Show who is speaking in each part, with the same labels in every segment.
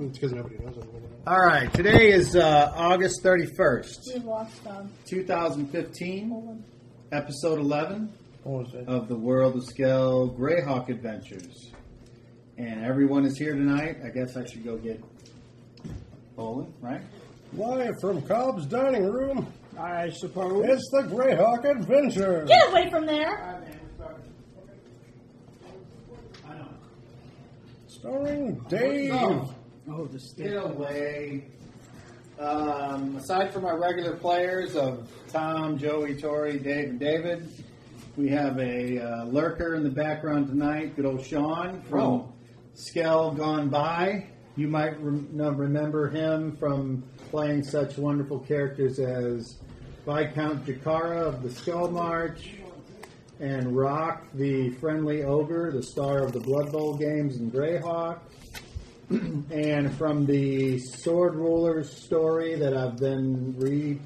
Speaker 1: It's because nobody knows I'm gonna know.
Speaker 2: All right, today is uh, August 31st,
Speaker 3: We lost um,
Speaker 2: 2015,
Speaker 3: Poland.
Speaker 2: episode 11
Speaker 1: What was it?
Speaker 2: of the World of Scale Greyhawk Adventures. And everyone is here tonight. I guess I should go get Olin, right?
Speaker 1: Live from Cobb's dining room,
Speaker 4: I suppose.
Speaker 1: it's the Greyhawk Adventure.
Speaker 3: Get away from there!
Speaker 1: Starring Dave.
Speaker 2: No.
Speaker 4: Oh, the stick.
Speaker 2: Get away. Um, aside from our regular players of Tom, Joey, Tori, Dave, and David, we have a uh, lurker in the background tonight. Good old Sean from
Speaker 4: Oh.
Speaker 2: Skell Gone By. You might rem- no- remember him from playing such wonderful characters as Viscount Jakara of the Skull March and Rock, the friendly ogre, the star of the Blood Bowl games in Greyhawk and from the Sword Rulers story that I've been re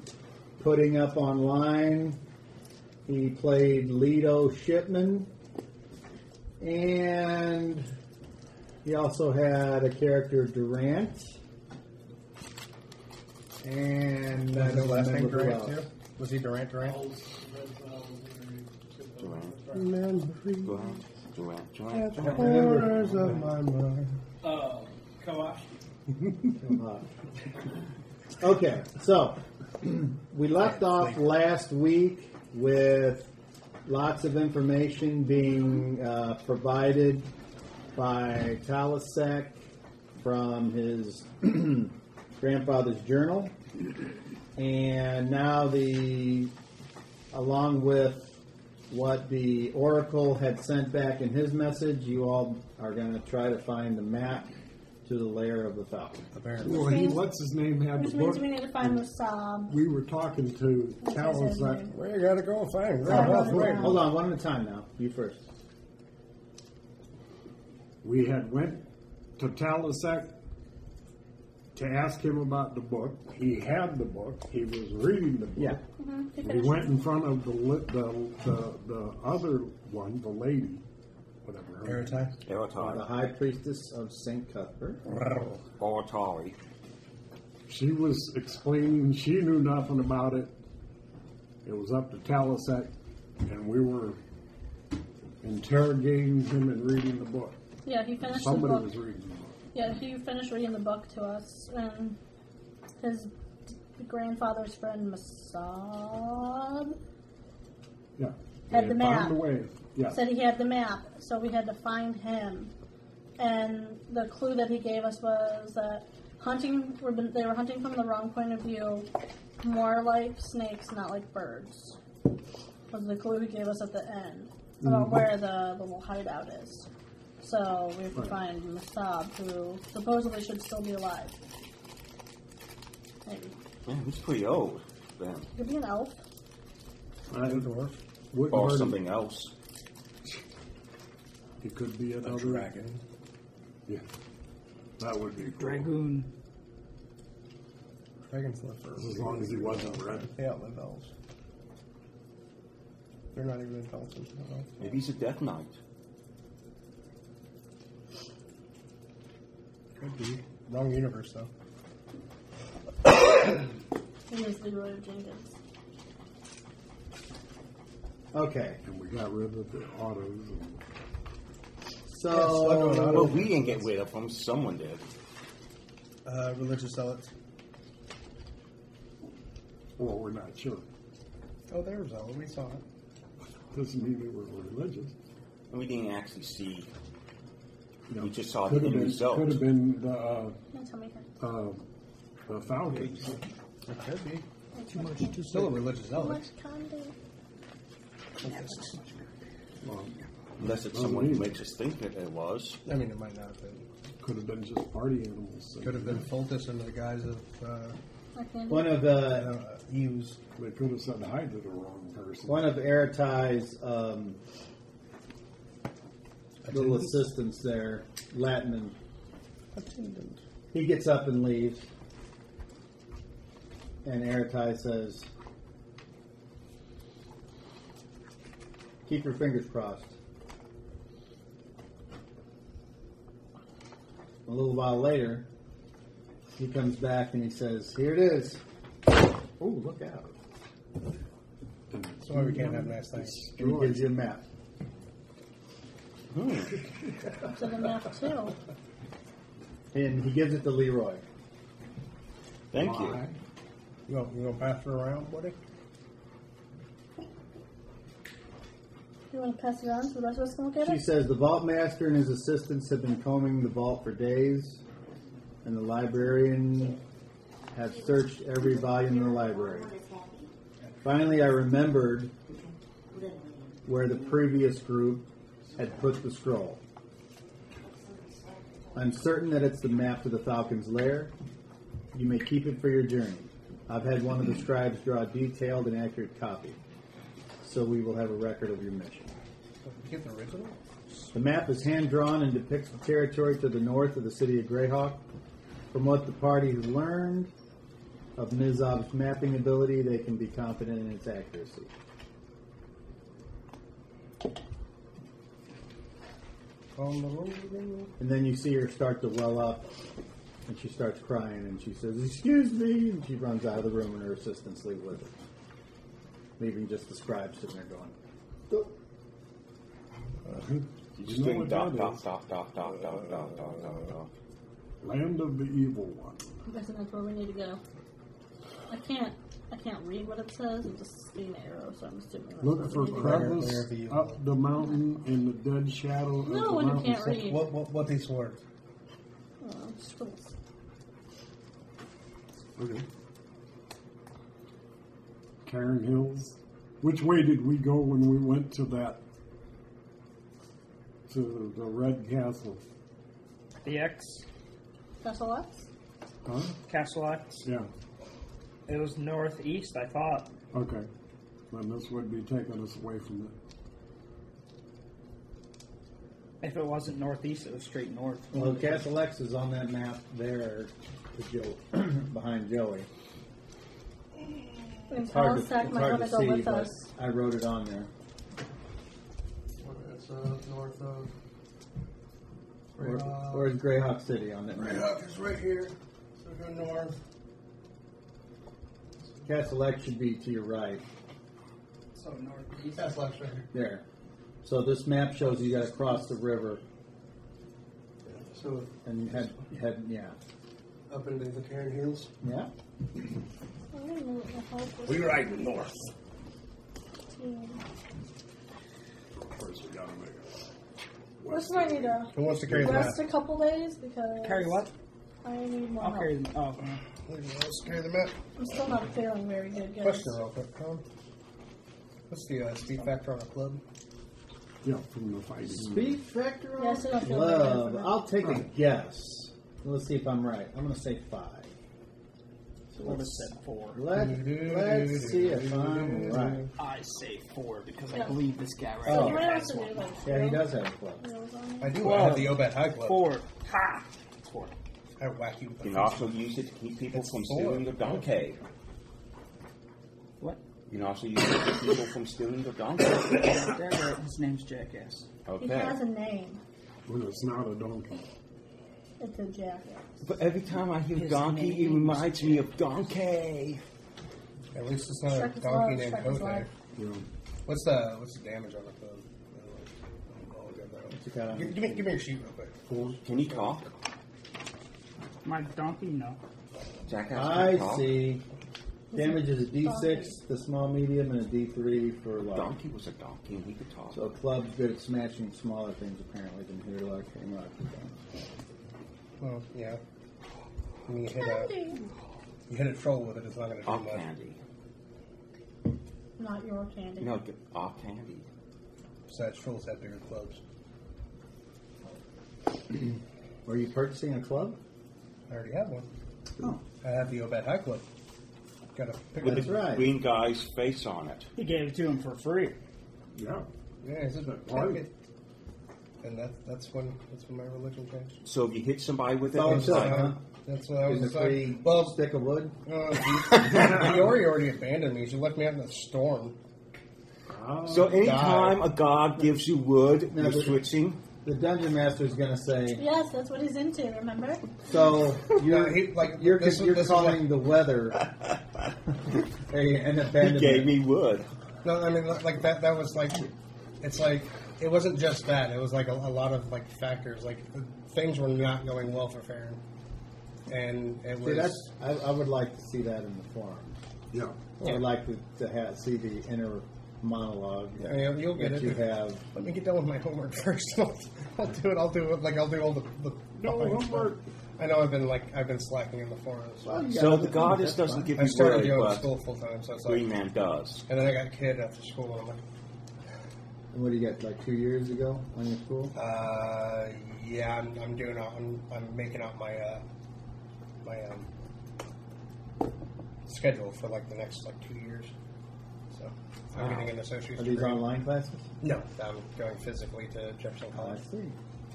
Speaker 2: putting up online, he played Leto Shipman. And he also had a character, Durant. And I don't remember who else.
Speaker 1: Was he Durant Durant?
Speaker 5: Go ahead. Do it. Do it. Do it.
Speaker 1: corners of my mind.
Speaker 4: Uh, Kawash.
Speaker 2: Okay, so we left off last week with lots of information being uh, provided by Talisek from his grandfather's journal, and now the along with what the Oracle had sent back in his message, you all are going to try to find the map to the lair of the Falcon.
Speaker 1: Apparently.
Speaker 6: Well, he, what's his name had
Speaker 3: Which
Speaker 6: the
Speaker 3: means
Speaker 6: book.
Speaker 3: we need to find the um,
Speaker 6: We were talking to Cal's like,
Speaker 1: Well, you gotta go find Grandpa's
Speaker 3: Grandpa's Grandpa's room.
Speaker 2: Hold on, one at a time now. You first.
Speaker 6: we had went to Talisac to ask him about the book. He had the book. He was reading the book.
Speaker 2: Yeah.
Speaker 3: mhm, to
Speaker 6: We
Speaker 3: finish.
Speaker 6: went in front of the, li- the the the other one, the lady, whatever. her name.
Speaker 2: Uh, The
Speaker 5: Avatari.
Speaker 2: High Priestess of St. Cuthbert.
Speaker 5: Avatari.
Speaker 6: She was explaining. She knew nothing about it. It was up to Talisac, and we were interrogating him and reading the book.
Speaker 3: Yeah, he finished the
Speaker 6: Somebody
Speaker 3: book.
Speaker 6: was reading the book.
Speaker 3: Yeah, he finished reading the book to us, and his d- grandfather's friend Masab
Speaker 6: Yeah.
Speaker 3: Had
Speaker 6: They
Speaker 3: the
Speaker 6: found
Speaker 3: map.
Speaker 6: a way. Yeah.
Speaker 3: said he had the map, so we had to find him. And the clue that he gave us was that hunting were been- they were hunting from the wrong point of view, more like snakes, not like birds. Was the clue he gave us at the end about where the little hideout is. So we have to
Speaker 6: Right.
Speaker 3: find Masab, who supposedly should still be alive. Maybe
Speaker 5: Man, he's pretty old then.
Speaker 3: could be an elf.
Speaker 6: I wouldn't
Speaker 5: Or
Speaker 6: hurt
Speaker 5: something else.
Speaker 6: It. it could be another Yeah. That would be cool.
Speaker 4: Dragoon.
Speaker 1: Dragon flipper.
Speaker 6: As long as he wasn't red.
Speaker 1: They outlive elves. They're not even intelligent. at all.
Speaker 5: Maybe he's a Death Knight.
Speaker 1: Could be. Wrong universe though.
Speaker 3: He is Leroy Jenkins.
Speaker 2: Okay,
Speaker 6: And we got rid of the autos. And
Speaker 1: Yes, I
Speaker 2: so
Speaker 1: don't
Speaker 5: But we didn't get rid of him. Someone did.
Speaker 1: Uh, religious zealots.
Speaker 6: well, we're not sure.
Speaker 1: Oh, they were zealot. We saw it.
Speaker 6: Doesn't mean they were religious.
Speaker 5: And we didn't actually see.
Speaker 6: No.
Speaker 5: We just saw the
Speaker 6: could have
Speaker 5: end
Speaker 6: been,
Speaker 5: result.
Speaker 6: Could have been the, uh,
Speaker 3: Can you tell me her?
Speaker 6: uh, the Falcons.
Speaker 1: It could be.
Speaker 3: Too much, too
Speaker 1: Still a religious zealot.
Speaker 3: much content.
Speaker 6: Well,
Speaker 5: Unless it's
Speaker 6: Doesn't
Speaker 5: someone who
Speaker 6: mean.
Speaker 5: makes us think that it was.
Speaker 1: I mean, it might not have been.
Speaker 6: could have been just party animals.
Speaker 1: Could have been Fultus under the guise of uh,
Speaker 3: I can't do
Speaker 2: one of
Speaker 1: uh,
Speaker 2: the
Speaker 1: Eves.
Speaker 6: They could have said hi to the wrong person.
Speaker 2: one of Eritai's um, little
Speaker 1: Attendant.
Speaker 2: assistants there, Latman.
Speaker 1: Attendant.
Speaker 2: He gets up and leaves, and Eritai says, "Keep your fingers crossed." A little while later, He comes back and he says, "Here it is." Oh, look out!
Speaker 1: That's why we can't have nice things.
Speaker 2: And he gives you a map.
Speaker 3: to the map too.
Speaker 2: And he gives it to Leroy.
Speaker 5: Thank you.
Speaker 1: You gonna, you gonna pass it around, buddy?
Speaker 3: You want to pass it on so the rest of us can look at
Speaker 2: She
Speaker 3: it?
Speaker 2: says the vault master and his assistants have been combing the vault for days, and the librarian have searched every volume in the library. Finally, I remembered where the previous group had put the scroll. I'm certain that it's the map to the Falcon's lair. You may keep it for your journey. I've had one of the scribes draw a detailed and accurate copy, so we will have a record of your mission.
Speaker 1: Get the original?
Speaker 2: The map is hand drawn and depicts the territory to the north of the city of Greyhawk. From what the party has learned of Nizob's mapping ability, they can be confident in its accuracy.
Speaker 1: On the road again?
Speaker 2: And then you see her start to well up, and she starts crying, and she says, "Excuse me!" And she runs out of the room, and her assistants leave with her, leaving just the scribe sitting there going,
Speaker 5: You
Speaker 6: You
Speaker 5: just
Speaker 6: know
Speaker 5: doing
Speaker 6: what
Speaker 5: dot
Speaker 6: that
Speaker 5: dot
Speaker 6: is?
Speaker 5: dot dot dot dot dot dot dot dot.
Speaker 6: Land of the evil one.
Speaker 3: I'm guessing that's where we need to go. I can't. I can't read what it says. I'm just seeing the arrow, so I'm assuming. that's where
Speaker 6: Look
Speaker 3: we
Speaker 6: for
Speaker 3: need to go.
Speaker 6: crevice
Speaker 1: Land of the evil
Speaker 6: up the mountain in the dead shadow of
Speaker 3: No,
Speaker 6: the
Speaker 3: when you
Speaker 6: mountain.
Speaker 3: can't read.
Speaker 1: What, what, what these words?
Speaker 3: Oh, scrolls.
Speaker 6: Okay. Karen Hills. Which way did we go when we went to that? To the Red Castle.
Speaker 4: The X,
Speaker 3: Castle X?
Speaker 6: Huh?
Speaker 4: Castle X.
Speaker 6: Yeah.
Speaker 4: It was northeast, I thought.
Speaker 6: Okay. Then this would be taking us away from it.
Speaker 4: If it wasn't northeast, it was straight north.
Speaker 2: Well, Castle X is on that map there to Joe, behind Joey.
Speaker 3: And
Speaker 2: It's hard to,
Speaker 3: Hallstack
Speaker 2: it's
Speaker 3: might
Speaker 2: hard to
Speaker 3: want to go
Speaker 2: see,
Speaker 3: with
Speaker 2: but
Speaker 3: us.
Speaker 2: I wrote it on there.
Speaker 1: It's uh, north of.
Speaker 2: Or, or is Greyhawk City on that map?
Speaker 1: is right here. So go north.
Speaker 2: Castle X should be to your right
Speaker 4: So northeast.
Speaker 1: That's left right here.
Speaker 2: there. So this map shows you got to cross the river
Speaker 1: So
Speaker 2: and head head yeah
Speaker 1: up into the Karen Hills.
Speaker 2: yeah.
Speaker 3: I don't know what the hell it was.
Speaker 5: ride north.
Speaker 6: Of course, we gotta make it.
Speaker 3: This might need to
Speaker 1: Who wants to carry the map?
Speaker 3: rest a couple days because.
Speaker 4: Carry what?
Speaker 3: I need more.
Speaker 4: I'll
Speaker 3: help.
Speaker 4: carry them. Oh,
Speaker 1: Who wants to carry the map?
Speaker 3: I'm still not feeling very good, guys.
Speaker 1: Question real quick, Tom. What's the uh, speed factor on a club?
Speaker 6: Yeah, from the fighting.
Speaker 2: Speed factor on
Speaker 3: Yeah, I still don't feel very
Speaker 2: love.
Speaker 3: good for
Speaker 2: I'll take a guess. Let's see if I'm right. I'm gonna say five. So
Speaker 4: would have
Speaker 2: let's,
Speaker 4: said four.
Speaker 2: let, let's see if I'm right.
Speaker 4: I say four because I
Speaker 3: Yeah.
Speaker 4: believe this guy right
Speaker 2: Oh.
Speaker 3: So
Speaker 4: here
Speaker 3: what else
Speaker 4: has
Speaker 3: to do?
Speaker 4: one.
Speaker 3: Like,
Speaker 2: Yeah, he
Speaker 3: scroll?
Speaker 2: does have a club.
Speaker 3: Arrows
Speaker 1: I
Speaker 3: on it?
Speaker 1: do. I
Speaker 4: Twelve.
Speaker 1: have the Obed High Club.
Speaker 4: Four. Ha! Four.
Speaker 1: I whack you with
Speaker 5: You
Speaker 1: the
Speaker 5: can also use it to keep people
Speaker 1: It's
Speaker 5: from
Speaker 1: four.
Speaker 5: stealing your donkey.
Speaker 4: What?
Speaker 5: You can also use it to keep people from stealing your donkey.
Speaker 4: There, his name's Jackass.
Speaker 3: He
Speaker 5: Okay.
Speaker 3: has a name.
Speaker 6: When it's not a donkey.
Speaker 3: It's a jacket.
Speaker 5: But every time I hear
Speaker 4: His
Speaker 5: donkey, it
Speaker 4: name.
Speaker 5: reminds me of donkey.
Speaker 1: At least it's not a
Speaker 3: Shrek is
Speaker 1: donkey
Speaker 3: love,
Speaker 1: named
Speaker 3: Shrek is
Speaker 1: Kote.
Speaker 3: life.
Speaker 6: You know.
Speaker 1: What's the what's the damage on the club? I don't know. I'll get that one.
Speaker 2: It's got
Speaker 1: Give, give me give me your sheet real quick.
Speaker 5: Can he talk?
Speaker 4: My donkey? No.
Speaker 5: Jackass can
Speaker 2: I
Speaker 5: talk.
Speaker 2: see. Damage is a D6, the small medium, and a D3 for uh, large.
Speaker 5: Donkey was a donkey and he could talk.
Speaker 2: So a club's good at smashing smaller things apparently than here large and rock.
Speaker 1: Well, yeah. When you hit a you hit a troll with it, it's not going to do
Speaker 5: Aw
Speaker 1: much.
Speaker 5: candy.
Speaker 3: Not your candy.
Speaker 5: No, d- aw candy.
Speaker 1: Besides, trolls have bigger clubs.
Speaker 2: Were you purchasing a club?
Speaker 1: I already have one.
Speaker 2: Oh.
Speaker 1: I have the Obed High Club. Got a pick
Speaker 5: With
Speaker 2: That's
Speaker 5: the
Speaker 2: right.
Speaker 5: green guy's face on it.
Speaker 4: He gave it to him for free.
Speaker 6: Yeah.
Speaker 1: Yeah, it's just a
Speaker 6: Party.
Speaker 1: target. And that, that's when that's when my religion changed. Uh,
Speaker 5: So if you hit somebody with it,
Speaker 2: Oh,
Speaker 5: it's
Speaker 2: so-
Speaker 5: like,
Speaker 2: Uh-huh.
Speaker 1: That's when I was
Speaker 2: Is
Speaker 1: just
Speaker 2: it
Speaker 1: like,
Speaker 2: free
Speaker 1: well,
Speaker 2: stick of wood?
Speaker 1: uh, Yori already abandoned me. She left me out in the storm.
Speaker 6: Ah,
Speaker 5: So anytime a god gives you wood,
Speaker 2: No,
Speaker 5: you're
Speaker 2: but-
Speaker 5: switching.
Speaker 2: the dungeon master is going to say,
Speaker 3: Yes, that's what he's into. Remember?
Speaker 2: so
Speaker 1: Yeah,
Speaker 2: you're,
Speaker 1: he- like,
Speaker 2: you're,
Speaker 1: this was-
Speaker 2: you're
Speaker 1: this was
Speaker 2: calling the weather a, an
Speaker 5: He
Speaker 2: abandonment.
Speaker 5: gave me wood.
Speaker 1: No, I mean like that. That was like, it's like it wasn't just that. It was like a, a lot of like factors. Like things were not going well for Farron, and it
Speaker 2: See,
Speaker 1: was
Speaker 2: that's, I, I would like to see that in the forum.
Speaker 6: Yeah.
Speaker 2: I would like to, to have, see the inner monologue
Speaker 1: I mean, you'll get
Speaker 2: that
Speaker 1: it.
Speaker 2: you have.
Speaker 1: Let me get done with my homework first. I'll, I'll do it. I'll do it. Like I'll do all the, the
Speaker 6: No
Speaker 1: behind stuff.
Speaker 6: homework.
Speaker 1: I know I've been like I've been slacking in the forums.
Speaker 2: Well, you
Speaker 5: So
Speaker 2: got
Speaker 5: the
Speaker 2: other
Speaker 5: goddess
Speaker 2: things, that's
Speaker 5: doesn't
Speaker 2: fine.
Speaker 5: give
Speaker 1: I
Speaker 5: you
Speaker 1: started
Speaker 5: wood,
Speaker 1: going to
Speaker 5: but
Speaker 1: school full time, so it's
Speaker 5: Green
Speaker 1: like,
Speaker 5: Man does.
Speaker 1: and then I got kid after school. And I'm like,
Speaker 2: What do you get, like two years ago on your school?
Speaker 1: uh, yeah, I'm, I'm doing. Out, I'm I'm making out my uh, my um, schedule for like the next like two years. So I'm getting an associate's
Speaker 2: Are these
Speaker 1: degree.
Speaker 2: online classes? Oh,
Speaker 1: No, I'm going physically to Jefferson
Speaker 2: I
Speaker 1: College.
Speaker 2: see.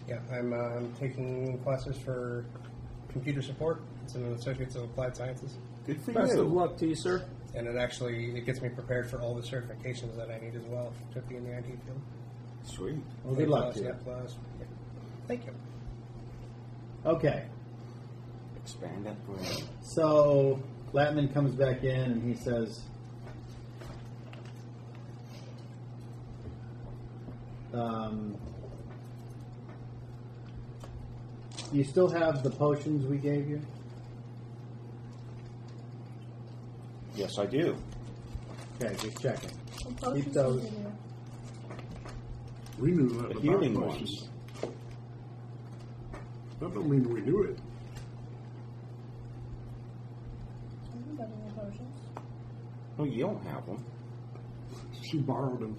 Speaker 1: Yeah, I'm, uh, I'm taking classes for computer support. It's an associate's of applied sciences,
Speaker 5: Good for
Speaker 4: Best of
Speaker 5: you.
Speaker 4: luck to you, sir.
Speaker 1: and it actually it gets me prepared for all the certifications that I need as well to be in the IT field.
Speaker 5: Sweet.
Speaker 2: Well, good luck
Speaker 1: Plus,
Speaker 2: to you.
Speaker 1: yeah, plus. Yeah. Thank you.
Speaker 2: Okay,
Speaker 5: Expand that brain.
Speaker 2: so Latman comes back in and he says, um, "You still have the potions we gave you?
Speaker 5: Yes, I do.
Speaker 2: Okay, just checking.
Speaker 3: The potions we
Speaker 2: those.
Speaker 3: give you.
Speaker 6: We knew that
Speaker 5: The
Speaker 6: about
Speaker 5: healing
Speaker 6: potions.
Speaker 5: ones.
Speaker 6: That don't mean we knew it.
Speaker 3: Everybody has potions.
Speaker 5: Well, you don't have them.
Speaker 6: She borrowed them.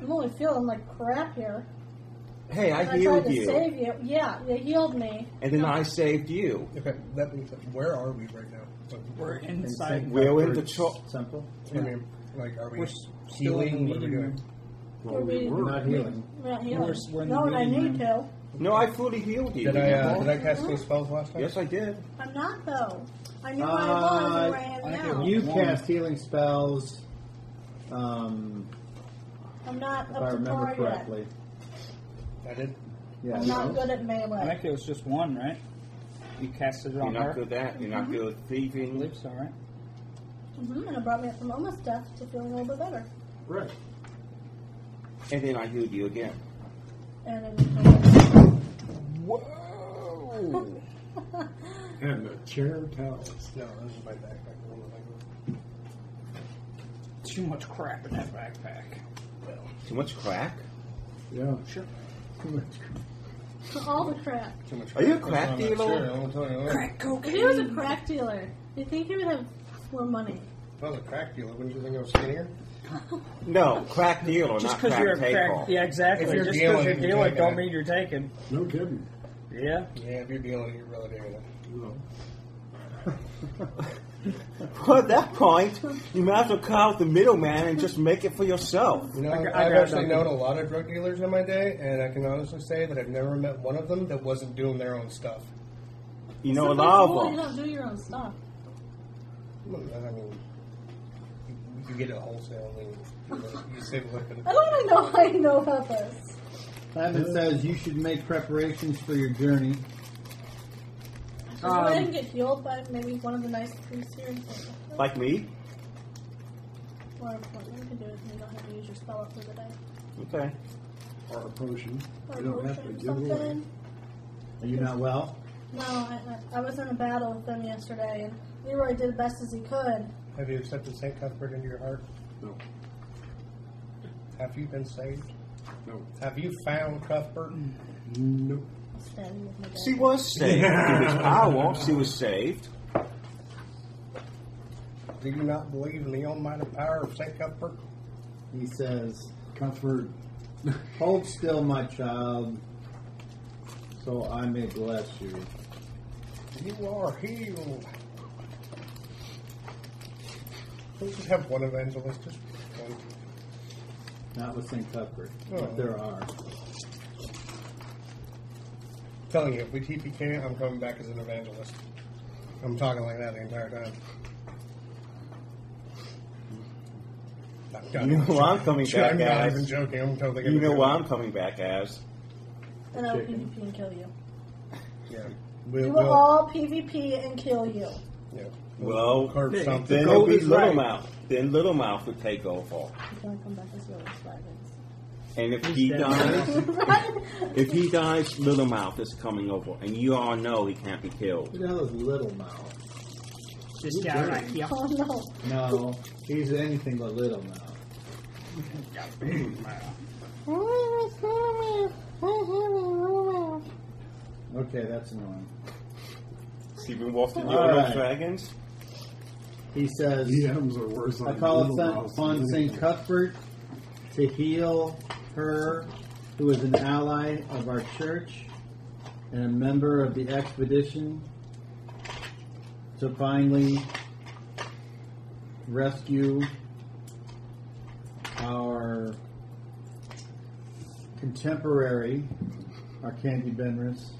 Speaker 3: I'm only feeling like crap here.
Speaker 5: Hey, I
Speaker 3: I tried
Speaker 5: healed
Speaker 3: to
Speaker 5: you,
Speaker 3: save you. Yeah, you healed me.
Speaker 5: and then I saved you.
Speaker 1: Okay, let me. Where are we right now? Like,
Speaker 4: We're
Speaker 2: And
Speaker 4: inside.
Speaker 2: St.
Speaker 5: We're in the
Speaker 2: Cuthbert's
Speaker 5: tro-
Speaker 2: temple.
Speaker 1: I mean, like, are we
Speaker 4: We're s- still in
Speaker 1: healing?
Speaker 4: the
Speaker 1: What are we
Speaker 4: meeting
Speaker 1: doing?
Speaker 4: room.
Speaker 6: Well,
Speaker 3: Were we-
Speaker 6: we
Speaker 2: We're
Speaker 6: were.
Speaker 2: not healing.
Speaker 3: We're not healing.
Speaker 4: We're- we're in the
Speaker 3: no, and I
Speaker 4: meeting
Speaker 3: need to.
Speaker 5: No, I fully healed you.
Speaker 1: Did I uh, did I
Speaker 5: Paul.
Speaker 1: cast any spells last time?
Speaker 5: Yes, I did.
Speaker 3: I'm not though. I knew where
Speaker 2: Uh,
Speaker 3: I was and where I am
Speaker 4: Uh,
Speaker 3: now.
Speaker 2: You
Speaker 4: One.
Speaker 2: cast healing spells. Um,
Speaker 3: I'm not
Speaker 2: if
Speaker 3: up
Speaker 2: I
Speaker 3: to
Speaker 2: remember
Speaker 3: par yet.
Speaker 2: correctly,
Speaker 1: I did.
Speaker 2: yeah.
Speaker 3: I'm
Speaker 2: you
Speaker 3: not
Speaker 2: know.
Speaker 3: good at
Speaker 4: I
Speaker 3: melee.
Speaker 4: think it was just one, right? You Mm-hmm. cast it
Speaker 5: You're
Speaker 4: on
Speaker 5: not
Speaker 4: her.
Speaker 5: good at that. You're not good at thieving.
Speaker 4: believe so, right?
Speaker 3: hmm and it brought me up from almost death to feeling a little bit better.
Speaker 6: Right.
Speaker 5: And then I healed you again.
Speaker 3: And it was
Speaker 5: Whoa!
Speaker 6: And the chair towels.
Speaker 1: No, this is my backpack. The one that I-
Speaker 4: Too much crap in that backpack.
Speaker 5: Too much crack?
Speaker 6: Yeah.
Speaker 4: Sure.
Speaker 3: all the crack.
Speaker 1: Too much.
Speaker 5: Are you a
Speaker 1: crap.
Speaker 5: crack
Speaker 1: I'm not
Speaker 5: dealer?
Speaker 1: sure. I'm telling you, I
Speaker 3: If he was a crack dealer, you think he would have more money?
Speaker 1: was a crack dealer. Wouldn't you think I was skinnier?
Speaker 5: No, crack dealer,
Speaker 4: Just
Speaker 5: not
Speaker 4: because
Speaker 5: crack
Speaker 4: you're a
Speaker 5: take
Speaker 4: crack,
Speaker 5: off.
Speaker 4: yeah, exactly.
Speaker 1: If you're
Speaker 4: Just because you're
Speaker 1: dealing, you're
Speaker 4: dealing,
Speaker 1: taking
Speaker 4: don't
Speaker 1: it.
Speaker 4: mean you're taking.
Speaker 6: No kidding.
Speaker 4: Yeah.
Speaker 1: Yeah, if you're dealing, you're really doing it.
Speaker 6: No.
Speaker 5: Well, at that point, you might as well cut out the middleman and just make it for yourself.
Speaker 1: You know,
Speaker 4: I got- I
Speaker 1: I've
Speaker 4: got
Speaker 1: actually
Speaker 4: nothing.
Speaker 1: known a lot of drug dealers in my day, and I can honestly say that I've never met one of them that wasn't doing their own stuff.
Speaker 5: You know, a
Speaker 3: Sometimes
Speaker 5: lot
Speaker 3: you
Speaker 5: of
Speaker 3: really
Speaker 5: them.
Speaker 3: don't do your own stuff.
Speaker 1: Well, I mean, you, you get it wholesale, and you, you save a living.
Speaker 3: I don't even know how you know about this.
Speaker 2: Simon says you should make preparations for your journey.
Speaker 3: Just go
Speaker 5: Um,
Speaker 3: ahead and get healed by maybe one of the nice priests here. and say,
Speaker 5: Like me?
Speaker 3: Or what you can do is you don't have to use your spell up for the day.
Speaker 5: Okay.
Speaker 6: Or a potion.
Speaker 3: Or
Speaker 6: You don't have to
Speaker 3: potion or
Speaker 6: give it away.
Speaker 3: something.
Speaker 2: Are you not well?
Speaker 3: No, I, I I was in a battle with them yesterday, and Leroy did the best as he could.
Speaker 1: Have you accepted St. Cuthbert into your heart?
Speaker 6: No.
Speaker 1: Have you been saved?
Speaker 6: No.
Speaker 1: Have you found Cuthbert?
Speaker 6: No.
Speaker 3: Standing with my dad.
Speaker 5: She was saved. Through his power, she was saved.
Speaker 1: Do you not believe in the almighty power of St. Cuthbert?
Speaker 2: He says,
Speaker 6: Cuthbert.
Speaker 2: Hold still, my child, so I may bless you.
Speaker 1: You are healed. Let's just have one evangelist. Just one.
Speaker 2: Not with St. Cuthbert,
Speaker 1: Oh.
Speaker 2: but there are.
Speaker 1: telling you, if we TPK, I'm coming back as an evangelist. I'm talking like that the entire time. I not. not
Speaker 5: You know
Speaker 1: even
Speaker 5: who I'm coming
Speaker 1: joking.
Speaker 5: back
Speaker 1: I'm not
Speaker 5: as.
Speaker 1: even joking. I'm totally. gonna
Speaker 5: You know
Speaker 1: do
Speaker 5: what
Speaker 1: it.
Speaker 5: I'm coming back as.
Speaker 3: And I'll
Speaker 2: Chicken.
Speaker 3: PvP and kill you.
Speaker 1: Yeah.
Speaker 3: We
Speaker 1: We'll,
Speaker 3: will
Speaker 1: we'll,
Speaker 3: all PvP and kill you.
Speaker 1: yeah.
Speaker 5: Well,
Speaker 1: carve
Speaker 5: then
Speaker 1: something.
Speaker 5: it'll be
Speaker 6: Goldie's right.
Speaker 5: Little Mouth. Then Little Mouth would take over.
Speaker 3: He's gonna come back as little spiders.
Speaker 5: And if he
Speaker 4: dead.
Speaker 5: dies,
Speaker 3: right?
Speaker 5: if he dies, Little Mouth is coming over. And you all know he can't be
Speaker 2: Who
Speaker 5: killed.
Speaker 2: the hell is Little Mouth?
Speaker 4: Just down right here.
Speaker 3: Oh no.
Speaker 2: No, he's anything but Little Mouth. Okay, that's annoying.
Speaker 5: Stephen Wolfson,
Speaker 2: All
Speaker 5: you're one of
Speaker 2: right.
Speaker 5: those dragons?
Speaker 2: He says,
Speaker 6: DMs are worse
Speaker 2: I
Speaker 6: than
Speaker 2: call
Speaker 6: Little
Speaker 2: upon-
Speaker 6: Mouse.
Speaker 2: upon St. Cuthbert to heal her, who is an ally of our church and a member of the expedition, to finally rescue our contemporary, our Candy Benris.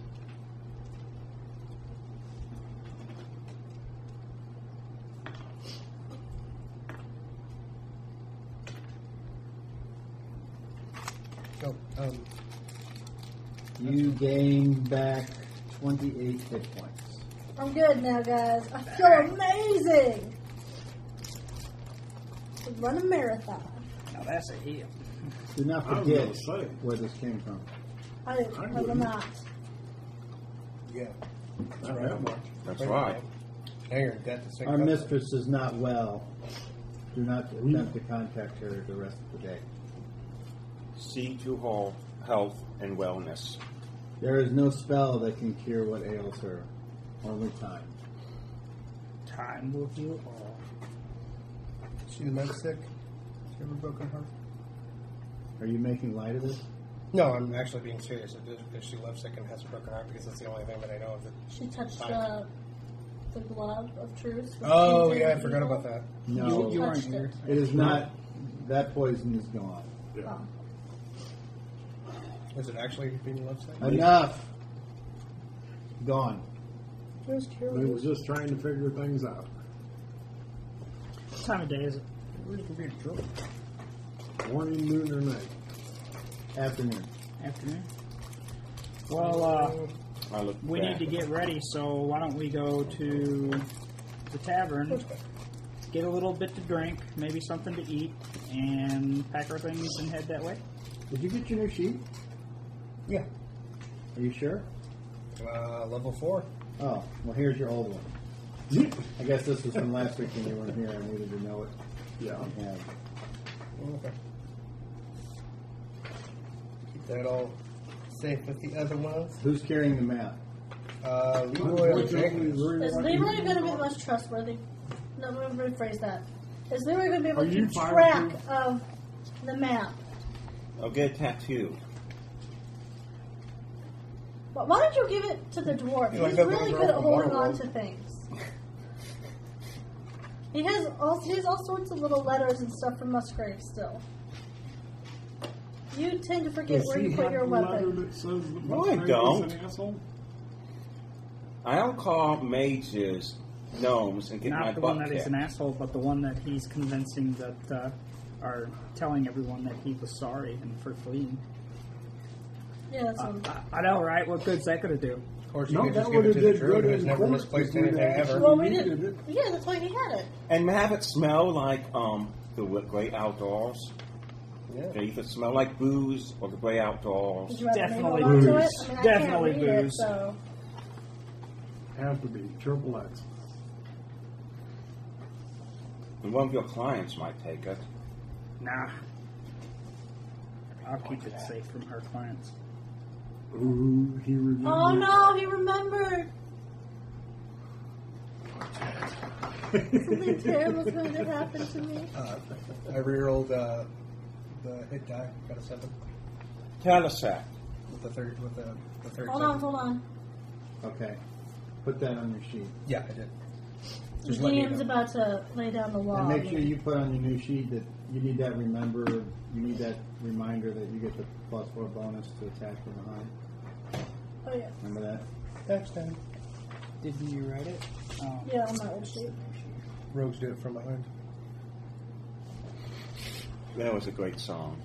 Speaker 1: So, um,
Speaker 2: You gain back 28 hit points.
Speaker 3: I'm good now, guys. I feel amazing. Run a marathon.
Speaker 4: Now that's a heel.
Speaker 2: Do not
Speaker 6: I was
Speaker 2: forget
Speaker 6: gonna say.
Speaker 2: where this came from.
Speaker 3: I, I will
Speaker 6: wouldn't.
Speaker 3: not.
Speaker 1: yeah.
Speaker 6: Not that much.
Speaker 5: That's right.
Speaker 1: Now you're in debt to St.
Speaker 2: Our
Speaker 1: Cuthbert.
Speaker 2: mistress is not well. Do not
Speaker 4: Hmm?
Speaker 2: attempt to contact her the rest of the day.
Speaker 5: See to her health and wellness.
Speaker 2: There is no spell that can cure what ails her. Only time.
Speaker 4: Time will heal all.
Speaker 1: She's meant sick. She ever broken heart?
Speaker 2: Are you making light of this?
Speaker 1: No, I'm actually being serious. It is because she loves sick and has a broken heart because that's the only thing that I know of. That
Speaker 3: She touched the, the glove of truth.
Speaker 1: oh yeah, I forgot about that.
Speaker 2: No.
Speaker 4: You- you
Speaker 3: Touched
Speaker 4: aren't here.
Speaker 3: it.
Speaker 2: it is not. That poison is gone.
Speaker 6: Yeah.
Speaker 3: Oh.
Speaker 1: Is it actually being loved sick?
Speaker 2: Enough. Gone.
Speaker 3: Just
Speaker 6: They were
Speaker 3: curious.
Speaker 6: just trying to figure things out.
Speaker 4: What time of day is it? Really could be a drunk.
Speaker 6: Morning, noon, or night.
Speaker 2: Afternoon.
Speaker 4: Afternoon. Well, uh,
Speaker 5: I look
Speaker 4: we need
Speaker 5: back.
Speaker 4: to get ready, so why don't we go to the tavern, get a little bit to drink, maybe something to eat, and pack our things and head that way?
Speaker 2: Did you get your new sheet?
Speaker 1: Yeah.
Speaker 2: Are you sure?
Speaker 1: Uh, level four.
Speaker 2: Oh, well, here's your old one.
Speaker 6: Yeah.
Speaker 2: I guess this was from last week when you weren't here. I needed to know it. Yeah.
Speaker 1: Okay. Keep that all safe with the other ones.
Speaker 2: Who's carrying the map?
Speaker 1: Uh, Leroy and
Speaker 6: Unfortunately,
Speaker 1: Jenkins.
Speaker 6: Leroy
Speaker 3: Is Leroy going to be the most trustworthy? No, let me rephrase that. Is Leroy going to be able
Speaker 6: Are
Speaker 3: to
Speaker 6: you
Speaker 3: keep
Speaker 6: fine
Speaker 3: track
Speaker 6: with
Speaker 3: of the map?
Speaker 5: I'll Oh, get a tattoo.
Speaker 3: But why don't you give it to the dwarf?
Speaker 1: You like
Speaker 3: He's
Speaker 1: that
Speaker 3: really
Speaker 1: little
Speaker 3: good at
Speaker 1: girl from
Speaker 3: holding on
Speaker 1: Waterworld?
Speaker 3: to things. He has all he has all sorts of little letters and stuff from Musgrave still. You tend to forget
Speaker 6: Does
Speaker 3: where
Speaker 6: he
Speaker 3: you put
Speaker 6: have
Speaker 3: your
Speaker 6: the letter
Speaker 3: weapon.
Speaker 6: that says that
Speaker 5: No, I
Speaker 6: Musgrave is
Speaker 5: don't.
Speaker 6: an asshole?
Speaker 5: I don't call mages gnomes and get my
Speaker 4: Not the
Speaker 5: butt
Speaker 4: one that is
Speaker 5: kicked.
Speaker 4: an asshole, but the one that he's convincing that, uh, or telling everyone that he was sorry and for fleeing.
Speaker 3: Yeah, that's
Speaker 4: Uh,
Speaker 6: Ah,
Speaker 3: one.
Speaker 4: I, I know, right? What good's that going to do?
Speaker 1: Of course, you
Speaker 6: No,
Speaker 1: could
Speaker 6: that
Speaker 1: just give
Speaker 6: would
Speaker 1: it
Speaker 6: have
Speaker 1: to the
Speaker 6: did
Speaker 1: druid
Speaker 6: good
Speaker 1: who's
Speaker 6: in
Speaker 1: never
Speaker 6: court.
Speaker 1: misplaced
Speaker 6: If we'd
Speaker 1: anything
Speaker 6: actually-
Speaker 1: ever.
Speaker 3: Well, we
Speaker 6: needed
Speaker 3: did. Yeah, that's why he had it.
Speaker 5: And have it smell like um the great outdoors.
Speaker 1: Yeah.
Speaker 5: They either smell like booze or the great
Speaker 3: Did
Speaker 5: outdoors.
Speaker 3: you have to
Speaker 4: Definitely
Speaker 3: hold on to it?
Speaker 4: booze.
Speaker 3: I mean, I
Speaker 4: Definitely
Speaker 3: can't read
Speaker 4: booze.
Speaker 3: It, so
Speaker 6: Have to be triple X.
Speaker 5: And one of your clients might take it.
Speaker 4: Nah. I'll keep it safe from her clients.
Speaker 6: Ooh, he remembered.
Speaker 3: oh no, he remembered. Something terrible's going to happen to me.
Speaker 1: Uh, I rerolled uh, the hit die. Got a seven
Speaker 5: Talisac.
Speaker 1: with the third with the, the third.
Speaker 3: Hold
Speaker 1: seven.
Speaker 3: on, hold on.
Speaker 2: Okay. Put that on your sheet.
Speaker 1: Yeah, I did. Just let me
Speaker 3: Liam's
Speaker 1: know.
Speaker 3: about to lay down the law.
Speaker 2: And make sure you put on your new sheet that you need that remember, you need that reminder that you get the plus four bonus to attack from behind.
Speaker 3: Oh yeah,
Speaker 2: Remember that?
Speaker 1: Backstab.
Speaker 4: Didn't you write it? Oh.
Speaker 3: yeah, on my old sheet.
Speaker 1: Rogues do it from behind.
Speaker 5: That was a great song.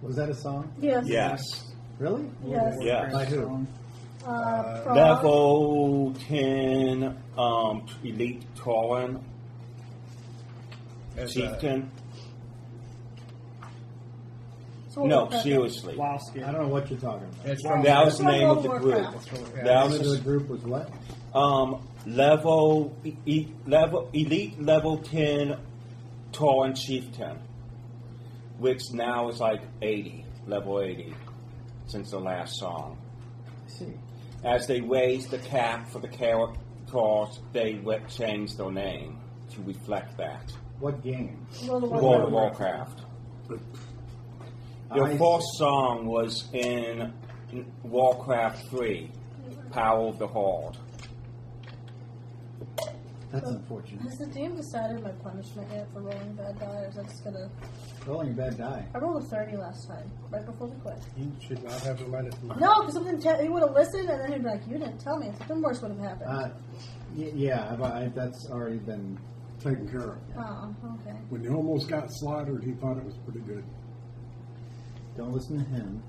Speaker 2: Was that a song?
Speaker 3: Yes.
Speaker 5: Yes.
Speaker 2: Really?
Speaker 3: Yes.
Speaker 5: Yeah.
Speaker 2: By who?
Speaker 4: Um,
Speaker 3: Uh, frog.
Speaker 5: Level 10 um, Elite Calling
Speaker 1: It's, uh,
Speaker 5: Chieftain.
Speaker 3: So
Speaker 5: No,
Speaker 3: what was that?
Speaker 5: seriously.
Speaker 4: whilst
Speaker 2: I don't know what you're talking about.
Speaker 1: it's from
Speaker 5: That was the
Speaker 3: From
Speaker 5: name of the
Speaker 3: World
Speaker 5: group.
Speaker 3: Warcraft.
Speaker 1: Yeah.
Speaker 5: That
Speaker 2: The name of
Speaker 5: was
Speaker 2: the group was what?
Speaker 5: um, level, e- level Elite Level 10 Calling Chieftain, which now is like 80, level 80, since the last song.
Speaker 2: I see.
Speaker 5: As they raised the cap for the carrot cause, they re- changed their name to reflect that.
Speaker 2: What game?
Speaker 3: World of
Speaker 5: World of
Speaker 3: Warcraft.
Speaker 5: Warcraft.
Speaker 2: I
Speaker 5: Your
Speaker 2: see.
Speaker 5: first song was in Warcraft 3, Power of the Horde.
Speaker 2: That's unfortunate.
Speaker 3: Has the team decided my punishment yet for rolling bad die, or is that just gonna?
Speaker 2: Rolling a bad die.
Speaker 3: I rolled a thirty last time, right before we quit.
Speaker 1: You should not have reminded me.
Speaker 3: No, because something te- he would have listened, and then he'd be like, "You didn't tell me." Something worse would have happened.
Speaker 2: Uh, y- yeah, I've, I, that's already been.
Speaker 6: taken care of.
Speaker 3: oh, okay.
Speaker 6: When he almost got slaughtered, he thought it was pretty good.
Speaker 2: Don't listen to him.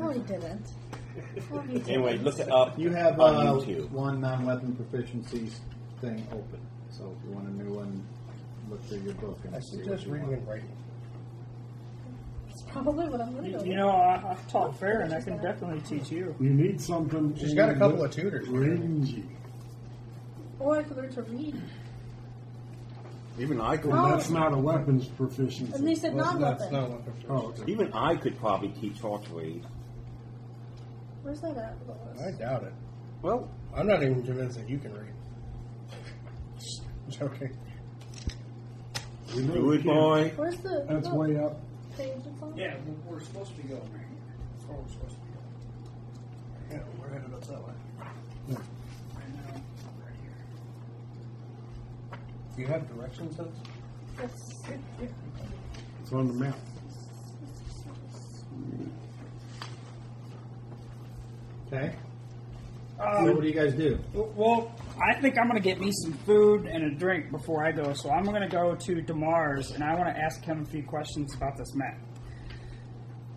Speaker 3: No, he didn't. No, he didn't.
Speaker 5: Anyway, look it up
Speaker 2: You have
Speaker 5: on
Speaker 2: uh,
Speaker 5: YouTube.
Speaker 2: one non-weapon proficiency thing open, so if you want a new one, look through your book and
Speaker 1: I
Speaker 2: see what
Speaker 1: suggest
Speaker 2: you
Speaker 1: reading
Speaker 2: want.
Speaker 1: and writing.
Speaker 3: It's probably what I'm gonna
Speaker 4: you,
Speaker 3: go.
Speaker 4: you know, I, I've taught fair, and I can definitely teach you.
Speaker 6: You need something.
Speaker 1: She's got a couple
Speaker 6: that
Speaker 1: of tutors.
Speaker 6: Rangy.
Speaker 3: with. or I could learn to read.
Speaker 5: Even I could.
Speaker 6: Well, that's not a weapons proficiency.
Speaker 3: And they said
Speaker 1: Well, that's
Speaker 3: non-weapon.
Speaker 1: not what they're-
Speaker 6: Oh, okay.
Speaker 5: Even I could probably teach her to read.
Speaker 3: Where's that at? Lois?
Speaker 1: I doubt it.
Speaker 5: Well,
Speaker 1: I'm not even convinced that you can read. Joking.
Speaker 6: We know
Speaker 5: do
Speaker 6: we
Speaker 5: it,
Speaker 6: can't.
Speaker 5: boy.
Speaker 3: Where's the
Speaker 6: That's
Speaker 3: what
Speaker 6: way up.
Speaker 3: page it's on?
Speaker 7: Yeah, we- we're supposed to be going right here. That's where we're supposed to be going.
Speaker 1: Yeah, we're headed up that way.
Speaker 7: Right now, right here.
Speaker 1: Do you have directions? Hudson?
Speaker 3: It's,
Speaker 6: It's on the map.
Speaker 2: Okay. so
Speaker 4: Um,
Speaker 2: what do you guys do?
Speaker 4: Well, I think I'm going to get me some food and a drink before I go, so I'm going to go to Demars and I want to ask him a few questions about this map.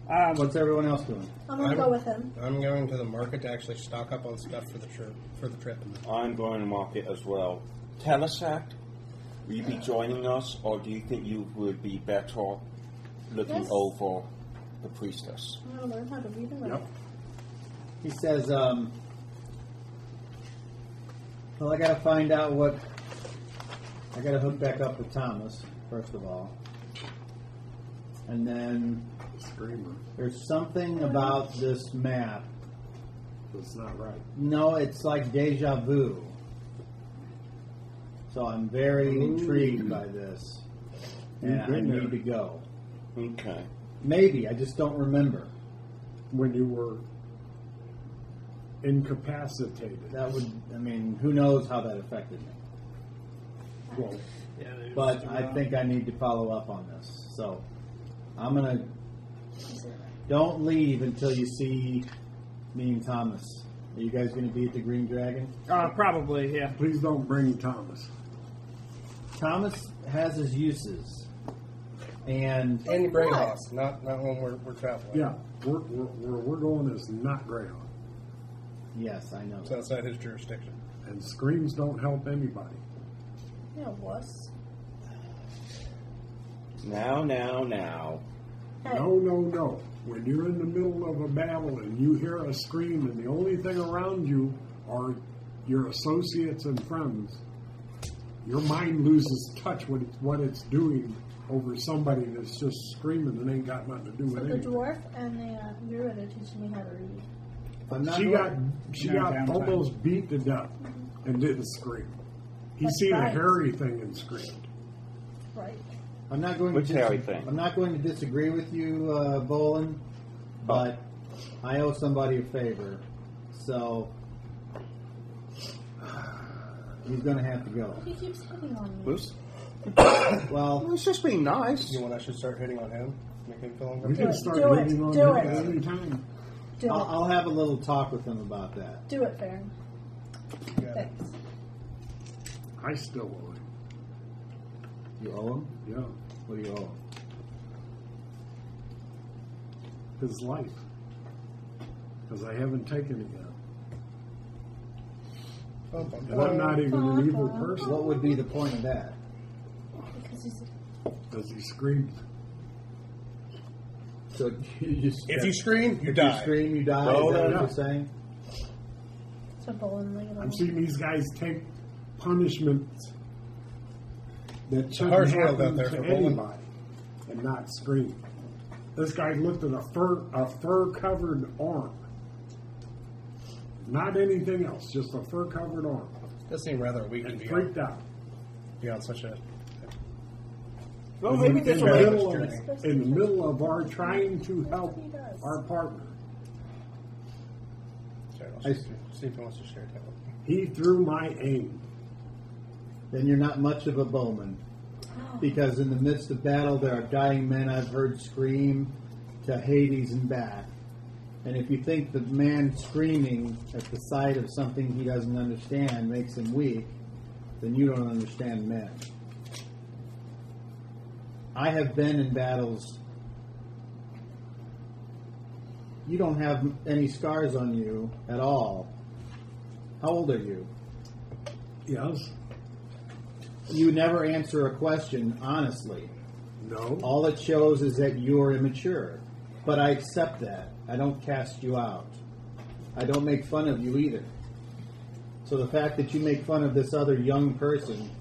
Speaker 4: Um,
Speaker 2: What's everyone else doing?
Speaker 3: I'm gonna
Speaker 1: I'm-
Speaker 3: go with him.
Speaker 1: I'm going to the market to actually stock up on stuff for the trip. For the trip.
Speaker 5: I'm going to market as well. Telesact, will you be joining us, or do you think you would be better looking
Speaker 3: Yes.
Speaker 5: over the priestess?
Speaker 3: I'm gonna learn how to read and write.
Speaker 2: He says, um, "Well, I gotta find out what. I gotta hook back up with Thomas first of all, and then
Speaker 6: Screamer.
Speaker 2: there's something about this map.
Speaker 6: That's not right.
Speaker 2: No, it's like deja vu. So I'm very intrigued by this, and
Speaker 6: You've
Speaker 2: I
Speaker 6: been
Speaker 2: need
Speaker 6: there.
Speaker 2: to go.
Speaker 5: Okay.
Speaker 2: Maybe I just don't remember.
Speaker 6: When you were incapacitated.
Speaker 2: That would. I mean, who knows how that affected me."
Speaker 6: Well,
Speaker 2: but I think I need to follow up on this. So I'm gonna don't leave until you see me and Thomas. Are you guys gonna be at the Green Dragon?
Speaker 4: uh, probably, yeah.
Speaker 6: please don't bring Thomas.
Speaker 2: Thomas has his uses, and
Speaker 1: And brain
Speaker 3: What?
Speaker 1: loss, not not when we're, we're traveling.
Speaker 6: Yeah, where, where, where we're going is not Greyhound.
Speaker 2: yes, I know.
Speaker 1: It's outside his jurisdiction.
Speaker 6: And screams don't help anybody.
Speaker 3: You know, wuss.
Speaker 5: Now, now, now.
Speaker 3: Hey,
Speaker 6: No, no, no. When you're in the middle of a battle and you hear a scream and the only thing around you are your associates and friends, your mind loses touch with what it's doing over somebody that's just screaming and ain't got nothing to do
Speaker 3: so
Speaker 6: with
Speaker 3: the
Speaker 6: it.
Speaker 3: dwarf and the uh, druid are teaching me how to read.
Speaker 2: If I'm not
Speaker 6: She got
Speaker 2: wrong-
Speaker 6: she
Speaker 4: No
Speaker 6: got
Speaker 4: downtime.
Speaker 6: almost beat to death and didn't scream. He
Speaker 3: That's
Speaker 6: seen a
Speaker 3: right.
Speaker 6: hairy thing and screamed.
Speaker 3: Right.
Speaker 2: I'm not going
Speaker 5: Which
Speaker 2: to
Speaker 5: Harry thing? Oh.
Speaker 2: I'm not going to disagree with you, uh, Bolin, but I owe somebody a favor, so he's going to have to go.
Speaker 3: He keeps hitting on me.
Speaker 5: Bruce?
Speaker 2: Well,
Speaker 5: It's just being nice.
Speaker 1: You want I should start hitting on him? Make him feel
Speaker 6: We
Speaker 1: uncomfortable.
Speaker 6: can
Speaker 3: it,
Speaker 6: start
Speaker 3: do it,
Speaker 6: hitting on
Speaker 3: do
Speaker 6: him
Speaker 3: it.
Speaker 6: at any time.
Speaker 3: Do
Speaker 2: I'll,
Speaker 3: it.
Speaker 2: I'll have a little talk with him about that.
Speaker 3: Do it, Farron.
Speaker 1: Yeah.
Speaker 3: Thanks.
Speaker 6: I still owe him.
Speaker 2: You owe him?
Speaker 6: Yeah,
Speaker 2: What do you owe him?
Speaker 6: his life. Because I haven't taken it yet.
Speaker 1: Bum, bum,
Speaker 6: And I'm not even an evil person
Speaker 2: What would be the point of that?
Speaker 3: Because he's
Speaker 6: because he screamed.
Speaker 2: So you just
Speaker 1: If you scream, you
Speaker 2: if
Speaker 1: die.
Speaker 2: you scream, you die.
Speaker 5: Roll
Speaker 2: Is that
Speaker 5: that
Speaker 2: what
Speaker 6: up.
Speaker 2: you're saying?
Speaker 3: so bowling league.
Speaker 6: I'm seeing these guys take punishments that shouldn't
Speaker 1: harsh world out
Speaker 6: happen
Speaker 1: there
Speaker 6: to
Speaker 1: for bowling.
Speaker 6: anybody, and not scream. This guy looked at a fur a fur covered arm, not anything else, just a fur covered arm,
Speaker 1: This seemed rather weak to
Speaker 6: and
Speaker 1: be
Speaker 6: freaked
Speaker 1: on,
Speaker 6: out.
Speaker 1: be on such a.
Speaker 5: Well,
Speaker 6: in,
Speaker 5: maybe
Speaker 6: the
Speaker 5: this will make
Speaker 6: middle of, in the middle of our trying to help our partner,
Speaker 1: Sorry, I'll
Speaker 2: I-
Speaker 1: see if he wants to share that with me.
Speaker 6: he threw my aim.
Speaker 2: Then you're not much of a bowman. Because in the midst of battle, there are dying men I've heard scream to Hades and back. And if you think the man screaming at the sight of something he doesn't understand makes him weak, then you don't understand men. I have been in battles. You don't have any scars on you at all. How old are you?
Speaker 6: Yes,
Speaker 2: You never answer a question honestly.
Speaker 6: no,
Speaker 2: All it shows is that you're immature. But I accept that. I don't cast you out. I don't make fun of you either. So the fact that you make fun of this other young person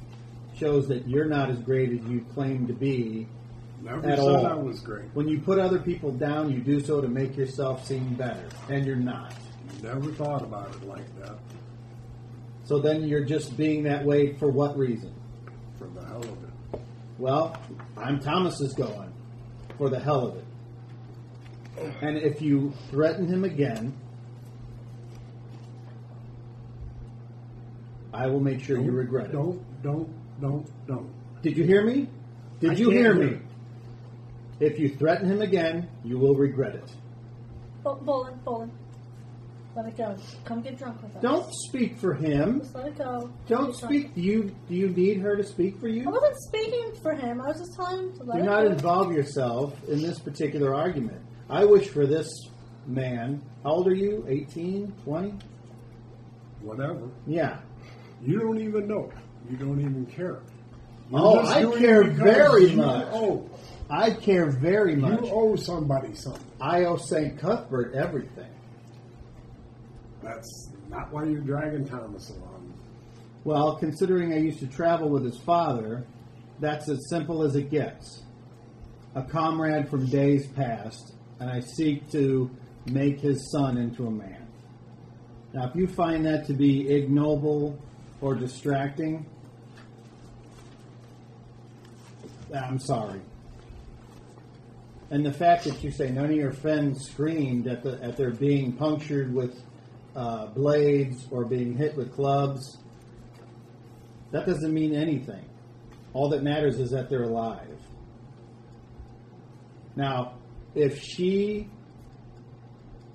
Speaker 2: shows that you're not as great as you claim to be.
Speaker 6: never
Speaker 2: At
Speaker 6: said
Speaker 2: all.
Speaker 6: I was great.
Speaker 2: When you put other people down, you do so to make yourself seem better, and you're not.
Speaker 6: Never thought about it like that
Speaker 2: So then you're just being that way for what reason?
Speaker 6: for the hell of it.
Speaker 2: Well, I'm Thomas's going for the hell of it. And if you threaten him again, I will make sure you
Speaker 6: Don't-
Speaker 2: regret it.
Speaker 6: Don't, don't, don't, don't.
Speaker 2: Did you hear me? Did
Speaker 6: I
Speaker 2: you
Speaker 6: can't
Speaker 2: hear
Speaker 6: hear
Speaker 2: me? If you threaten him again, you will regret it.
Speaker 3: Bo- bowling, bowling. Let it go. Come get drunk with us.
Speaker 2: Don't speak for him.
Speaker 3: Just let it go.
Speaker 2: Don't
Speaker 3: Get drunk.
Speaker 2: speak. Do you do you need her to speak for
Speaker 3: I
Speaker 2: you?
Speaker 3: wasn't speaking for him. I was just telling him to let
Speaker 2: Do
Speaker 3: it
Speaker 2: not
Speaker 3: go.
Speaker 2: involve yourself in this particular argument. I wish for this man. How old are you? 18? 20?
Speaker 6: Whatever.
Speaker 2: Yeah.
Speaker 6: You don't even know. You don't even care. You're
Speaker 2: Oh,
Speaker 6: just
Speaker 2: I
Speaker 6: doing
Speaker 2: care
Speaker 6: it because
Speaker 2: very
Speaker 6: you
Speaker 2: much.
Speaker 6: Owe.
Speaker 2: I care very much.
Speaker 6: You owe somebody something.
Speaker 2: I owe St. Cuthbert everything.
Speaker 6: That's not why you're dragging Thomas along.
Speaker 2: Well, considering I used to travel with his father, that's as simple as it gets. A comrade from days past, and I seek to make his son into a man. Now, if you find that to be ignoble or distracting, I'm sorry. And the fact that you say none of your friends screamed at, the, at their being punctured with uh, blades or being hit with clubs, that doesn't mean anything. All that matters is that they're alive. Now, if she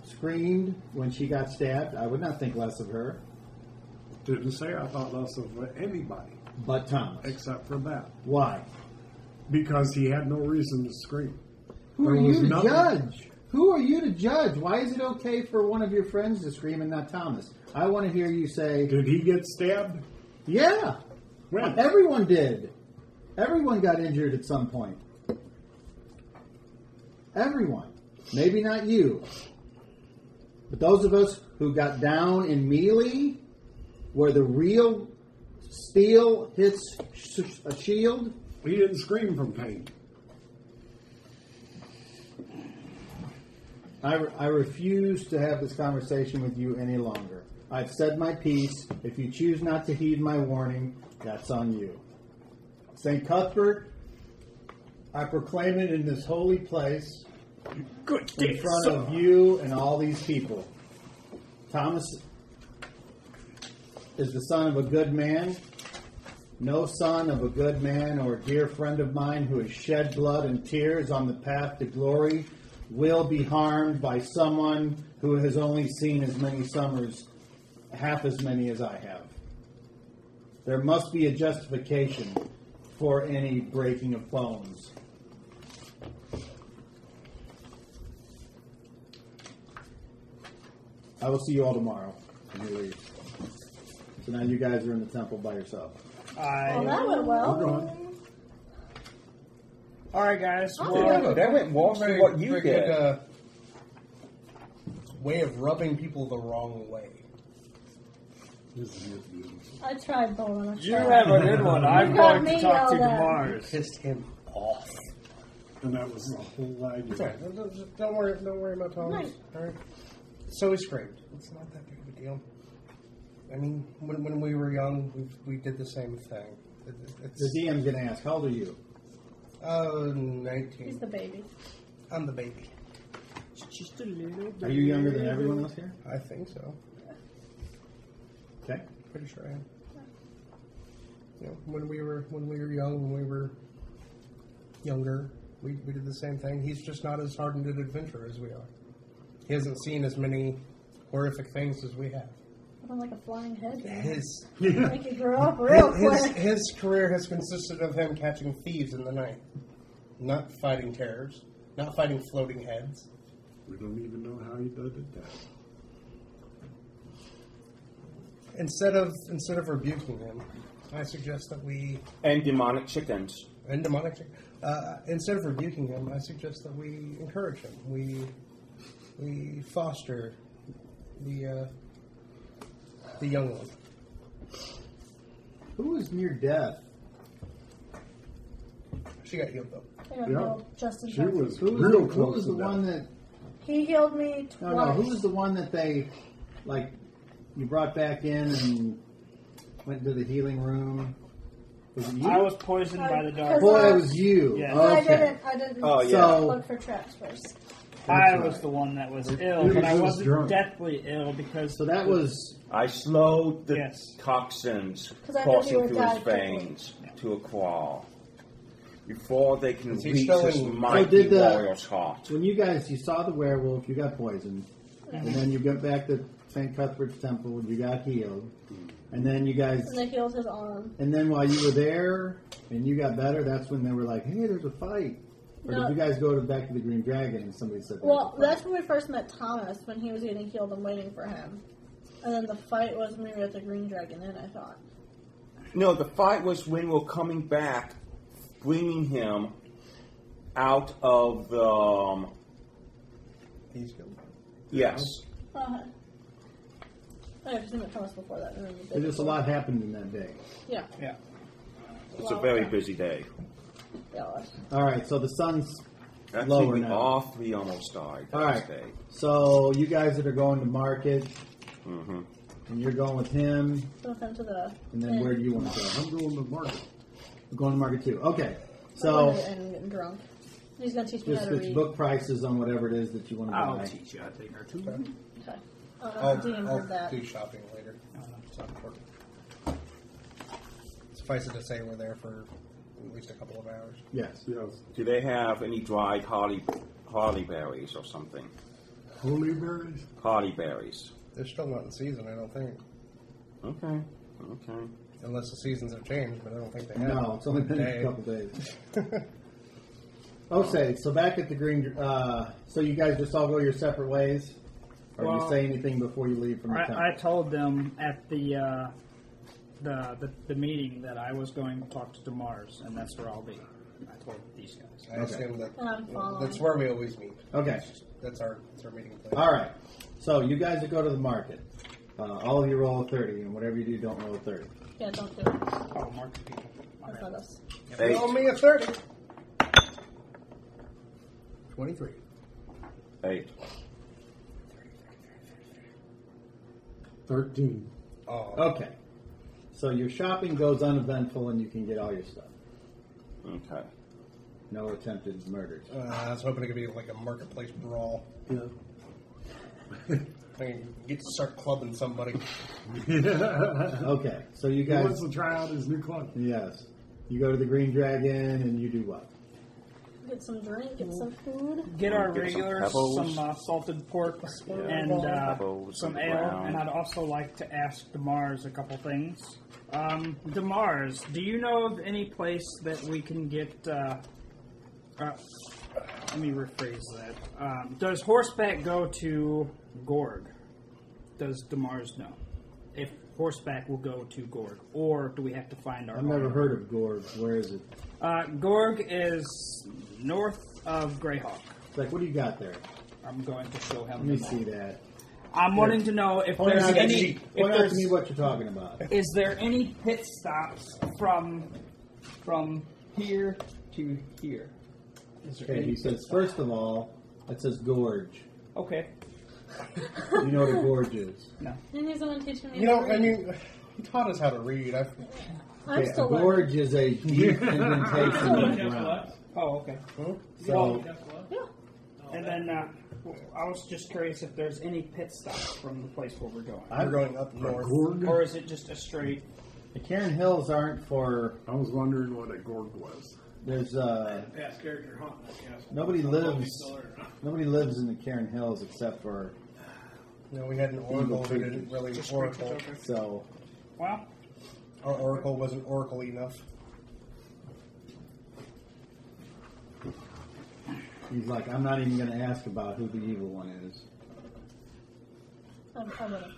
Speaker 2: screamed when she got stabbed, I would not think less of her,
Speaker 6: Didn't say I thought less of anybody
Speaker 2: but Thomas.
Speaker 6: except for that.
Speaker 2: Why?
Speaker 6: Because he had no reason to scream.
Speaker 2: Who are
Speaker 6: There
Speaker 2: you
Speaker 6: was
Speaker 2: to
Speaker 6: nothing-
Speaker 2: judge? Who are you to judge? Why is it okay for one of your friends to scream and not Thomas? I want to hear you say,
Speaker 6: Did he get stabbed?
Speaker 2: yeah,
Speaker 6: When?
Speaker 2: everyone did. Everyone got injured at some point. Everyone. Maybe not you. But those of us who got down in melee, where the real steel hits sh- a shield,
Speaker 6: He didn't scream from pain.
Speaker 2: I, I refuse to have this conversation with you any longer. I've said my piece. If you choose not to heed my warning, that's on you. St. Cuthbert, I proclaim it in this holy place
Speaker 4: Good
Speaker 2: in front of you and all these people. Thomas is the son of a good man. No son of a good man or dear friend of mine who has shed blood and tears on the path to glory will be harmed by someone who has only seen as many summers, half as many as I have. There must be a justification for any breaking of bones. I will see you all tomorrow when you leave. So now you guys are in the temple by yourself.
Speaker 3: Well,
Speaker 4: I,
Speaker 3: Oh, that went
Speaker 6: We're
Speaker 3: well.
Speaker 6: gone.
Speaker 4: all right, guys.
Speaker 3: Oh,
Speaker 4: Well,
Speaker 3: yeah.
Speaker 5: That went worse than
Speaker 1: Very-
Speaker 5: what you
Speaker 1: very
Speaker 5: did.
Speaker 1: good, uh, way of rubbing people the wrong way.
Speaker 6: This is beautiful.
Speaker 3: I tried bowling. I
Speaker 4: you
Speaker 3: tried.
Speaker 4: have a good one. I'm
Speaker 3: got
Speaker 4: going
Speaker 3: me
Speaker 4: to talk to
Speaker 3: yelled at.
Speaker 4: Mars.
Speaker 1: Pissed him off.
Speaker 6: And that was the whole idea.
Speaker 1: It's all right. Don't- Don't don't worry. Don't worry about Thomas.
Speaker 3: Right.
Speaker 1: All right. So he screamed. It's not that big of a deal. I mean, when, when we were young, we, we did the same thing. It, it,
Speaker 2: The
Speaker 1: it's
Speaker 2: DM's going to ask, How old are you?
Speaker 1: uh,
Speaker 3: He's
Speaker 1: 19.
Speaker 3: the baby.
Speaker 1: I'm the baby.
Speaker 4: Just a little bit.
Speaker 2: Are you younger than everyone else here?
Speaker 1: I think so.
Speaker 2: Okay.
Speaker 1: Pretty sure I am. You know, when we were when we were young, when we were younger, we, we did the same thing. He's just not as hardened an adventurer as we are. He hasn't seen as many horrific things as we have.
Speaker 3: I'm like a flying head.
Speaker 1: His
Speaker 3: Like you grow up real
Speaker 1: his,
Speaker 3: quick.
Speaker 1: his career has consisted of him catching thieves in the night, not fighting terrors, not fighting floating heads.
Speaker 6: We don't even know how he did it. That.
Speaker 1: Instead of instead of rebuking him, I suggest that we
Speaker 5: And demonic chickens.
Speaker 1: and demonic. Uh, instead of rebuking him, I suggest that we encourage him. We we foster the uh, the young one.
Speaker 2: Who is near death?
Speaker 1: She got healed though.
Speaker 3: I got
Speaker 6: Yeah.
Speaker 3: killed just in
Speaker 6: She
Speaker 3: time.
Speaker 6: was
Speaker 2: Who was
Speaker 6: real
Speaker 2: the, who
Speaker 6: close
Speaker 2: was
Speaker 6: to
Speaker 2: the
Speaker 6: that.
Speaker 2: one that.
Speaker 3: He healed me twice.
Speaker 2: No, no. Who was the one that they, like, you brought back in and went to the healing room? Was it you?
Speaker 4: I was poisoned by the dark.
Speaker 2: Boy, it was you.
Speaker 4: Yeah.
Speaker 3: But I
Speaker 2: Okay.
Speaker 3: didn't. I didn't
Speaker 5: Oh,
Speaker 2: yeah. So-
Speaker 3: look for traps first.
Speaker 4: I
Speaker 2: That's
Speaker 4: was
Speaker 2: right.
Speaker 4: the one that was ill,
Speaker 6: you
Speaker 4: but I
Speaker 6: was
Speaker 4: wasn't
Speaker 6: drunk.
Speaker 4: deathly ill because
Speaker 2: So that was
Speaker 5: I slowed the
Speaker 4: Yes.
Speaker 5: toxins
Speaker 3: 'Cause I thought you
Speaker 5: coursing
Speaker 3: were
Speaker 5: through his
Speaker 3: dying quickly.
Speaker 5: veins to a crawl before they can
Speaker 1: Is he
Speaker 5: reach
Speaker 1: still
Speaker 5: his
Speaker 1: in-
Speaker 2: So
Speaker 5: mighty
Speaker 2: did the-
Speaker 5: warrior's heart.
Speaker 2: when you guys you saw the werewolf, you got poisoned, and then you went back to St. Cuthbert's Temple, you got healed, and then you guys,
Speaker 3: And they healed his arm.
Speaker 2: and then while you were there and you got better, that's when they were like, "Hey, there's a fight." Or
Speaker 3: No.
Speaker 2: did you guys go to back to the Green Dragon and somebody said, "There's
Speaker 3: Well,
Speaker 2: a fight?"
Speaker 3: that's when we first met Thomas when he was getting healed and waiting for him. And then the fight was when we were at the Green Dragon Inn. I thought.
Speaker 5: No, the fight was when we're coming back, bringing him out of the. Um,
Speaker 1: He's healed.
Speaker 5: yes.
Speaker 3: Uh-huh. I have seen Thomas before that. and then you did
Speaker 2: There's just a
Speaker 3: it.
Speaker 2: lot happened in that day."
Speaker 3: Yeah.
Speaker 4: yeah.
Speaker 5: It's a
Speaker 3: Wow.
Speaker 5: very busy day.
Speaker 3: Yeah, it was.
Speaker 2: All right, so the sun's
Speaker 5: I
Speaker 2: Lower
Speaker 5: think we
Speaker 2: now.
Speaker 5: all three almost died that
Speaker 2: all right.
Speaker 5: day.
Speaker 2: So you guys that are going to market,
Speaker 5: hmm
Speaker 2: and you're going with him,
Speaker 3: Took him to the.
Speaker 2: and then where do you want to go?
Speaker 6: I'm going to market.
Speaker 2: Going to market too. Okay,
Speaker 3: So.
Speaker 2: so.
Speaker 3: And getting drunk. He's gonna teach me how
Speaker 2: Just
Speaker 3: to
Speaker 2: it's
Speaker 3: read.
Speaker 2: book prices on whatever it is that you want to
Speaker 4: I'll
Speaker 2: buy.
Speaker 4: teach you a thing or two.
Speaker 3: Okay. Uh, DM
Speaker 1: I'll,
Speaker 3: heard
Speaker 1: I'll
Speaker 3: that.
Speaker 1: do shopping later. It's not important. Suffice it to say, we're there for at least a couple of hours.
Speaker 2: Yes.
Speaker 6: Yes.
Speaker 5: Do they have any dried holly, holly berries or something?
Speaker 6: Holy berries.
Speaker 5: Holly berries.
Speaker 1: They're still not in season, I don't think.
Speaker 5: Okay. Okay.
Speaker 1: Unless the seasons have changed, but I don't think they have.
Speaker 2: No, it's only been
Speaker 1: Day.
Speaker 2: a couple days. Okay, so back at the green. Uh, so you guys just all go your separate ways, or do
Speaker 4: Well,
Speaker 2: you say anything before you leave from the town?
Speaker 4: I, I told them at the, uh, the the the meeting that I was going to talk to Demars, and that's where I'll be. I told these guys.
Speaker 1: I
Speaker 2: Okay.
Speaker 1: assume that
Speaker 3: And I'm following.
Speaker 1: that's where we always meet.
Speaker 2: okay.
Speaker 1: That's our that's our meeting place.
Speaker 2: All right. So you guys that go to the market, uh, all of you roll a thirty, and whatever you do, don't roll a thirty.
Speaker 3: Yeah, don't do it.
Speaker 4: Oh, Mark the people. All
Speaker 3: That's
Speaker 4: right.
Speaker 3: not us.
Speaker 1: You
Speaker 5: Eight.
Speaker 1: owe me a thirty. Twenty-three.
Speaker 5: Eight.
Speaker 6: 13.
Speaker 1: Oh,
Speaker 2: Okay. So your shopping goes uneventful, and you can get all your stuff.
Speaker 5: Okay.
Speaker 2: No attempted murders.
Speaker 1: uh, I was hoping it could be like a marketplace brawl.
Speaker 6: Yeah.
Speaker 1: I can get to start clubbing somebody.
Speaker 4: Uh-huh.
Speaker 6: he
Speaker 2: Okay. So you guys.
Speaker 6: wants to try out his new club.
Speaker 2: Yes. You go to the Green Dragon and you do what?
Speaker 3: get some drink, get some food.
Speaker 4: Get our
Speaker 8: Get some
Speaker 4: regular,
Speaker 8: pebbles.
Speaker 4: some, uh, salted pork and
Speaker 8: Yeah,
Speaker 4: uh,
Speaker 8: pebbles
Speaker 4: some
Speaker 8: and
Speaker 4: ale,
Speaker 8: brown.
Speaker 4: and I'd also like to ask Demars a couple things. Um, Demars, do you know of any place that we can get? Uh, uh, let me rephrase that. Um, does horseback go to Gorg? Does Demars know if horseback will go to Gorg, or do we have to find our?
Speaker 2: I've never
Speaker 4: own?
Speaker 2: heard of Gorg. Where is it?
Speaker 4: Uh, Gorg is north of Greyhawk.
Speaker 2: It's like, what do you got there?
Speaker 4: I'm going to show
Speaker 2: Let
Speaker 4: him.
Speaker 2: me
Speaker 4: the map.
Speaker 2: see that.
Speaker 4: I'm wanting to know if
Speaker 2: Point
Speaker 4: there's
Speaker 2: out,
Speaker 4: any. If
Speaker 2: point out to
Speaker 4: there's,
Speaker 2: me what you're talking about.
Speaker 4: is there any pit stops from from here to here? Is there
Speaker 2: Okay,
Speaker 4: any
Speaker 2: he
Speaker 4: pit
Speaker 2: says,
Speaker 4: stop?
Speaker 2: first of all, it says gorge.
Speaker 4: Okay.
Speaker 2: You know what a gorge is.
Speaker 4: No.
Speaker 3: And he's gonna teach me.
Speaker 1: You know,
Speaker 3: how to
Speaker 1: I
Speaker 3: read.
Speaker 1: mean, he taught us how to read. I've,
Speaker 3: I'm
Speaker 2: Okay, a
Speaker 3: still learning.
Speaker 2: gorge is a deep indentation in the ground.
Speaker 4: Oh, okay.
Speaker 2: So,
Speaker 3: Yeah.
Speaker 4: And then uh, I was just curious if there's any pit stops from the place where we're going,
Speaker 1: we're going up north.
Speaker 6: Gorg?
Speaker 4: or is it just a straight?
Speaker 2: the Karen Hills aren't for.
Speaker 6: I was wondering what a gorg was.
Speaker 2: There's uh,
Speaker 7: Past character hunt, I guess.
Speaker 2: nobody
Speaker 7: I don't know if
Speaker 2: lives.
Speaker 7: he's still there or not.
Speaker 2: Nobody lives in the Karen Hills except for
Speaker 1: You know, we had an oracle who
Speaker 2: figures.
Speaker 1: didn't really
Speaker 4: Just straight to
Speaker 1: oracle.
Speaker 4: Joker?
Speaker 2: so.
Speaker 4: Well,
Speaker 1: Our oracle wasn't oracle enough.
Speaker 2: He's like, I'm not even going to ask about who the evil one is.
Speaker 3: I'm, I'm gonna.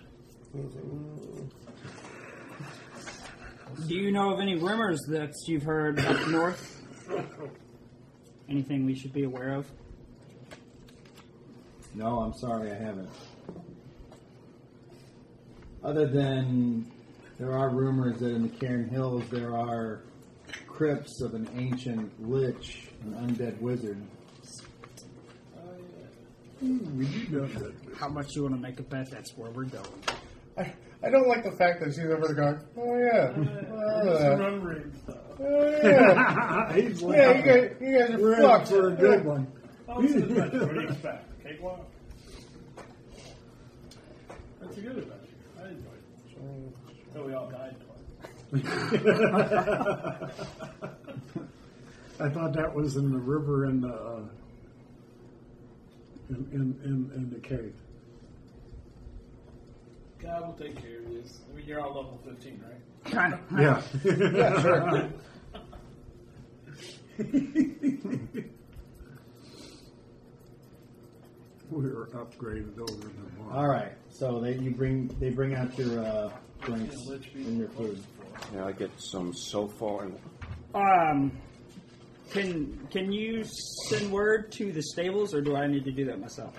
Speaker 4: do you know of any rumors that you've heard up north? Anything we should be aware of?
Speaker 2: No, I'm sorry, I haven't. Other than there are rumors that in the Cairn Hills there are crypts of an ancient lich, an undead wizard.
Speaker 6: We do know that.
Speaker 4: How much you want to make a bet? That's where we're going.
Speaker 1: I, I don't like the fact that she's over there going, oh yeah, uh,
Speaker 7: Remembering stuff.
Speaker 1: oh, yeah,
Speaker 6: He's
Speaker 1: yeah, you
Speaker 6: laughing.
Speaker 1: guys, you guys are
Speaker 6: We're in
Speaker 1: fucked.
Speaker 6: for a good one.
Speaker 7: Oh, it's an adventure. What do you expect? Cakewalk? That's a good adventure. I enjoyed it. Until we all died twice.
Speaker 6: I thought that was in the river in the uh, in, in, in, in the cave.
Speaker 7: God will take care of this. I mean, you're all level 15, right?
Speaker 4: Kind of.
Speaker 6: Yeah. we were upgraded over in the
Speaker 2: All right, so they you bring they bring out your uh, drinks and your food.
Speaker 5: Can I get some sofa and
Speaker 4: Um, can can you send word to the stables, or do I need to do that myself?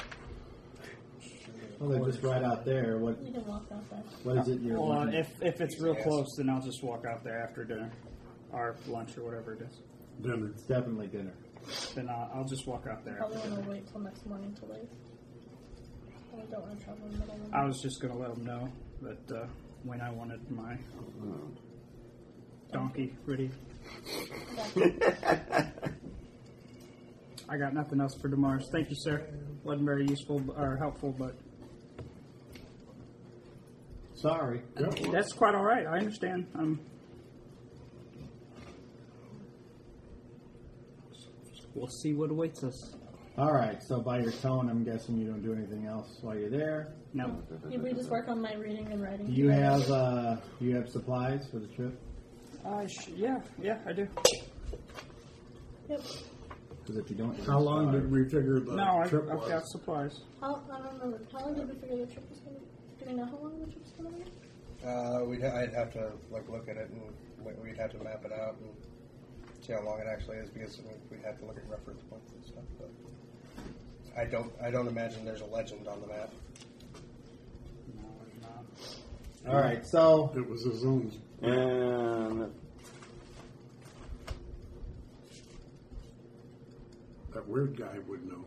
Speaker 2: Well, they're just right out there. What
Speaker 3: You can walk out there.
Speaker 2: what is it? You're
Speaker 4: Well, uh,
Speaker 2: wanting?
Speaker 4: if if it's real close, then I'll just walk out there after dinner, or lunch, or whatever it is.
Speaker 6: dinner.
Speaker 2: it's definitely dinner.
Speaker 4: Then I'll, I'll just walk out there.
Speaker 3: Probably
Speaker 4: After dinner.
Speaker 3: wanna wait till next morning to leave. I don't wanna travel in the middle of the
Speaker 4: I
Speaker 3: night.
Speaker 4: was just gonna let them know that uh, when I wanted my donkey ready. I got nothing else for Demars. Thank you, sir. wasn't very useful or helpful, but
Speaker 2: Sorry.
Speaker 4: that's quite all right. I understand. I'm we'll see what awaits us.
Speaker 2: All right. So by your tone, I'm guessing you don't do anything else while you're there.
Speaker 4: No,
Speaker 3: You- We just work on my reading and writing.
Speaker 2: Do you
Speaker 3: together.
Speaker 2: have uh, do you have supplies for the trip?
Speaker 4: uh, sh- yeah, yeah, I do.
Speaker 3: Yep.
Speaker 2: Because if you don't,
Speaker 6: How long did we figure the
Speaker 4: No, I've,
Speaker 6: Uh, trip
Speaker 4: I've
Speaker 6: was?
Speaker 4: got supplies.
Speaker 3: How, I don't remember. How long did we figure the trip was gonna be? Do we know how long the trip was gonna be?
Speaker 1: Uh, we'd ha- I'd have to like look at it and like, we'd have to map it out and see how long it actually is because we'd have to look at reference points and stuff. But I don't I don't imagine there's a legend on the map.
Speaker 4: No, I'm not.
Speaker 2: All right. So
Speaker 6: It was his own.
Speaker 5: and
Speaker 6: That weird guy would know.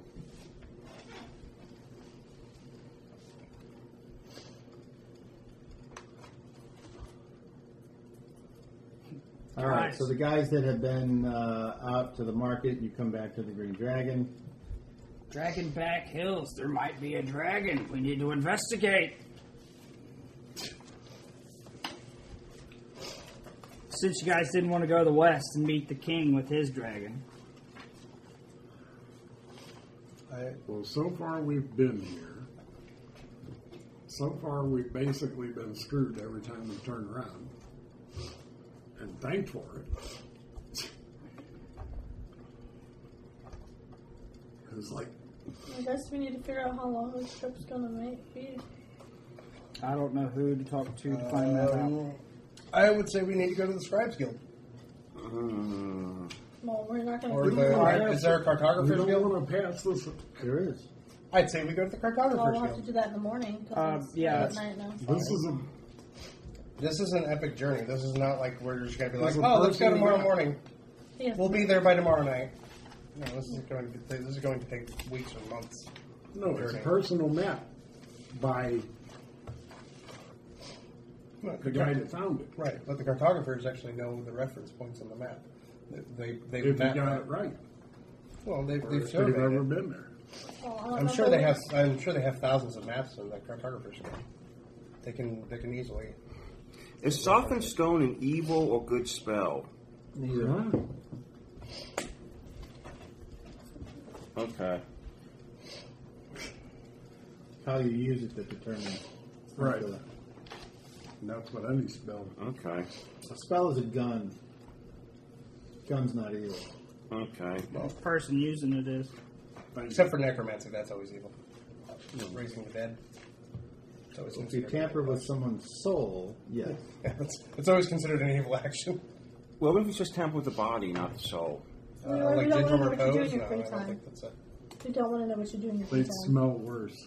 Speaker 2: all right.
Speaker 4: Guys.
Speaker 2: So the guys that have been uh, out to the market, you come back to the Green Dragon.
Speaker 4: Dragon back hills. There might be a dragon. We need to investigate. Since you guys didn't want to go to the west and meet the king with his dragon, uh,
Speaker 1: Right.
Speaker 6: Well, so far we've been here. So far we've basically been screwed every time we turn around. And thanks for it. It's like,
Speaker 3: I guess we need to figure out how long this trip's gonna make be.
Speaker 4: I don't know who to talk to to find that out.
Speaker 1: I would say we need to go to the Scribes Guild.
Speaker 5: hmm.
Speaker 3: Well, we're not gonna.
Speaker 1: Or
Speaker 3: be
Speaker 1: the,
Speaker 3: here.
Speaker 6: Alright.
Speaker 1: is there a
Speaker 6: we
Speaker 1: cartographer's
Speaker 6: don't
Speaker 1: guild?
Speaker 6: want to pass this.
Speaker 2: There is.
Speaker 1: I'd say we go to the
Speaker 3: Well,
Speaker 1: cartographer's
Speaker 3: we'll have to
Speaker 1: guild.
Speaker 3: do that in the morning. 'cause
Speaker 4: Uh,
Speaker 3: it's
Speaker 4: yeah,
Speaker 3: late
Speaker 4: it's-
Speaker 3: Night now.
Speaker 6: This is a
Speaker 1: This is an epic journey. This is not like we're just gonna be like,
Speaker 6: There's a
Speaker 1: oh, let's go
Speaker 6: person-
Speaker 1: tomorrow morning.
Speaker 3: Yeah.
Speaker 1: We'll be there by tomorrow night. No, this is going to this is going to take weeks or months.
Speaker 6: no, it's a
Speaker 1: Journey.
Speaker 6: personal map by
Speaker 1: Right,
Speaker 6: the guy that found it.
Speaker 1: right, but the cartographers actually know the reference points on the map. They they
Speaker 6: If you
Speaker 1: they've
Speaker 6: got
Speaker 1: mapped that.
Speaker 6: it right,
Speaker 1: Well, they
Speaker 6: or
Speaker 1: they've
Speaker 6: if you've
Speaker 1: surveyed
Speaker 6: ever
Speaker 1: it.
Speaker 6: been there.
Speaker 3: Well, I don't know
Speaker 1: I'm
Speaker 3: if
Speaker 1: sure
Speaker 3: they'll-
Speaker 1: they have. I'm sure they have thousands of maps in the cartographers. Guild. They can they can easily.
Speaker 5: Is soften stone an evil or good spell?
Speaker 2: Yeah.
Speaker 5: Okay.
Speaker 2: How you use it that determines.
Speaker 6: Right. And that's what any spell.
Speaker 5: Okay.
Speaker 2: A spell is a gun. Gun's not evil.
Speaker 5: Okay.
Speaker 4: The person using it is.
Speaker 6: Thank
Speaker 1: Except for necromancy, that's always evil. Raising the dead. It's always
Speaker 2: If you
Speaker 1: considered
Speaker 2: tamper
Speaker 1: evil.
Speaker 2: with someone's soul, yes.
Speaker 1: Yeah, it's, it's always considered an evil action.
Speaker 5: Well, what if it's just tamper with the body, not the soul?
Speaker 1: Uh,
Speaker 3: We already
Speaker 1: like
Speaker 3: know
Speaker 1: digital
Speaker 3: what you do in
Speaker 1: repose?
Speaker 3: your
Speaker 1: No,
Speaker 3: free
Speaker 1: I don't
Speaker 3: time.
Speaker 1: think that's a.
Speaker 3: You don't want to know what you're doing.
Speaker 6: They
Speaker 3: Your time.
Speaker 6: smell worse.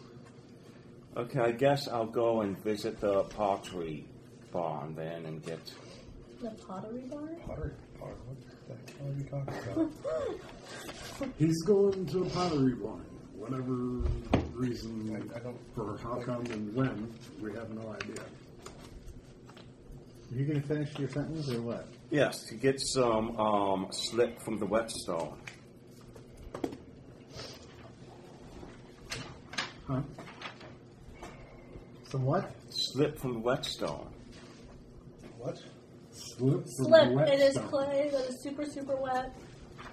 Speaker 5: Okay, I guess I'll go and visit the pottery barn then and get.
Speaker 3: The pottery barn.
Speaker 1: Pottery barn. What the hell are you talking about?
Speaker 6: He's going to a pottery barn. Whatever reason
Speaker 1: I- I don't-
Speaker 6: for how come and when, we have no idea.
Speaker 2: Are you going to finish your sentence or what?
Speaker 5: Yes, to get some um, slick from the whetstone.
Speaker 6: Huh?
Speaker 2: Some what?
Speaker 5: Slip from the whetstone.
Speaker 1: what?
Speaker 6: Slip from the
Speaker 3: Slip.
Speaker 6: wet
Speaker 3: It is
Speaker 6: stone.
Speaker 3: clay that is super super wet,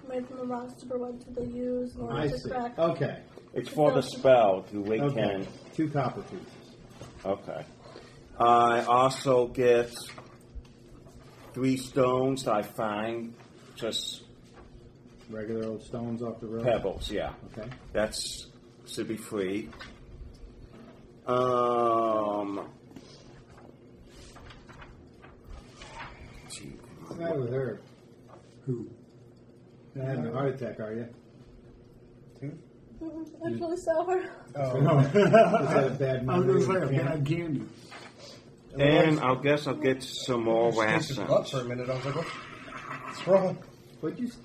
Speaker 3: made from the rock super wet to be used
Speaker 1: Oh,
Speaker 3: in order
Speaker 2: I
Speaker 3: to
Speaker 2: see.
Speaker 3: crack.
Speaker 2: Okay.
Speaker 5: It's for the spell to we
Speaker 2: Okay.
Speaker 5: can.
Speaker 2: Two copper pieces.
Speaker 5: Okay. I also get three stones that I find, just
Speaker 2: Regular old stones off the road.
Speaker 5: pebbles, yeah.
Speaker 2: Okay.
Speaker 5: That's should be free. Um. gee,
Speaker 2: What's the matter with her?
Speaker 6: Who?
Speaker 2: You're having a heart attack, are you?
Speaker 1: Tooth?
Speaker 3: Mm-hmm. It's really sour.
Speaker 1: Oh,
Speaker 6: No.
Speaker 2: Just had a bad
Speaker 6: I was
Speaker 2: memory.
Speaker 6: gonna say a bad candy.
Speaker 5: And I'll guess I'll get some more
Speaker 1: I tasted butt
Speaker 5: rations.
Speaker 1: for a minute. I was like, what? what's wrong?
Speaker 2: What'd you s-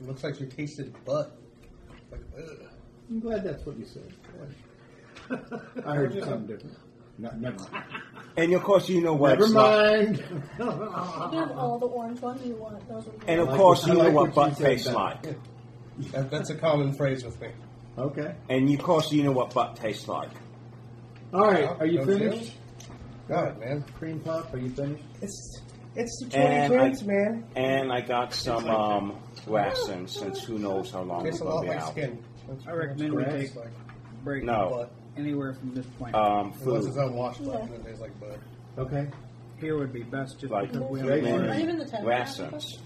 Speaker 1: It looks like you tasted butt. Like, ugh.
Speaker 2: I'm glad that's what you said. I heard something different. No, never mind.
Speaker 5: And of course, you know what.
Speaker 2: Never
Speaker 5: it's not-
Speaker 2: mind.
Speaker 1: Ah.
Speaker 3: You have all the orange ones you want. Those are
Speaker 5: And of
Speaker 2: I like
Speaker 5: course,
Speaker 2: what-
Speaker 5: you
Speaker 2: I
Speaker 5: know
Speaker 2: like
Speaker 5: what
Speaker 2: what you
Speaker 5: butt
Speaker 2: said
Speaker 5: tastes
Speaker 2: better.
Speaker 5: like.
Speaker 1: That, that's a common phrase with me.
Speaker 2: Okay.
Speaker 5: And of course, you know what butt tastes like.
Speaker 2: All right. Are you
Speaker 1: Don't
Speaker 2: finished?
Speaker 1: God, man.
Speaker 2: Cream puff. Are you finished?
Speaker 1: It's it's the
Speaker 5: And I-
Speaker 1: man.
Speaker 5: And I got some um, rations, since who knows how long
Speaker 1: Tastes
Speaker 5: it's
Speaker 1: a
Speaker 5: going
Speaker 1: lot
Speaker 5: to be
Speaker 1: like
Speaker 5: out.
Speaker 1: skin. That's
Speaker 4: I recommend we
Speaker 1: what it
Speaker 4: take-
Speaker 1: tastes like.
Speaker 4: Break
Speaker 5: No,
Speaker 1: Butt.
Speaker 4: anywhere from this point.
Speaker 5: um,
Speaker 1: It was his
Speaker 5: food,
Speaker 1: own washed butt,
Speaker 3: Yeah.
Speaker 1: and it tastes like butt.
Speaker 2: Okay.
Speaker 4: Here would be best just
Speaker 5: Like,
Speaker 4: because we have
Speaker 2: Right.
Speaker 4: more.
Speaker 3: Not even the ten.
Speaker 5: rations.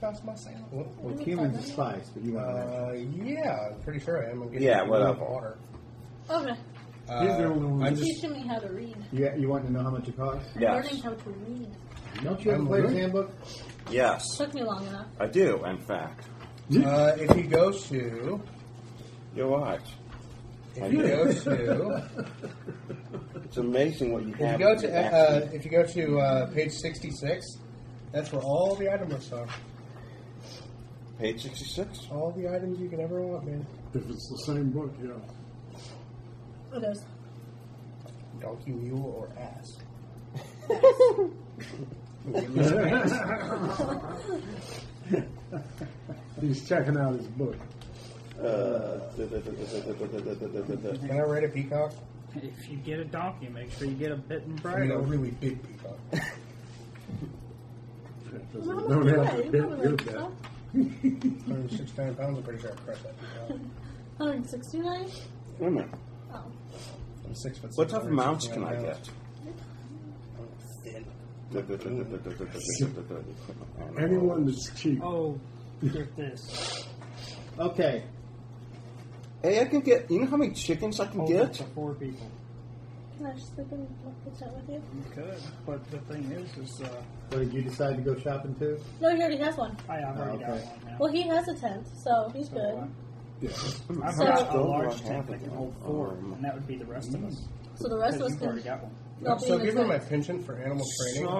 Speaker 1: That's my sandwich.
Speaker 2: Well, cumin's a spice, but you want to.
Speaker 1: Uh, yeah, I'm pretty sure I am. I'm getting
Speaker 5: Yeah,
Speaker 1: a little
Speaker 5: whatever.
Speaker 1: Water.
Speaker 3: Okay.
Speaker 1: Uh,
Speaker 6: the only one
Speaker 1: I'm
Speaker 6: who's-
Speaker 1: just
Speaker 3: Teaching me how to read.
Speaker 2: You, you want to know how much it costs?
Speaker 3: I'm
Speaker 5: Yes.
Speaker 3: Learning how to read.
Speaker 2: Don't you have a
Speaker 1: I'm
Speaker 2: player's
Speaker 1: good.
Speaker 2: handbook?
Speaker 5: yes,
Speaker 3: Took me long enough.
Speaker 5: I do. In fact,
Speaker 1: uh, if he goes to
Speaker 5: you're right.
Speaker 1: if you go to
Speaker 5: It's amazing what you
Speaker 1: if you
Speaker 5: have.
Speaker 1: go
Speaker 5: in
Speaker 1: to
Speaker 5: your
Speaker 1: uh,
Speaker 5: action.
Speaker 1: if you go to uh, page sixty six, that's where all the item lists are.
Speaker 5: page sixty-six.
Speaker 1: All the items you could ever want, man.
Speaker 6: If it's the same book, yeah.
Speaker 3: It is.
Speaker 1: Donkey mule or ass.
Speaker 6: He's checking out his book.
Speaker 5: Uh,
Speaker 1: Can I ride a peacock?
Speaker 4: If you get a donkey, make sure you get a bit and
Speaker 1: I mean, a
Speaker 4: bridle.
Speaker 1: really big peacock.
Speaker 6: Because
Speaker 3: Well,
Speaker 6: we
Speaker 3: how much
Speaker 6: don't have
Speaker 3: are
Speaker 6: to
Speaker 3: they? You probably
Speaker 6: get rid
Speaker 3: like
Speaker 6: of that.
Speaker 3: stuff.
Speaker 1: Hundred sixty nine pounds. I'm pretty sure I crushed that peacock.
Speaker 3: 169?
Speaker 5: Wait a minute.
Speaker 3: Oh.
Speaker 1: I'm six foot. six,
Speaker 5: What type of
Speaker 1: I'm
Speaker 5: mounts
Speaker 1: six
Speaker 5: can I
Speaker 1: pounds.
Speaker 5: get?
Speaker 6: Anyone that's cheap.
Speaker 4: Oh, get this.
Speaker 2: Okay.
Speaker 5: Hey, I can get. You know how many chickens I
Speaker 1: Oh,
Speaker 5: can
Speaker 4: Hold it
Speaker 5: get?
Speaker 4: to Oh, four people.
Speaker 3: Can I just sleep in the kitchen with you?
Speaker 4: You could, but the thing is, is uh,
Speaker 2: What did you decide to go shopping to?
Speaker 3: No, he already has one.
Speaker 4: I have
Speaker 5: Oh,
Speaker 4: already
Speaker 2: okay.
Speaker 4: got one now.
Speaker 3: Well, he has a tent, so he's
Speaker 1: Oh,
Speaker 4: So,
Speaker 3: good.
Speaker 4: uh, I've
Speaker 3: So-
Speaker 4: got a
Speaker 5: Still
Speaker 4: large
Speaker 5: don't
Speaker 4: tent
Speaker 5: have
Speaker 4: that can
Speaker 5: it.
Speaker 4: hold four,
Speaker 5: Um,
Speaker 4: and that would be the rest of us.
Speaker 3: So the rest of us
Speaker 4: Because you've already
Speaker 3: can.
Speaker 4: got one.
Speaker 3: all be
Speaker 1: So
Speaker 3: in the
Speaker 1: give her my
Speaker 3: tent.
Speaker 1: penchant for animal training.
Speaker 4: So,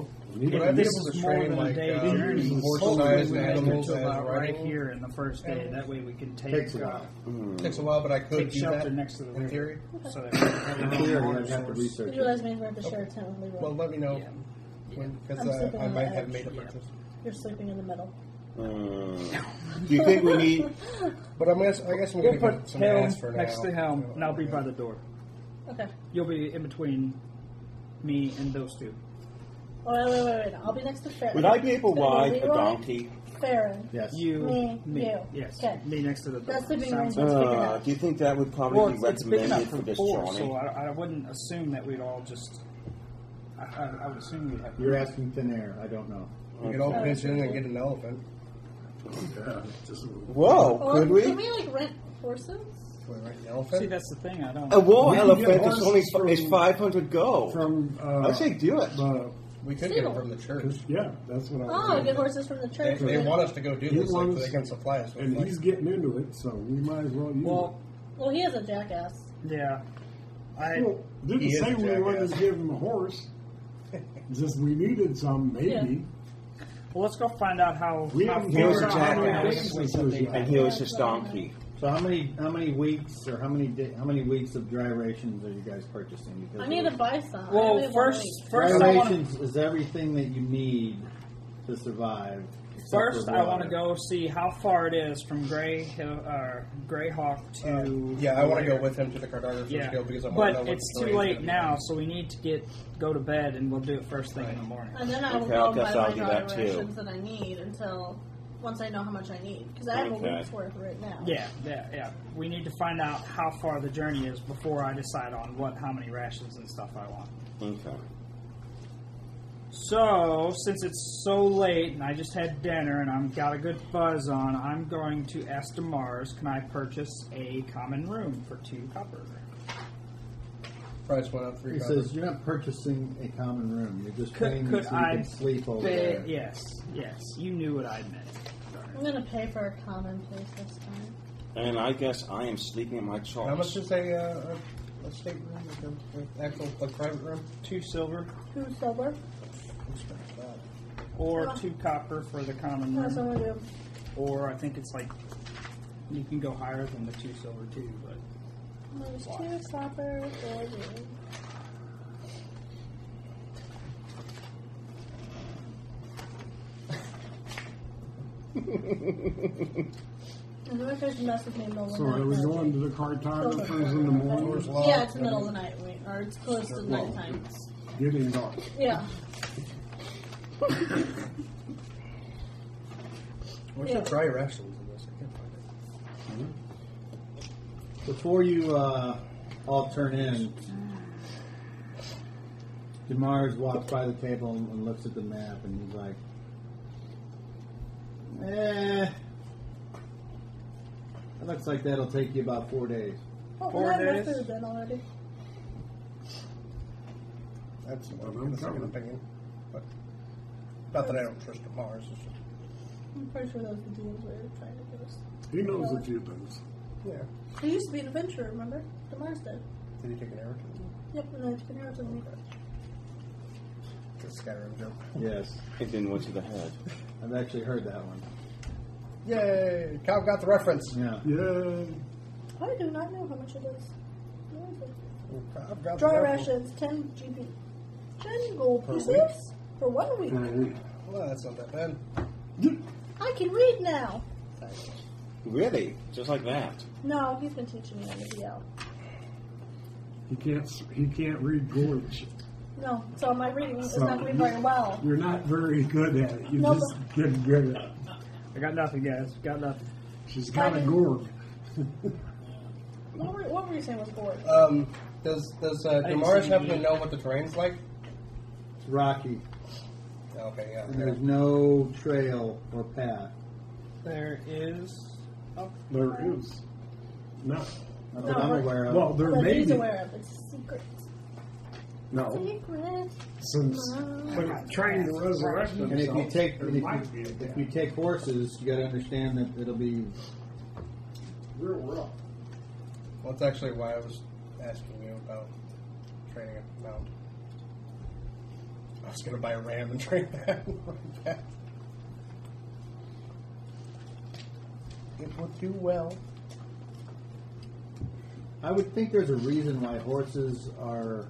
Speaker 1: Would I be
Speaker 4: if this
Speaker 1: able to
Speaker 4: is more
Speaker 1: train,
Speaker 4: than a
Speaker 1: like,
Speaker 4: day
Speaker 1: uh,
Speaker 4: journey,
Speaker 1: horse
Speaker 4: hopefully
Speaker 1: size
Speaker 4: we make it
Speaker 1: animals
Speaker 4: to
Speaker 1: as
Speaker 4: about right
Speaker 1: riding?
Speaker 4: here in the first day. That way we can
Speaker 2: Takes
Speaker 4: take,
Speaker 2: a
Speaker 4: uh,
Speaker 2: while.
Speaker 5: Hmm.
Speaker 1: Takes a while, but I could
Speaker 4: take
Speaker 1: do
Speaker 4: shelter
Speaker 1: that
Speaker 4: next to the
Speaker 1: in
Speaker 4: rear.
Speaker 1: theory.
Speaker 4: uh, So that we
Speaker 2: In
Speaker 4: have our own
Speaker 2: theory, I'd
Speaker 4: water
Speaker 2: have to
Speaker 4: source.
Speaker 2: research
Speaker 3: You
Speaker 2: it.
Speaker 3: realize maybe we have to share a tent with Leroy.
Speaker 1: Well, let me know
Speaker 4: Yeah.
Speaker 1: because
Speaker 3: I'm
Speaker 1: uh,
Speaker 3: sleeping
Speaker 1: I
Speaker 3: on
Speaker 1: might
Speaker 3: the
Speaker 1: have
Speaker 3: edge,
Speaker 1: made a
Speaker 4: yeah.
Speaker 1: breakfast.
Speaker 3: You're sleeping in the middle.
Speaker 5: Mm. Do you think we need?
Speaker 1: But I'm guess, I guess I'm
Speaker 4: We'll
Speaker 1: going to
Speaker 4: put
Speaker 1: get some ass for
Speaker 4: Helm
Speaker 1: now.
Speaker 4: next to Helm,
Speaker 1: So,
Speaker 4: and I'll be
Speaker 1: yeah.
Speaker 4: by the door.
Speaker 3: Okay.
Speaker 4: You'll be in between me and those two.
Speaker 3: Oh, wait, wait, wait, wait. I'll be next to Farron.
Speaker 5: Would I be able to
Speaker 3: It'll
Speaker 5: ride a
Speaker 3: Leroy,
Speaker 5: donkey?
Speaker 3: Farron.
Speaker 2: Yes.
Speaker 4: You,
Speaker 3: Me, you.
Speaker 4: Yes,
Speaker 3: Okay.
Speaker 4: me next to the door.
Speaker 3: That's the big
Speaker 4: Sounds
Speaker 3: one.
Speaker 4: like-
Speaker 5: Uh, do you think that would probably
Speaker 4: Well,
Speaker 5: be
Speaker 4: it's, it's big enough
Speaker 5: recommended for
Speaker 4: for
Speaker 5: this
Speaker 4: four,
Speaker 5: journey?
Speaker 4: so I, I wouldn't assume that we'd all just. I, I, I would assume we'd have.
Speaker 2: You're asking thin air. I don't know.
Speaker 1: You could all pitch in and get an elephant.
Speaker 6: Yeah, just a-
Speaker 5: Whoa,
Speaker 3: Or
Speaker 5: could we?
Speaker 3: Oh, Can we like rent horses?
Speaker 1: Can we rent an
Speaker 4: See,
Speaker 1: elephant?
Speaker 4: that's the thing. I don't.
Speaker 5: A wall
Speaker 6: We can get
Speaker 5: elephant is
Speaker 6: horses
Speaker 5: only
Speaker 6: from-
Speaker 5: is five hundred gold.
Speaker 6: From uh,
Speaker 5: I say do it.
Speaker 6: the,
Speaker 1: We could get it
Speaker 3: Still.
Speaker 1: from the church.
Speaker 6: 'cause, yeah, that's what I was.
Speaker 3: Oh,
Speaker 6: saying.
Speaker 3: get horses from the
Speaker 1: They,
Speaker 3: church.
Speaker 1: they want us to go do
Speaker 6: He
Speaker 1: this, like, so
Speaker 6: wants-
Speaker 1: they can supply us with
Speaker 6: And
Speaker 1: like,
Speaker 6: he's getting into it, so we might as well use
Speaker 4: Well,
Speaker 3: Well, he is a jackass.
Speaker 4: yeah.
Speaker 6: it.
Speaker 4: I
Speaker 6: Well, didn't
Speaker 1: He is
Speaker 6: say
Speaker 1: a
Speaker 6: we wanted to
Speaker 1: jackass.
Speaker 6: give him a horse. Just we needed some, maybe.
Speaker 3: Yeah.
Speaker 4: well, let's go find out how.
Speaker 6: We
Speaker 4: how
Speaker 6: haven't
Speaker 5: He
Speaker 4: far
Speaker 5: was a
Speaker 6: figured out how many
Speaker 5: jackass.
Speaker 4: out
Speaker 6: days
Speaker 4: we
Speaker 6: this
Speaker 4: should
Speaker 6: is
Speaker 4: be.
Speaker 5: And he was his donkey.
Speaker 2: So how many how many weeks or how many day, how many weeks of dry rations are you guys purchasing? Because
Speaker 3: I need to buy some. I only
Speaker 4: Well,
Speaker 3: have
Speaker 4: first,
Speaker 3: one week.
Speaker 4: first I
Speaker 2: dry
Speaker 4: want
Speaker 2: rations is everything that you need to survive. except
Speaker 4: First,
Speaker 2: for
Speaker 4: I want to
Speaker 2: water.
Speaker 4: go see how far it is from Gray Hill, uh, Greyhawk to.
Speaker 1: Yeah, I want to go
Speaker 4: where-
Speaker 1: with him to the cartographer's
Speaker 4: Yeah,
Speaker 1: guild because I want to know
Speaker 4: but
Speaker 1: what
Speaker 4: it's
Speaker 1: the
Speaker 4: too
Speaker 1: story's
Speaker 4: late
Speaker 1: gonna be.
Speaker 4: now, so we need to get go to bed, and we'll do it first thing in the morning.
Speaker 3: And then I will
Speaker 5: Okay,
Speaker 3: go
Speaker 5: I guess
Speaker 3: buy my
Speaker 5: I'll do that
Speaker 3: dry
Speaker 5: too.
Speaker 3: rations that I need until once I know how much I need because I have
Speaker 5: Okay.
Speaker 3: a week's worth right now.
Speaker 4: Yeah, yeah, yeah. We need to find out how far the journey is before I decide on what, how many rations and stuff I want.
Speaker 5: Okay.
Speaker 4: So, since it's so late and I just had dinner and I've got a good buzz on, I'm going to ask Mars, can I purchase a common room for two copper?
Speaker 1: Price went up three
Speaker 2: He
Speaker 1: dollars.
Speaker 2: says you're not purchasing a common room. You're just
Speaker 4: Could-
Speaker 2: paying
Speaker 4: could
Speaker 2: so you
Speaker 4: I
Speaker 2: can sleep over
Speaker 4: Ba-
Speaker 2: there.
Speaker 4: yes, yes. You knew what I meant.
Speaker 3: I'm gonna pay for a common place this time.
Speaker 5: And I guess I am sleeping in my
Speaker 1: How much
Speaker 5: chops.
Speaker 1: is a, uh, a- a state room, like a- an actual like private room?
Speaker 4: Two silver
Speaker 3: Who's sober?
Speaker 4: or two copper for the common
Speaker 3: That's
Speaker 4: room,
Speaker 3: what we do.
Speaker 4: or I think it's like you can go higher than the two silver too, but.
Speaker 3: There's two copper for you. I know if there's mess with me in the middle of
Speaker 6: So
Speaker 3: the night,
Speaker 6: are we
Speaker 3: but-
Speaker 6: going to the cartographers in the morning?
Speaker 3: Yeah, it's the middle of the night, we- or it's close to nighttime.
Speaker 6: Getting dark.
Speaker 3: Yeah.
Speaker 1: Where's
Speaker 3: Yeah.
Speaker 1: the dry rations in this? I can't find it.
Speaker 2: Before you uh, all turn in, Demars walks by the table and, and looks at the map, and he's like, "Eh, it looks like that'll take you about four days."
Speaker 3: Oh,
Speaker 4: Four
Speaker 3: I have my
Speaker 4: days.
Speaker 3: food then already.
Speaker 1: That's
Speaker 6: Well,
Speaker 1: well,
Speaker 6: I'm
Speaker 1: I'm a second
Speaker 6: covered.
Speaker 1: opinion. But not that I don't trust Mars. It's just,
Speaker 3: I'm pretty sure those are the deals we were trying to do. us.
Speaker 6: He knows a few things.
Speaker 1: yeah.
Speaker 3: He used to be an adventurer, remember? Demar's dead.
Speaker 1: Did he take an error to
Speaker 3: Yep, and then it's been here to me.
Speaker 1: the Skyrim joke?
Speaker 2: Yes,
Speaker 5: It then went to the head.
Speaker 2: I've actually heard that one.
Speaker 1: Yay! Cal got the reference.
Speaker 2: Yeah,
Speaker 6: Yeah.
Speaker 3: I do not know how much it is. Where is it?
Speaker 1: I've got
Speaker 3: Dry
Speaker 1: the reference.
Speaker 3: rations, 10 GP. 10 gold
Speaker 1: Per
Speaker 3: pieces? For one week?
Speaker 6: for a week.
Speaker 1: Well, that's not that bad.
Speaker 3: I can read now!
Speaker 5: Really? Just like that?
Speaker 3: No, he's been teaching me on the DL.
Speaker 6: He can't. s- He can't read gorge.
Speaker 3: No, so my reading is
Speaker 6: So,
Speaker 3: not going very well.
Speaker 6: You're not very good at it. You
Speaker 3: No,
Speaker 6: just get good at it.
Speaker 4: I got nothing, guys. Got nothing.
Speaker 6: She's got a
Speaker 3: Pardon?
Speaker 6: gourd.
Speaker 3: What were, what were you saying was bored?
Speaker 1: Um, does does uh,
Speaker 4: didn't
Speaker 1: Damaris
Speaker 4: see
Speaker 1: happen to
Speaker 4: you.
Speaker 1: know what the terrain's like?
Speaker 2: It's rocky,
Speaker 1: Okay, yeah.
Speaker 2: and there's no trail or path.
Speaker 4: There is. Oh,
Speaker 6: There is. No.
Speaker 2: Not that
Speaker 3: No,
Speaker 2: I'm
Speaker 3: we're-
Speaker 2: aware of.
Speaker 6: Well, there
Speaker 3: that
Speaker 6: may
Speaker 3: he's
Speaker 6: be.
Speaker 3: aware of. It's a secret.
Speaker 6: No.
Speaker 3: Secret.
Speaker 6: Since
Speaker 3: Uh,
Speaker 6: but it's trying to resurrect
Speaker 2: and if you
Speaker 6: themselves,
Speaker 2: take
Speaker 6: there
Speaker 2: and if
Speaker 6: might be
Speaker 2: you,
Speaker 6: a
Speaker 2: if you take horses, you got to understand that it'll be
Speaker 6: Real rough.
Speaker 1: Well, that's actually why I was asking you about training a mount. I was going to buy a ram and train that. right back. it will do well.
Speaker 2: I would think there's a reason why horses are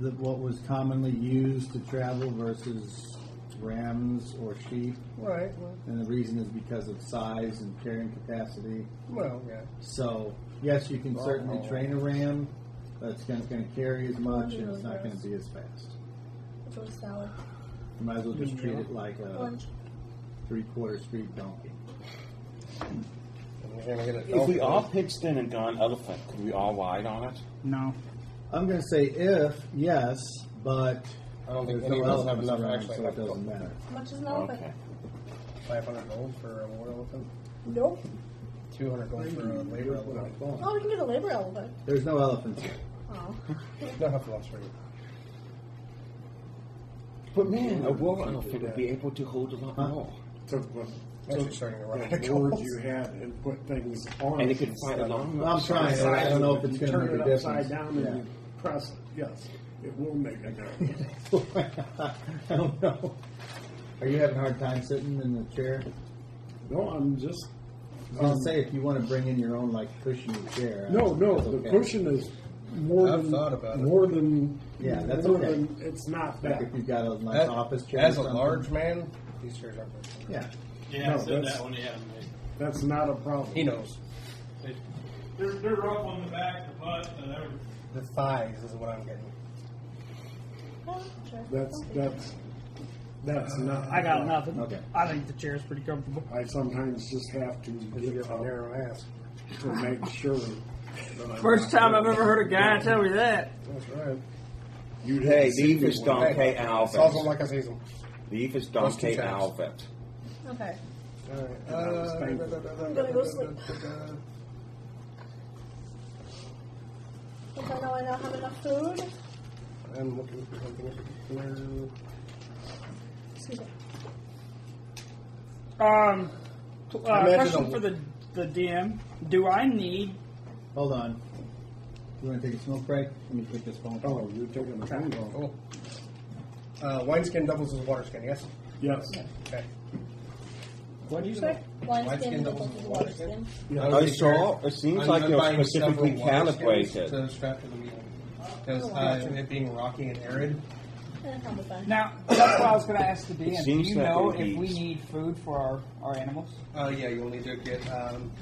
Speaker 2: the, what was commonly used to travel versus rams or sheep,
Speaker 1: Right. Well,
Speaker 2: and the reason is because of size and carrying capacity.
Speaker 1: well yeah.
Speaker 2: So, yes, you can certainly
Speaker 1: Oh.
Speaker 2: train a ram, but it's not going to carry as much and it's not going to be as fast.
Speaker 3: Which was salad.
Speaker 2: You might as well just treat it like a
Speaker 3: Lunch.
Speaker 2: three-quarter street donkey.
Speaker 1: And we're going to get it.
Speaker 5: If we all pitched in and gone elephant, could we all ride on it?
Speaker 4: no.
Speaker 2: I'm going to say if yes, but
Speaker 1: I don't think
Speaker 2: there's no
Speaker 1: anyone else have
Speaker 2: elephants
Speaker 1: enough.
Speaker 2: around,
Speaker 1: actually,
Speaker 2: so it
Speaker 1: have
Speaker 2: doesn't matter.
Speaker 3: How much is an elephant?
Speaker 5: Okay.
Speaker 1: 500 gold for a war elephant,
Speaker 3: Nope.
Speaker 1: 200 gold for a labor elephant.
Speaker 3: Oh, we can get a labor elephant.
Speaker 2: There's no elephants here.
Speaker 3: Oh.
Speaker 1: No, have lots for you.
Speaker 5: But man, a war elephant would be able to hold a lot more.
Speaker 6: Took what
Speaker 1: Actually, starting to run out of
Speaker 6: the words
Speaker 1: gold.
Speaker 6: you had and put things on.
Speaker 5: And it could
Speaker 6: instead
Speaker 5: fight
Speaker 6: of-
Speaker 5: along
Speaker 2: I'm trying.
Speaker 6: Size
Speaker 2: I don't know if
Speaker 6: of it,
Speaker 2: it's
Speaker 6: you
Speaker 2: going to make
Speaker 6: turn
Speaker 2: a
Speaker 6: it
Speaker 2: difference.
Speaker 6: upside down and you press it. Yes, it will make a difference.
Speaker 2: Yeah. I don't know. Are you having a hard time sitting in the chair?
Speaker 6: no, I'm just
Speaker 2: I was going
Speaker 6: Um,
Speaker 2: to say if you want to bring in your own like cushiony chair. I-
Speaker 6: no, no.
Speaker 2: that's
Speaker 6: The
Speaker 2: okay.
Speaker 6: cushion is more
Speaker 1: I've
Speaker 6: than
Speaker 1: thought about it.
Speaker 6: more than
Speaker 2: Yeah, that's
Speaker 6: more
Speaker 2: okay.
Speaker 6: than- it's
Speaker 2: Like
Speaker 6: not that.
Speaker 2: if you've got a nice
Speaker 1: As,
Speaker 2: office chair. or
Speaker 1: as a
Speaker 2: something.
Speaker 1: large man, these chairs aren't very good.
Speaker 2: Yeah.
Speaker 7: Yeah,
Speaker 6: No,
Speaker 7: I said
Speaker 6: that's-
Speaker 7: that one. Yeah, mate.
Speaker 6: That's not a problem.
Speaker 1: He knows.
Speaker 7: They- they're they're rough on the back, the butt, and everything.
Speaker 1: The thighs is what I'm getting.
Speaker 3: Oh, sure.
Speaker 6: That's that's that's not.
Speaker 4: I got nothing.
Speaker 2: Okay.
Speaker 4: I think the chair's pretty comfortable.
Speaker 6: I sometimes just have to get up
Speaker 1: narrow ass.
Speaker 6: to make sure. that I'm
Speaker 4: First
Speaker 6: not
Speaker 4: time I've
Speaker 6: doing
Speaker 4: ever heard a guy tell me that.
Speaker 1: That's right.
Speaker 6: You
Speaker 5: Hey,
Speaker 6: didn't see
Speaker 5: leave
Speaker 6: me
Speaker 5: is
Speaker 6: one.
Speaker 5: Don K.
Speaker 1: Solve them
Speaker 5: Alvin.
Speaker 1: like I season.
Speaker 5: Leave is
Speaker 1: Those
Speaker 5: Don
Speaker 1: two
Speaker 5: K.
Speaker 1: chaps.
Speaker 5: Alvin.
Speaker 3: Okay.
Speaker 1: All right.
Speaker 6: I was
Speaker 1: Uh,
Speaker 6: thankful.
Speaker 1: da- da- da- da-
Speaker 3: I'm gonna go
Speaker 1: da-
Speaker 3: sleep.
Speaker 1: da- da-
Speaker 3: Hope I know I now have enough food.
Speaker 1: da. I'm looking for something in particular.
Speaker 3: Excuse me.
Speaker 4: Um, uh,
Speaker 1: Imagine
Speaker 4: question
Speaker 1: a-
Speaker 4: for the the DM: Do I need?
Speaker 2: Hold on. You want to take a smoke break? Let me take this phone
Speaker 6: Oh,
Speaker 2: call.
Speaker 6: you're taking the phone call.
Speaker 1: Cool. Uh, wineskin doubles as a water skin, yes?
Speaker 6: Yes.
Speaker 1: Okay.
Speaker 4: What do you say?
Speaker 1: Wine skin
Speaker 3: Wineskin doubles
Speaker 1: doubles
Speaker 3: as
Speaker 1: as
Speaker 3: water
Speaker 1: water
Speaker 3: skin.
Speaker 6: Yeah.
Speaker 5: I saw. It seems
Speaker 1: I'm-
Speaker 5: like
Speaker 1: I'm
Speaker 5: it was
Speaker 1: buying
Speaker 5: specifically
Speaker 1: several water skins
Speaker 5: calibrated.
Speaker 1: To strap to the wheel. Because uh, it being rocky and arid.
Speaker 3: And I'm fine.
Speaker 4: Now that's what I was going to ask the DM. Do
Speaker 5: seems
Speaker 4: you
Speaker 5: that
Speaker 4: know
Speaker 5: it
Speaker 4: if we
Speaker 5: needs-
Speaker 4: need food for our, our animals?
Speaker 2: Oh,
Speaker 1: Uh, yeah, you'll need to get. Um,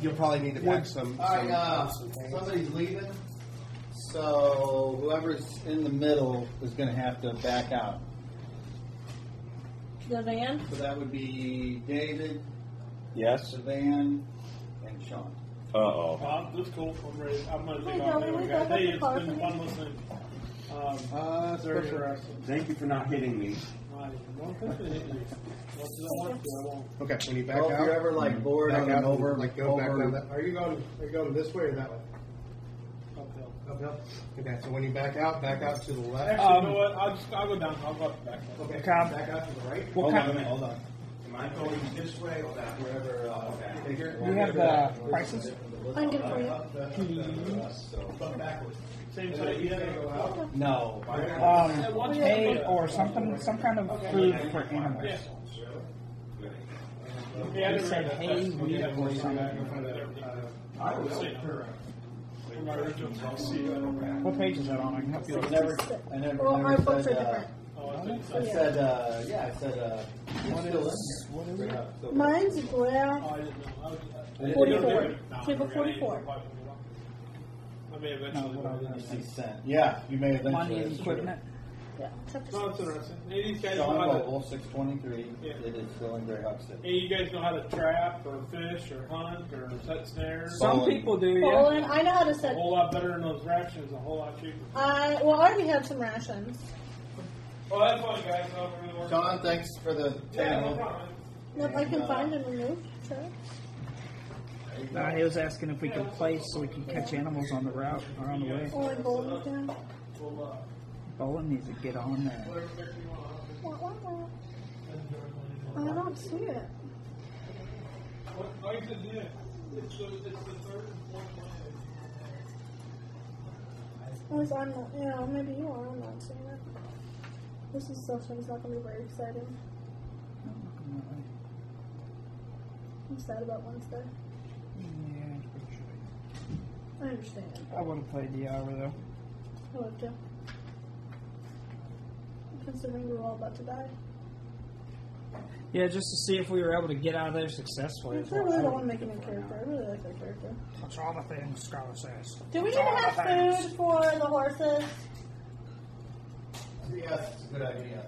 Speaker 1: you'll probably need to pack some. some, some things.
Speaker 2: uh, somebody's leaving. So whoever's in the middle is going to have to back out.
Speaker 3: The van?
Speaker 2: So that would be David,
Speaker 5: Yes.
Speaker 2: Savan, and Sean.
Speaker 5: Uh oh.
Speaker 7: Well, that's cool. I'm ready. I'm gonna
Speaker 3: Hey,
Speaker 7: take off
Speaker 3: Dominic,
Speaker 7: anyway,
Speaker 3: we got
Speaker 7: guys. Hey,
Speaker 3: the
Speaker 7: it's
Speaker 3: car
Speaker 7: been
Speaker 3: for
Speaker 7: fun
Speaker 3: you.
Speaker 7: listening. Um,
Speaker 2: Uh,
Speaker 7: very interesting.
Speaker 5: Thank you for not hitting me.
Speaker 7: Right. Well, I'm gonna hit you. Well, if you don't want to, I won't.
Speaker 1: Okay, when you back
Speaker 2: well, if
Speaker 1: out. Mm-hmm.
Speaker 2: you're ever like bored
Speaker 1: back
Speaker 2: on
Speaker 1: out
Speaker 2: an over,
Speaker 1: like go
Speaker 2: over,
Speaker 1: back down that. Are you going? Are you going this way or that way?
Speaker 7: Uphill.
Speaker 1: Uphill. Okay, so when you back out, back out to the left.
Speaker 7: Actually,
Speaker 4: Um,
Speaker 7: you know what? I'll just I'll go down. I'll go up the back.
Speaker 1: Okay,
Speaker 4: Cobb.
Speaker 1: back out to the right.
Speaker 4: What
Speaker 2: hold
Speaker 4: kind
Speaker 2: on, hold on.
Speaker 5: Am I going this way or that? Wherever. Uh,
Speaker 4: Do you have the prices?
Speaker 3: I'm good for you.
Speaker 7: Same side. Yeah.
Speaker 2: No,
Speaker 4: Um, hay or something, some kind of food for
Speaker 7: Yeah.
Speaker 4: animals.
Speaker 7: Yeah,
Speaker 4: You said hay, wheat, or something.
Speaker 7: I would say her. My original policy,
Speaker 8: uh,
Speaker 7: I don't know.
Speaker 4: What page is that on? I can help you.
Speaker 2: I never, I never,
Speaker 3: Well, our
Speaker 2: never
Speaker 3: books are
Speaker 2: said, uh,
Speaker 3: different.
Speaker 7: Oh, I think
Speaker 2: I
Speaker 7: so.
Speaker 2: said, uh, yeah, I said, uh, what is, what is it?
Speaker 3: Mine's glare.
Speaker 8: uh,
Speaker 7: Oh, I didn't know. I was- I-
Speaker 2: didn't-
Speaker 3: 44.
Speaker 7: Nah,
Speaker 3: Table
Speaker 7: I didn't
Speaker 3: 44.
Speaker 7: know. I may eventually.
Speaker 4: No, what I was gonna
Speaker 2: Sixty cent. Yeah, you may eventually.
Speaker 4: Money and
Speaker 2: that's
Speaker 4: equipment.
Speaker 2: true.
Speaker 3: Yeah.
Speaker 8: No, it's interesting. Any of these guys know
Speaker 9: John
Speaker 8: how to,
Speaker 9: Noble, 623.
Speaker 8: Yeah.
Speaker 9: It is still in Greyhawk City.
Speaker 8: any of you guys know how to trap or fish or hunt or set snares?
Speaker 4: Some
Speaker 9: Bowling.
Speaker 4: people do, yeah.
Speaker 3: Bowling, I know how to
Speaker 8: A
Speaker 3: set.
Speaker 8: whole lot better than those rations, a whole lot cheaper.
Speaker 3: I well, I already have some rations.
Speaker 8: Well, that's fun, guys. I'll really work.
Speaker 9: John, thanks for the
Speaker 8: Yeah, no
Speaker 9: table.
Speaker 8: problem.
Speaker 3: Nope, I can
Speaker 9: No.
Speaker 3: find and remove. Sure.
Speaker 9: There you go.
Speaker 4: Uh, he was asking if we could play so we can catch animals on the route or on the way.
Speaker 3: Or bowling down.
Speaker 8: uh,
Speaker 4: Bolin needs to get on that.
Speaker 3: Wah, wah, wah. I don't see it.
Speaker 8: What- Like I said, yeah, it's the, it's the third and fourth one.
Speaker 3: Unless I'm not, yeah, maybe you are. I'm not seeing it. This is session is not going to be very exciting. I'm sad about Wednesday.
Speaker 4: Yeah, it's pretty sure.
Speaker 3: I understand.
Speaker 4: I would have played the hour though.
Speaker 3: I love to. Considering we're all about to die.
Speaker 4: Yeah, just to see if we were able to get out of there successfully.
Speaker 3: I really don't want to make a new character. I really like that character.
Speaker 4: That's all the things Scholar says.
Speaker 3: Do we need
Speaker 4: That's
Speaker 3: to
Speaker 4: all the
Speaker 3: have
Speaker 4: things.
Speaker 3: food for the horses?
Speaker 9: Yes, it's a good idea.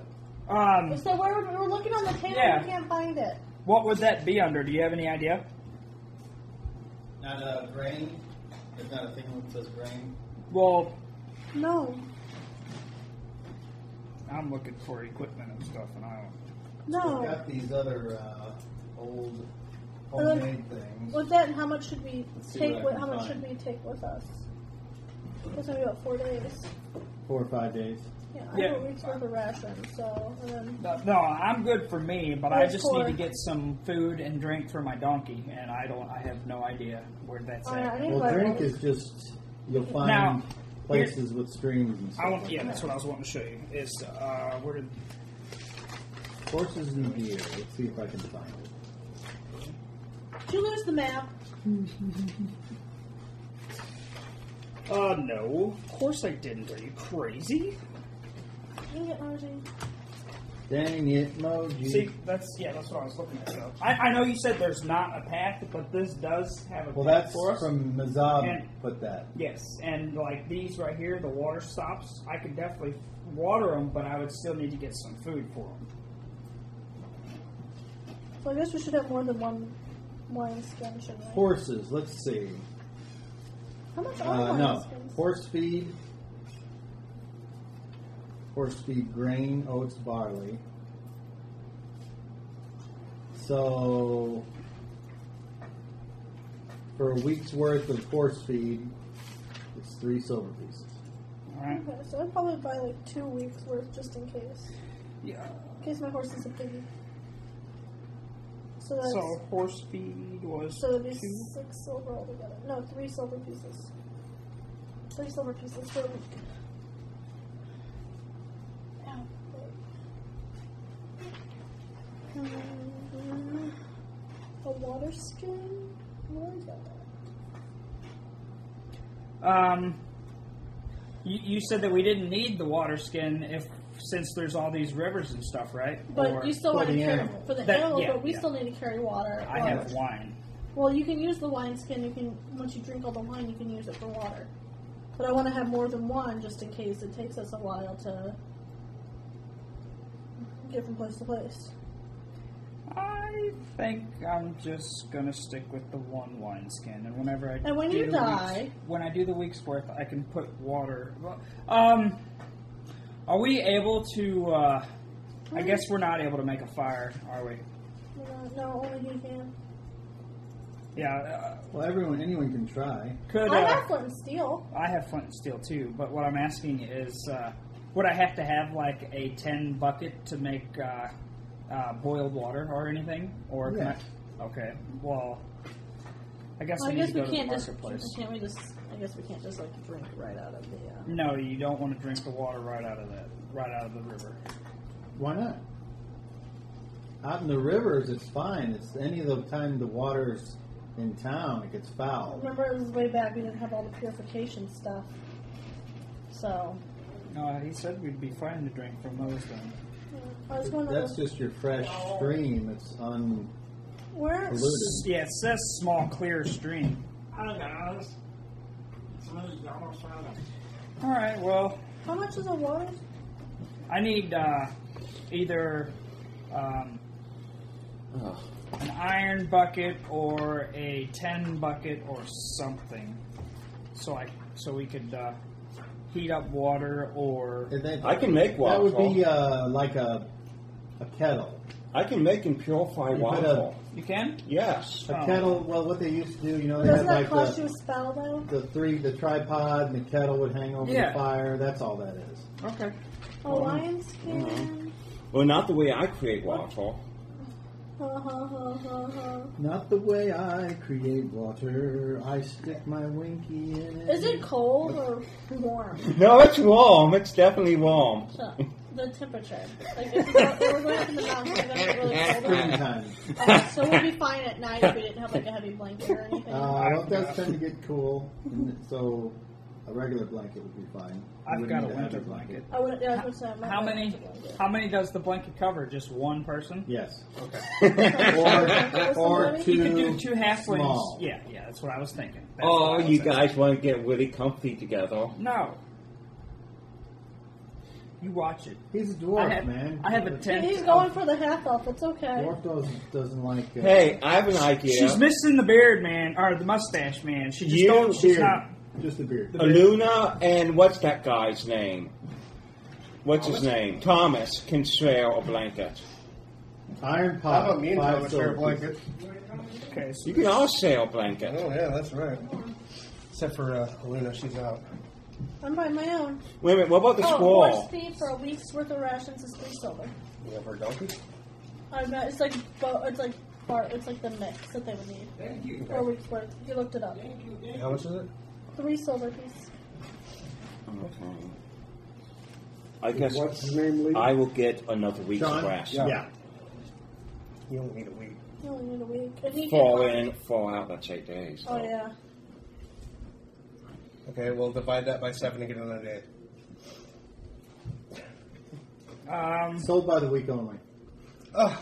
Speaker 4: Um,
Speaker 3: So we're, we're looking on the table
Speaker 4: Yeah.
Speaker 3: and we can't find it.
Speaker 4: What would that be under? Do you have any idea?
Speaker 9: Not a grain. There's not a thing that says grain.
Speaker 4: Well,
Speaker 3: No.
Speaker 4: I'm looking for equipment and stuff, and I
Speaker 9: We've
Speaker 3: No.
Speaker 9: got these other uh, old homemade things.
Speaker 3: With that, how much should we
Speaker 9: Let's see what
Speaker 3: take?
Speaker 9: I
Speaker 3: With,
Speaker 9: can
Speaker 3: how much
Speaker 9: find.
Speaker 3: should we take with us? It's gonna be about four days.
Speaker 2: Four or five days.
Speaker 3: Yeah, I
Speaker 4: Yeah.
Speaker 3: have a week's worth of rations, so and then
Speaker 4: don't. No, I'm good for me, but I
Speaker 3: Where's
Speaker 4: just
Speaker 3: Cor?
Speaker 4: need to get some food and drink for my donkey, and I don't. I have no idea where that's
Speaker 3: Oh, yeah, I
Speaker 4: at.
Speaker 3: need
Speaker 2: Well,
Speaker 3: my
Speaker 2: drink is just you'll find
Speaker 4: Now,
Speaker 2: places with streams and stuff.
Speaker 4: I want.
Speaker 2: like
Speaker 4: Yeah,
Speaker 2: that.
Speaker 4: that's what I was wanting to show you. Is uh, where did
Speaker 2: Horses and beer. Let's see if I can find it.
Speaker 3: Did you lose the map?
Speaker 4: Uh, no. Of course I didn't. Are you crazy?
Speaker 3: Did you get Margie?
Speaker 2: Dang it, Moji.
Speaker 4: See, that's yeah, that's what I was looking at. So I, I know you said there's not a path, but this does have a
Speaker 2: well,
Speaker 4: path
Speaker 2: that's
Speaker 4: for us.
Speaker 2: from Mazab.
Speaker 4: And-
Speaker 2: put that.
Speaker 4: yes, and like these right here, the water stops. I could definitely water them, but I would still need to get some food for them.
Speaker 3: So I guess we should have more than one wine skin, shouldn't we?
Speaker 2: Horses. Let's see.
Speaker 3: How much are
Speaker 2: Uh,
Speaker 3: wine
Speaker 2: no,
Speaker 3: skins?
Speaker 2: horse feed. Horse feed grain, oats, barley. So, for a week's worth of horse feed, it's three silver pieces.
Speaker 4: All right.
Speaker 3: Okay, so I'd probably buy like two weeks worth just in case.
Speaker 4: Yeah.
Speaker 3: In case my horse is a piggy. So that's
Speaker 4: So
Speaker 3: so,
Speaker 4: horse feed was
Speaker 3: it'd be
Speaker 4: two.
Speaker 3: six silver altogether. No, three silver pieces. Three silver pieces for a week. Ow. Um, A water skin? Where is that?
Speaker 4: Um, you, you said that we didn't need the water skin if since there's all these rivers and stuff, right?
Speaker 3: But
Speaker 4: Or-
Speaker 3: you still
Speaker 2: for
Speaker 3: want to
Speaker 2: the
Speaker 3: carry
Speaker 2: animal.
Speaker 3: for the
Speaker 4: That-
Speaker 3: animal,
Speaker 4: yeah,
Speaker 3: but we
Speaker 4: yeah.
Speaker 3: still need to carry water.
Speaker 4: I
Speaker 3: Water.
Speaker 4: have wine.
Speaker 3: Well, you can use the wine skin. You can once you drink all the wine, you can use it for water. But I want to have more than one just in case it takes us a while to get from place to place.
Speaker 4: I think I'm just gonna stick with the one wine skin, and whenever I
Speaker 3: And when
Speaker 4: do
Speaker 3: you
Speaker 4: the
Speaker 3: die-
Speaker 4: week's- when I do the week's worth, I can put water. Um, are we able to? Uh,
Speaker 3: Mm.
Speaker 4: I guess we're not able to make a fire, are we?
Speaker 3: Uh, no, only he can.
Speaker 4: Yeah. Uh,
Speaker 2: Well, everyone, anyone can try.
Speaker 4: could
Speaker 3: I
Speaker 4: uh,
Speaker 3: have flint and steel.
Speaker 4: I have flint and steel too, but what I'm asking is, uh, would I have to have like a tin bucket to make uh, uh, boiled water or anything? Or can
Speaker 2: Yeah.
Speaker 4: I, okay, well, I guess
Speaker 3: Well, I
Speaker 4: we need
Speaker 3: guess
Speaker 4: to
Speaker 3: we
Speaker 4: go to the
Speaker 3: can't just.
Speaker 4: marketplace.
Speaker 3: Can't we just? I guess we can't just like drink right out of the. Uh,
Speaker 4: No, you don't want to drink the water right out of that, right out of the river.
Speaker 2: Why not? Out in the rivers, it's fine. It's any of the time the water's in town, it gets foul.
Speaker 3: remember, it was way back. We didn't have all the purification stuff. So
Speaker 4: No, he said we'd be fine to drink from those. Then
Speaker 3: I was going to.
Speaker 2: That's just your fresh stream. It's un.
Speaker 3: where?
Speaker 2: Polluted.
Speaker 4: yeah, it says small clear stream.
Speaker 7: Hi guys. It's me, Yellow Shadow.
Speaker 4: All right, well,
Speaker 3: How much is a water?
Speaker 4: I need uh, either um,
Speaker 5: Ugh.
Speaker 4: an iron bucket or a ten bucket or something, so I so we could uh, heat up water or
Speaker 2: Is that-
Speaker 5: I can make
Speaker 2: That would
Speaker 5: waffle.
Speaker 2: be uh, like a, a kettle.
Speaker 5: I can make and purify
Speaker 2: You put
Speaker 5: waffle.
Speaker 4: you can.
Speaker 5: Yes.
Speaker 2: A
Speaker 4: Oh.
Speaker 2: kettle. Well, what they used to do, you know, they
Speaker 3: Doesn't
Speaker 2: had
Speaker 3: that
Speaker 2: like
Speaker 3: cost you
Speaker 2: the,
Speaker 3: a spell though?
Speaker 2: the three, the tripod, and the kettle would hang over
Speaker 4: Yeah.
Speaker 2: the fire. That's all that is.
Speaker 4: Okay.
Speaker 3: A lion's can.
Speaker 5: Well, not the way I create waffle.
Speaker 3: Ha, ha, ha, ha, ha.
Speaker 2: Not the way I create water. I stick my winky in it.
Speaker 3: Is it cold or warm?
Speaker 5: No, it's warm. It's definitely warm.
Speaker 3: So, the temperature. Like if we're going up in the mountains, it's gonna get really cold.
Speaker 2: Springtime.
Speaker 3: Uh, so we'd be fine at night if we didn't have like a heavy blanket or anything.
Speaker 2: Uh, well, it does tend to get cool, and so a regular blanket would be fine. You
Speaker 4: I've
Speaker 2: wouldn't
Speaker 4: got a
Speaker 2: need to have
Speaker 4: winter blanket.
Speaker 3: I wouldn't. Yeah, I was gonna say, I'm
Speaker 4: How
Speaker 3: not
Speaker 4: many?
Speaker 3: gonna have
Speaker 4: How many does the blanket cover? Just one person?
Speaker 2: Yes.
Speaker 4: Okay.
Speaker 2: Or, or
Speaker 3: You
Speaker 2: two.
Speaker 4: You could do two halflings.
Speaker 2: small.
Speaker 4: Yeah, yeah, that's what I was thinking. That's
Speaker 5: Oh,
Speaker 4: what I was
Speaker 5: you
Speaker 4: thinking.
Speaker 5: guys want to get really comfy together.
Speaker 4: No. You watch it.
Speaker 2: He's a
Speaker 4: I
Speaker 2: dwarf,
Speaker 4: have,
Speaker 2: man.
Speaker 4: I have a
Speaker 3: blanket.
Speaker 4: tent.
Speaker 3: He's going for the half elf. It's okay.
Speaker 2: Dwarf doesn't, doesn't like. Uh,
Speaker 5: Hey, I have an idea.
Speaker 4: She's missing the beard, man, or the mustache, man. She just
Speaker 5: You
Speaker 4: don't. She's
Speaker 2: beard.
Speaker 4: not.
Speaker 2: Just a beard.
Speaker 5: Aluna and what's that guy's name? What's his name? Thomas can share a blanket.
Speaker 2: Iron pot.
Speaker 1: How about me and
Speaker 2: five
Speaker 1: Thomas share a
Speaker 2: silver pieces.
Speaker 1: blanket?
Speaker 4: Okay, so
Speaker 5: You can all share a blanket.
Speaker 1: Oh yeah, that's right. Except for uh, Luna, she's out.
Speaker 3: I'm by my own.
Speaker 5: Wait a minute, what about the
Speaker 3: oh, horse
Speaker 5: squall?
Speaker 3: thief for a week's worth of rations is three silver.
Speaker 1: You have her donkey.
Speaker 3: I bet it's like bo- it's like bar- it's like the mix that they would need
Speaker 8: Thank you.
Speaker 3: for a week's worth. You looked it up.
Speaker 8: Thank you. Thank you.
Speaker 1: How much is it?
Speaker 3: Three silver piece.
Speaker 5: Okay. I guess
Speaker 6: What's his name, Lee?
Speaker 5: I will get another week's
Speaker 2: John?
Speaker 5: rest.
Speaker 1: Yeah.
Speaker 2: Yeah.
Speaker 1: You only need a week.
Speaker 3: You only need a week. And he
Speaker 5: Fall
Speaker 3: can-
Speaker 5: in, fall out, that's eight days.
Speaker 3: Oh
Speaker 5: so.
Speaker 3: yeah.
Speaker 1: Okay, we'll divide that by seven to get another day.
Speaker 4: um,
Speaker 2: Sold by the week only.
Speaker 1: Ugh,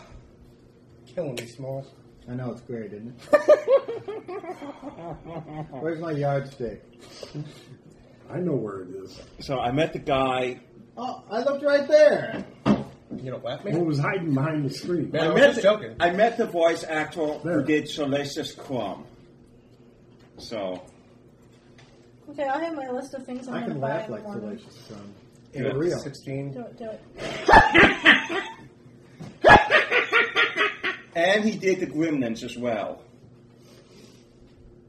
Speaker 1: killing me, Smalls.
Speaker 2: I know it's great, isn't it? Where's my yardstick?
Speaker 6: I know where it is.
Speaker 5: So I met the guy.
Speaker 2: Oh, I looked right there.
Speaker 1: You don't laugh at
Speaker 6: What
Speaker 1: me.
Speaker 6: was hiding behind the screen?
Speaker 1: Man, I,
Speaker 5: I
Speaker 1: was
Speaker 5: met
Speaker 1: just
Speaker 5: the,
Speaker 1: joking.
Speaker 5: I met the voice actor
Speaker 6: There.
Speaker 5: who did Salacious Crumb. So
Speaker 3: Okay, I have my list of things I'm
Speaker 2: I
Speaker 3: gonna
Speaker 2: can
Speaker 3: buy.
Speaker 2: laugh
Speaker 3: in the
Speaker 2: like
Speaker 3: morning.
Speaker 2: delicious from
Speaker 1: Eight,
Speaker 2: for real.
Speaker 1: Sixteen.
Speaker 3: Do it. Do it.
Speaker 5: And he did the Gremlins as well,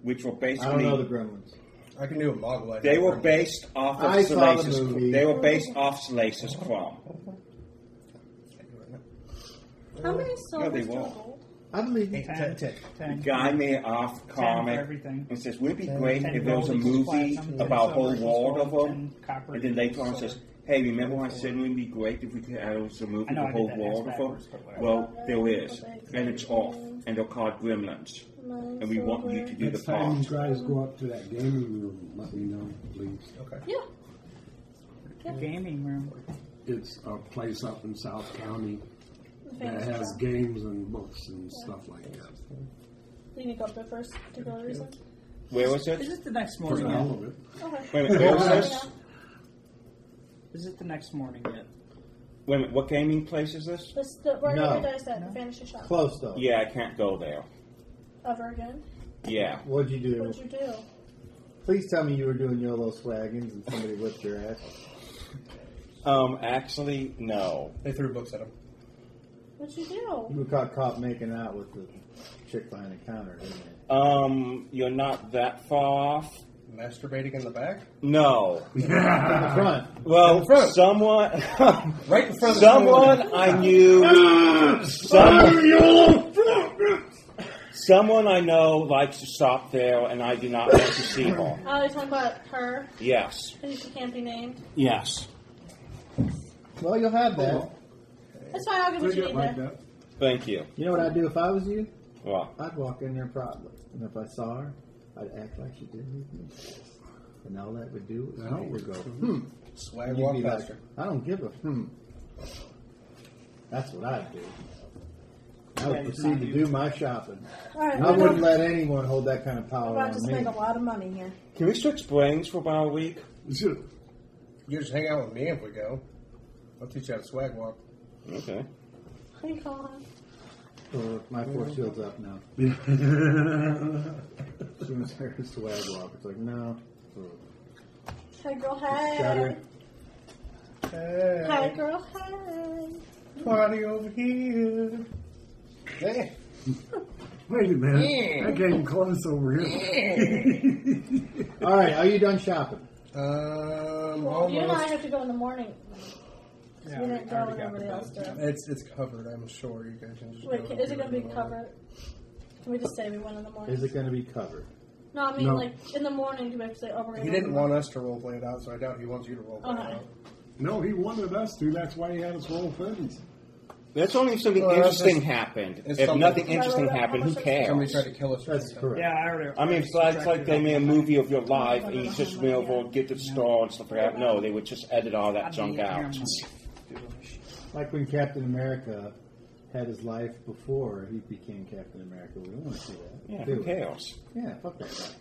Speaker 5: which were
Speaker 2: I don't
Speaker 5: basically
Speaker 2: know the Gremlins.
Speaker 1: I can do a model. I
Speaker 5: they
Speaker 1: think.
Speaker 5: were based off of
Speaker 2: I saw the
Speaker 5: Salacious.
Speaker 2: movie.
Speaker 5: They were based off Salacious Crumb.
Speaker 3: How many
Speaker 5: they
Speaker 3: silvers do
Speaker 5: won't.
Speaker 3: gold?
Speaker 2: I believe
Speaker 1: Eight, ten,
Speaker 4: Ten.
Speaker 1: ten.
Speaker 4: ten.
Speaker 5: The guy made off comic
Speaker 4: everything.
Speaker 5: and says, "Wouldn't it be
Speaker 1: Ten-
Speaker 5: great
Speaker 4: ten
Speaker 5: if there was a
Speaker 4: goldies,
Speaker 5: movie
Speaker 4: platinum,
Speaker 5: about a
Speaker 4: ten
Speaker 5: whole
Speaker 4: silvers,
Speaker 5: world of
Speaker 4: gold,
Speaker 5: them?"
Speaker 4: ten copper,
Speaker 5: And then later on
Speaker 4: silver.
Speaker 5: says, "Hey, remember when I said it would be great if we could have a movie
Speaker 4: I
Speaker 5: with
Speaker 4: know
Speaker 5: a
Speaker 4: I did
Speaker 5: whole
Speaker 4: that
Speaker 5: world
Speaker 4: ass
Speaker 5: of them?"
Speaker 4: backwards, but whatever.
Speaker 5: Well, there is, and it's off, and they're called Gremlins,
Speaker 3: Nine
Speaker 5: and we want you to
Speaker 3: silver.
Speaker 5: do the
Speaker 6: Next time you
Speaker 5: part.
Speaker 6: guys go up to that gaming room, let me know, please.
Speaker 1: Okay.
Speaker 3: Yeah.
Speaker 4: Gaming room.
Speaker 6: It's a place up in South County that
Speaker 3: Famous
Speaker 6: has
Speaker 3: stuff.
Speaker 6: games and books and stuff like that.
Speaker 3: You need to go up there for a particular reason.
Speaker 5: Where was
Speaker 4: Is
Speaker 5: it?
Speaker 4: it the next
Speaker 6: For
Speaker 4: morning
Speaker 6: the hell
Speaker 4: yet?
Speaker 6: of it.
Speaker 3: Okay.
Speaker 5: Wait a minute, where was this?
Speaker 4: Is it the next morning yet?
Speaker 5: Wait a minute, what gaming place is this?
Speaker 3: This, the, where
Speaker 2: No.
Speaker 3: did I say that? Fantasy shop.
Speaker 2: close though.
Speaker 5: Yeah, I can't go there.
Speaker 3: Ever again?
Speaker 5: Yeah.
Speaker 2: What'd you do?
Speaker 3: What'd you do?
Speaker 2: Please tell me you were doing YOLO swaggins and somebody whipped your ass.
Speaker 5: Um. Actually, no.
Speaker 1: They threw books at him.
Speaker 3: What'd you do?
Speaker 2: You were caught caught making out with the chick behind the counter, didn't you?
Speaker 5: Um. You're not that far off.
Speaker 1: Masturbating in the back,
Speaker 5: No.
Speaker 2: In the front.
Speaker 5: Well,
Speaker 1: front.
Speaker 5: someone,
Speaker 1: right in front of
Speaker 5: someone I knew, some, someone I know likes to stop there, and I do not want to see her.
Speaker 3: Oh, you're talking about her,
Speaker 5: Yes.
Speaker 3: who she can't be named.
Speaker 5: Yes.
Speaker 2: Well, you'll have that.
Speaker 3: That's fine, I'll give what
Speaker 6: Take
Speaker 3: you
Speaker 6: it
Speaker 3: need
Speaker 6: like
Speaker 3: there.
Speaker 6: that.
Speaker 5: Thank you.
Speaker 2: You know what I'd do if I was you?
Speaker 5: Well,
Speaker 2: I'd walk in there proudly, and if I saw her, I'd act like she didn't need me. And all that would do was
Speaker 6: That
Speaker 2: make her
Speaker 6: would-
Speaker 2: go, hmm.
Speaker 1: Swag
Speaker 2: You'd
Speaker 1: walk
Speaker 2: be like,
Speaker 1: faster.
Speaker 2: I don't give a hmm. That's what I'd do. I would
Speaker 4: Yeah, it's
Speaker 2: proceed
Speaker 4: not
Speaker 2: to
Speaker 4: you.
Speaker 2: do my shopping.
Speaker 3: All right,
Speaker 2: I
Speaker 3: we're
Speaker 2: wouldn't
Speaker 3: about-
Speaker 2: let anyone hold that Oh, kind of
Speaker 3: we're
Speaker 2: power
Speaker 3: about
Speaker 2: on
Speaker 3: to
Speaker 2: me.
Speaker 3: spend a lot of money here.
Speaker 5: can we switch brains for about a week?
Speaker 6: It's just-
Speaker 1: You just hang out with me if we go. I'll teach you how to swag walk.
Speaker 5: Okay.
Speaker 3: Hey, Colin.
Speaker 2: So my force shield's up now. As soon as I hear swag walk, it's like, no.
Speaker 3: Hey, girl, hey.
Speaker 2: Shatter.
Speaker 3: Hey,
Speaker 1: Hey,
Speaker 3: girl, hey.
Speaker 1: party over here.
Speaker 2: Hey,
Speaker 6: Wait a minute. That came close over here.
Speaker 2: All right, are you done shopping?
Speaker 1: Um,
Speaker 3: Well, you and I
Speaker 1: almost.
Speaker 3: have to go in the morning. 'cause
Speaker 4: Yeah,
Speaker 3: we
Speaker 4: we
Speaker 3: didn't go
Speaker 4: already
Speaker 3: and
Speaker 4: got
Speaker 3: everybody
Speaker 4: the
Speaker 3: else did.
Speaker 1: It's it's covered. I'm sure you guys can just.
Speaker 3: Wait,
Speaker 1: go
Speaker 3: can, is it
Speaker 1: do
Speaker 3: going to be
Speaker 1: in the morning.
Speaker 3: covered? Can we just say we went in the morning?
Speaker 2: Is it going to be covered?
Speaker 3: No, I mean,
Speaker 6: No.
Speaker 3: like, in the morning, do we have to say, oh, we're going
Speaker 1: He didn't want us to roleplay it out, so I doubt he wants you to roleplay
Speaker 3: Okay.
Speaker 1: it out.
Speaker 6: no, he wanted us to. That's why he had us roll things.
Speaker 5: That's only if something
Speaker 1: Well, that's
Speaker 5: interesting
Speaker 1: just-
Speaker 5: happened.
Speaker 1: it's
Speaker 5: If
Speaker 1: something-
Speaker 5: nothing interesting
Speaker 3: Right, right,
Speaker 5: happened, who
Speaker 3: right, how much-
Speaker 1: Somebody tried
Speaker 5: cares?
Speaker 1: to kill us. or
Speaker 2: That's
Speaker 1: something.
Speaker 2: correct.
Speaker 4: Yeah, I already.
Speaker 5: I mean, it's not it's like they made a movie of your life and you
Speaker 3: no,
Speaker 5: just
Speaker 3: no,
Speaker 5: went
Speaker 3: no,
Speaker 5: over
Speaker 3: yeah.
Speaker 5: and get the star and stuff like that. No, they would just edit all that junk out.
Speaker 2: Like when Captain America had his life before he became Captain America. We don't want to see that.
Speaker 5: Yeah,
Speaker 2: do
Speaker 5: who
Speaker 2: we?
Speaker 5: cares?
Speaker 2: Yeah, fuck that guy.
Speaker 1: He's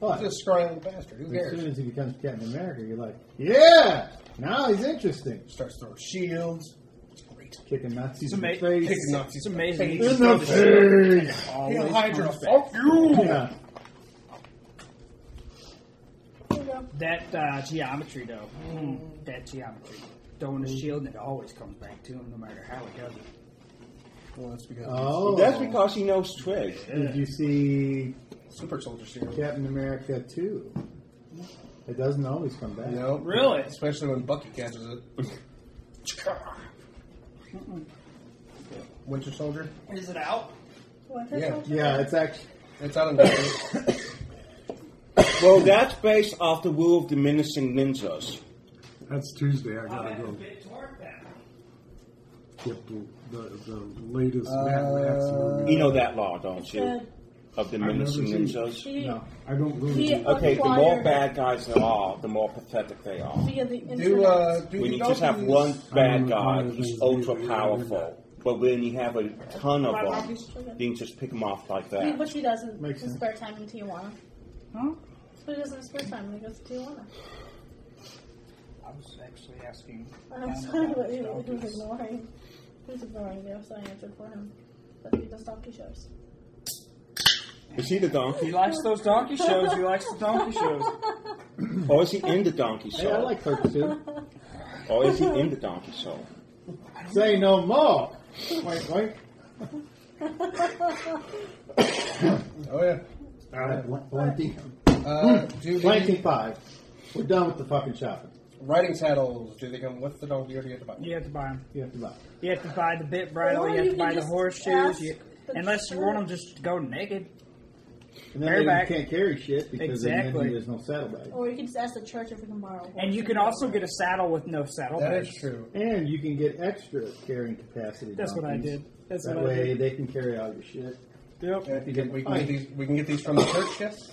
Speaker 2: But
Speaker 1: a scrawny little bastard. Who
Speaker 2: as soon
Speaker 1: cares?
Speaker 2: as he becomes Captain America, you're like, yeah, now he's interesting.
Speaker 1: Starts throwing shields. It's great.
Speaker 2: Kicking Nazis
Speaker 4: It's,
Speaker 2: in the
Speaker 4: ama-
Speaker 2: face.
Speaker 1: Kicking
Speaker 4: it's,
Speaker 1: Nazis
Speaker 4: it's
Speaker 1: in the
Speaker 4: amazing.
Speaker 1: face.
Speaker 4: You
Speaker 2: In
Speaker 4: throw
Speaker 2: the
Speaker 4: shield and it
Speaker 2: face.
Speaker 4: always
Speaker 1: Hail
Speaker 4: comes
Speaker 1: Hydra,
Speaker 4: back.
Speaker 1: fuck you!
Speaker 2: Yeah.
Speaker 4: That uh, geometry, though. Mm, that geometry. Throwing a shield, and it always comes back to him, no matter how it does it.
Speaker 1: Well, that's because
Speaker 2: Oh,
Speaker 5: That's because he knows Trig.
Speaker 2: Did you see
Speaker 1: Super Soldier Serum.
Speaker 2: Captain America 2? It doesn't always come back.
Speaker 1: You know?
Speaker 4: Really?
Speaker 1: Especially when Bucky catches it. Winter Soldier?
Speaker 4: Is it out?
Speaker 1: Yeah.
Speaker 2: Yeah, it's actually.
Speaker 1: It's out on Netflix.
Speaker 5: Well, that's based off the rule of diminishing ninjas.
Speaker 6: That's Tuesday. I gotta go. Get the, the, the latest
Speaker 1: Uh,
Speaker 6: Mad Max movie.
Speaker 5: You know that law, don't you?
Speaker 3: Good.
Speaker 5: Of diminishing
Speaker 6: I've never seen
Speaker 5: ninjas.
Speaker 3: He,
Speaker 2: No.
Speaker 6: I don't really.
Speaker 3: he
Speaker 1: Uh,
Speaker 5: Okay, the more
Speaker 3: acquired
Speaker 5: bad guys there are, the more pathetic they are.
Speaker 3: via the internet.
Speaker 1: do, uh, do
Speaker 5: When
Speaker 1: the
Speaker 5: you just have
Speaker 1: Dolphins-
Speaker 5: one bad
Speaker 6: I'm
Speaker 5: guy,
Speaker 6: gonna
Speaker 5: he's
Speaker 6: do
Speaker 5: ultra
Speaker 6: that.
Speaker 5: powerful. But when you have a ton of them,
Speaker 3: Sugar.
Speaker 5: then you just pick them off like
Speaker 3: He-
Speaker 5: that.
Speaker 3: But he does in
Speaker 2: Makes
Speaker 3: his
Speaker 2: sense.
Speaker 3: spare time in Tijuana.
Speaker 4: Huh?
Speaker 3: That's what he does in his spare time when he goes to Tijuana.
Speaker 4: I was actually asking.
Speaker 3: I'm sorry, but he, he was ignoring. He was ignoring you, so I answered for him. But he does donkey shows.
Speaker 5: Is he the
Speaker 4: He
Speaker 5: donkey?
Speaker 4: likes those donkey shows. He likes the donkey shows.
Speaker 5: Or is he in the donkey
Speaker 2: Hey, I
Speaker 5: show?
Speaker 2: like her too.
Speaker 5: Or is he
Speaker 3: Uh-huh.
Speaker 5: in the donkey show?
Speaker 2: Say no more. Wait, wait.
Speaker 1: Oh, yeah.
Speaker 2: Blanking,
Speaker 1: Uh, do the
Speaker 2: blanking five. We're done with the fucking shopping.
Speaker 1: riding saddles, do they come with the donkey or do you have to buy them?
Speaker 4: You have to buy them.
Speaker 2: You have to buy.
Speaker 4: You have to buy the bit bridle.
Speaker 3: Or
Speaker 4: You have
Speaker 3: you
Speaker 4: to buy
Speaker 3: can
Speaker 4: the
Speaker 3: just
Speaker 4: horseshoes.
Speaker 3: ask
Speaker 4: You,
Speaker 3: the
Speaker 4: unless you want them just to go naked.
Speaker 2: And then they
Speaker 4: Bareback.
Speaker 2: can't carry shit because then
Speaker 4: Exactly.
Speaker 2: there's no saddlebag.
Speaker 3: Or you can just ask the church if we can borrow. one.
Speaker 4: And you can also get a saddle with no saddle.
Speaker 1: That is
Speaker 4: bags.
Speaker 1: true.
Speaker 2: And you can get extra carrying capacity.
Speaker 4: That's what I
Speaker 2: donkeys.
Speaker 4: did. That's
Speaker 2: that
Speaker 4: what I
Speaker 2: way
Speaker 4: did.
Speaker 2: they can carry all your shit.
Speaker 4: Yep.
Speaker 1: We can, we, can get these, we can get these from the church, yes?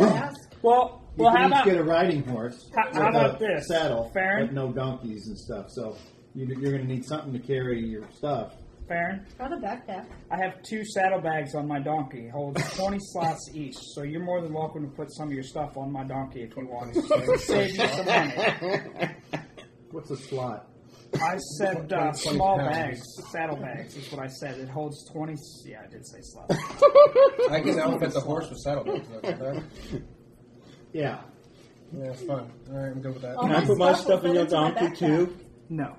Speaker 3: Ask.
Speaker 4: Well,
Speaker 2: You
Speaker 4: well,
Speaker 2: can
Speaker 4: how
Speaker 2: each
Speaker 4: about
Speaker 2: get a riding horse.
Speaker 4: How- how
Speaker 2: with
Speaker 4: about
Speaker 2: a
Speaker 4: this,
Speaker 2: saddle?
Speaker 4: Farron?
Speaker 2: But no donkeys and stuff. So you, you're going to need something to carry your stuff.
Speaker 4: Farron?
Speaker 3: Or the backpack.
Speaker 4: I have two saddlebags on my donkey, holds 20 slots each, so you're more than welcome to put some of your stuff on my donkey if you want. to save you some money.
Speaker 2: What's a slot?
Speaker 4: I said uh,
Speaker 1: 20
Speaker 4: small
Speaker 1: pounds.
Speaker 4: bags, saddlebags is what I said. It holds 20. s- Yeah, I did say slots.
Speaker 1: I can outfit the horse with saddlebags. though, right?
Speaker 2: Yeah.
Speaker 1: Yeah, it's fine. All right, I'm good with that.
Speaker 3: All
Speaker 5: Can I put my stuff
Speaker 3: will
Speaker 5: in your
Speaker 3: fit into my
Speaker 5: donkey
Speaker 3: backpack.
Speaker 5: too?
Speaker 4: No.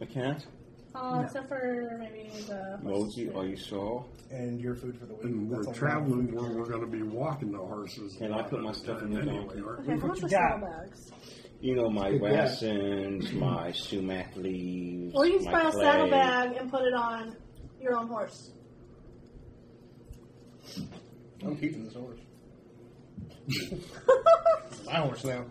Speaker 5: I can't?
Speaker 3: Uh, Except for maybe the.
Speaker 5: Rosie, are you sure?
Speaker 1: And your food for the week.
Speaker 6: And we're
Speaker 1: That's a lot.
Speaker 6: traveling where we're going to be walking the horses.
Speaker 5: Can I put my stuff in the
Speaker 6: anyway?
Speaker 5: donkey?
Speaker 6: aren't
Speaker 3: Okay,
Speaker 6: we?
Speaker 3: how much
Speaker 4: you
Speaker 3: are
Speaker 4: got?
Speaker 3: saddlebags?
Speaker 5: You know, my
Speaker 2: Good guess.
Speaker 5: raisins, my sumac leaves.
Speaker 3: Or you just
Speaker 5: my
Speaker 3: buy a
Speaker 5: clay.
Speaker 3: saddlebag and put it on your own horse.
Speaker 1: I'm keeping this horse. my horse now.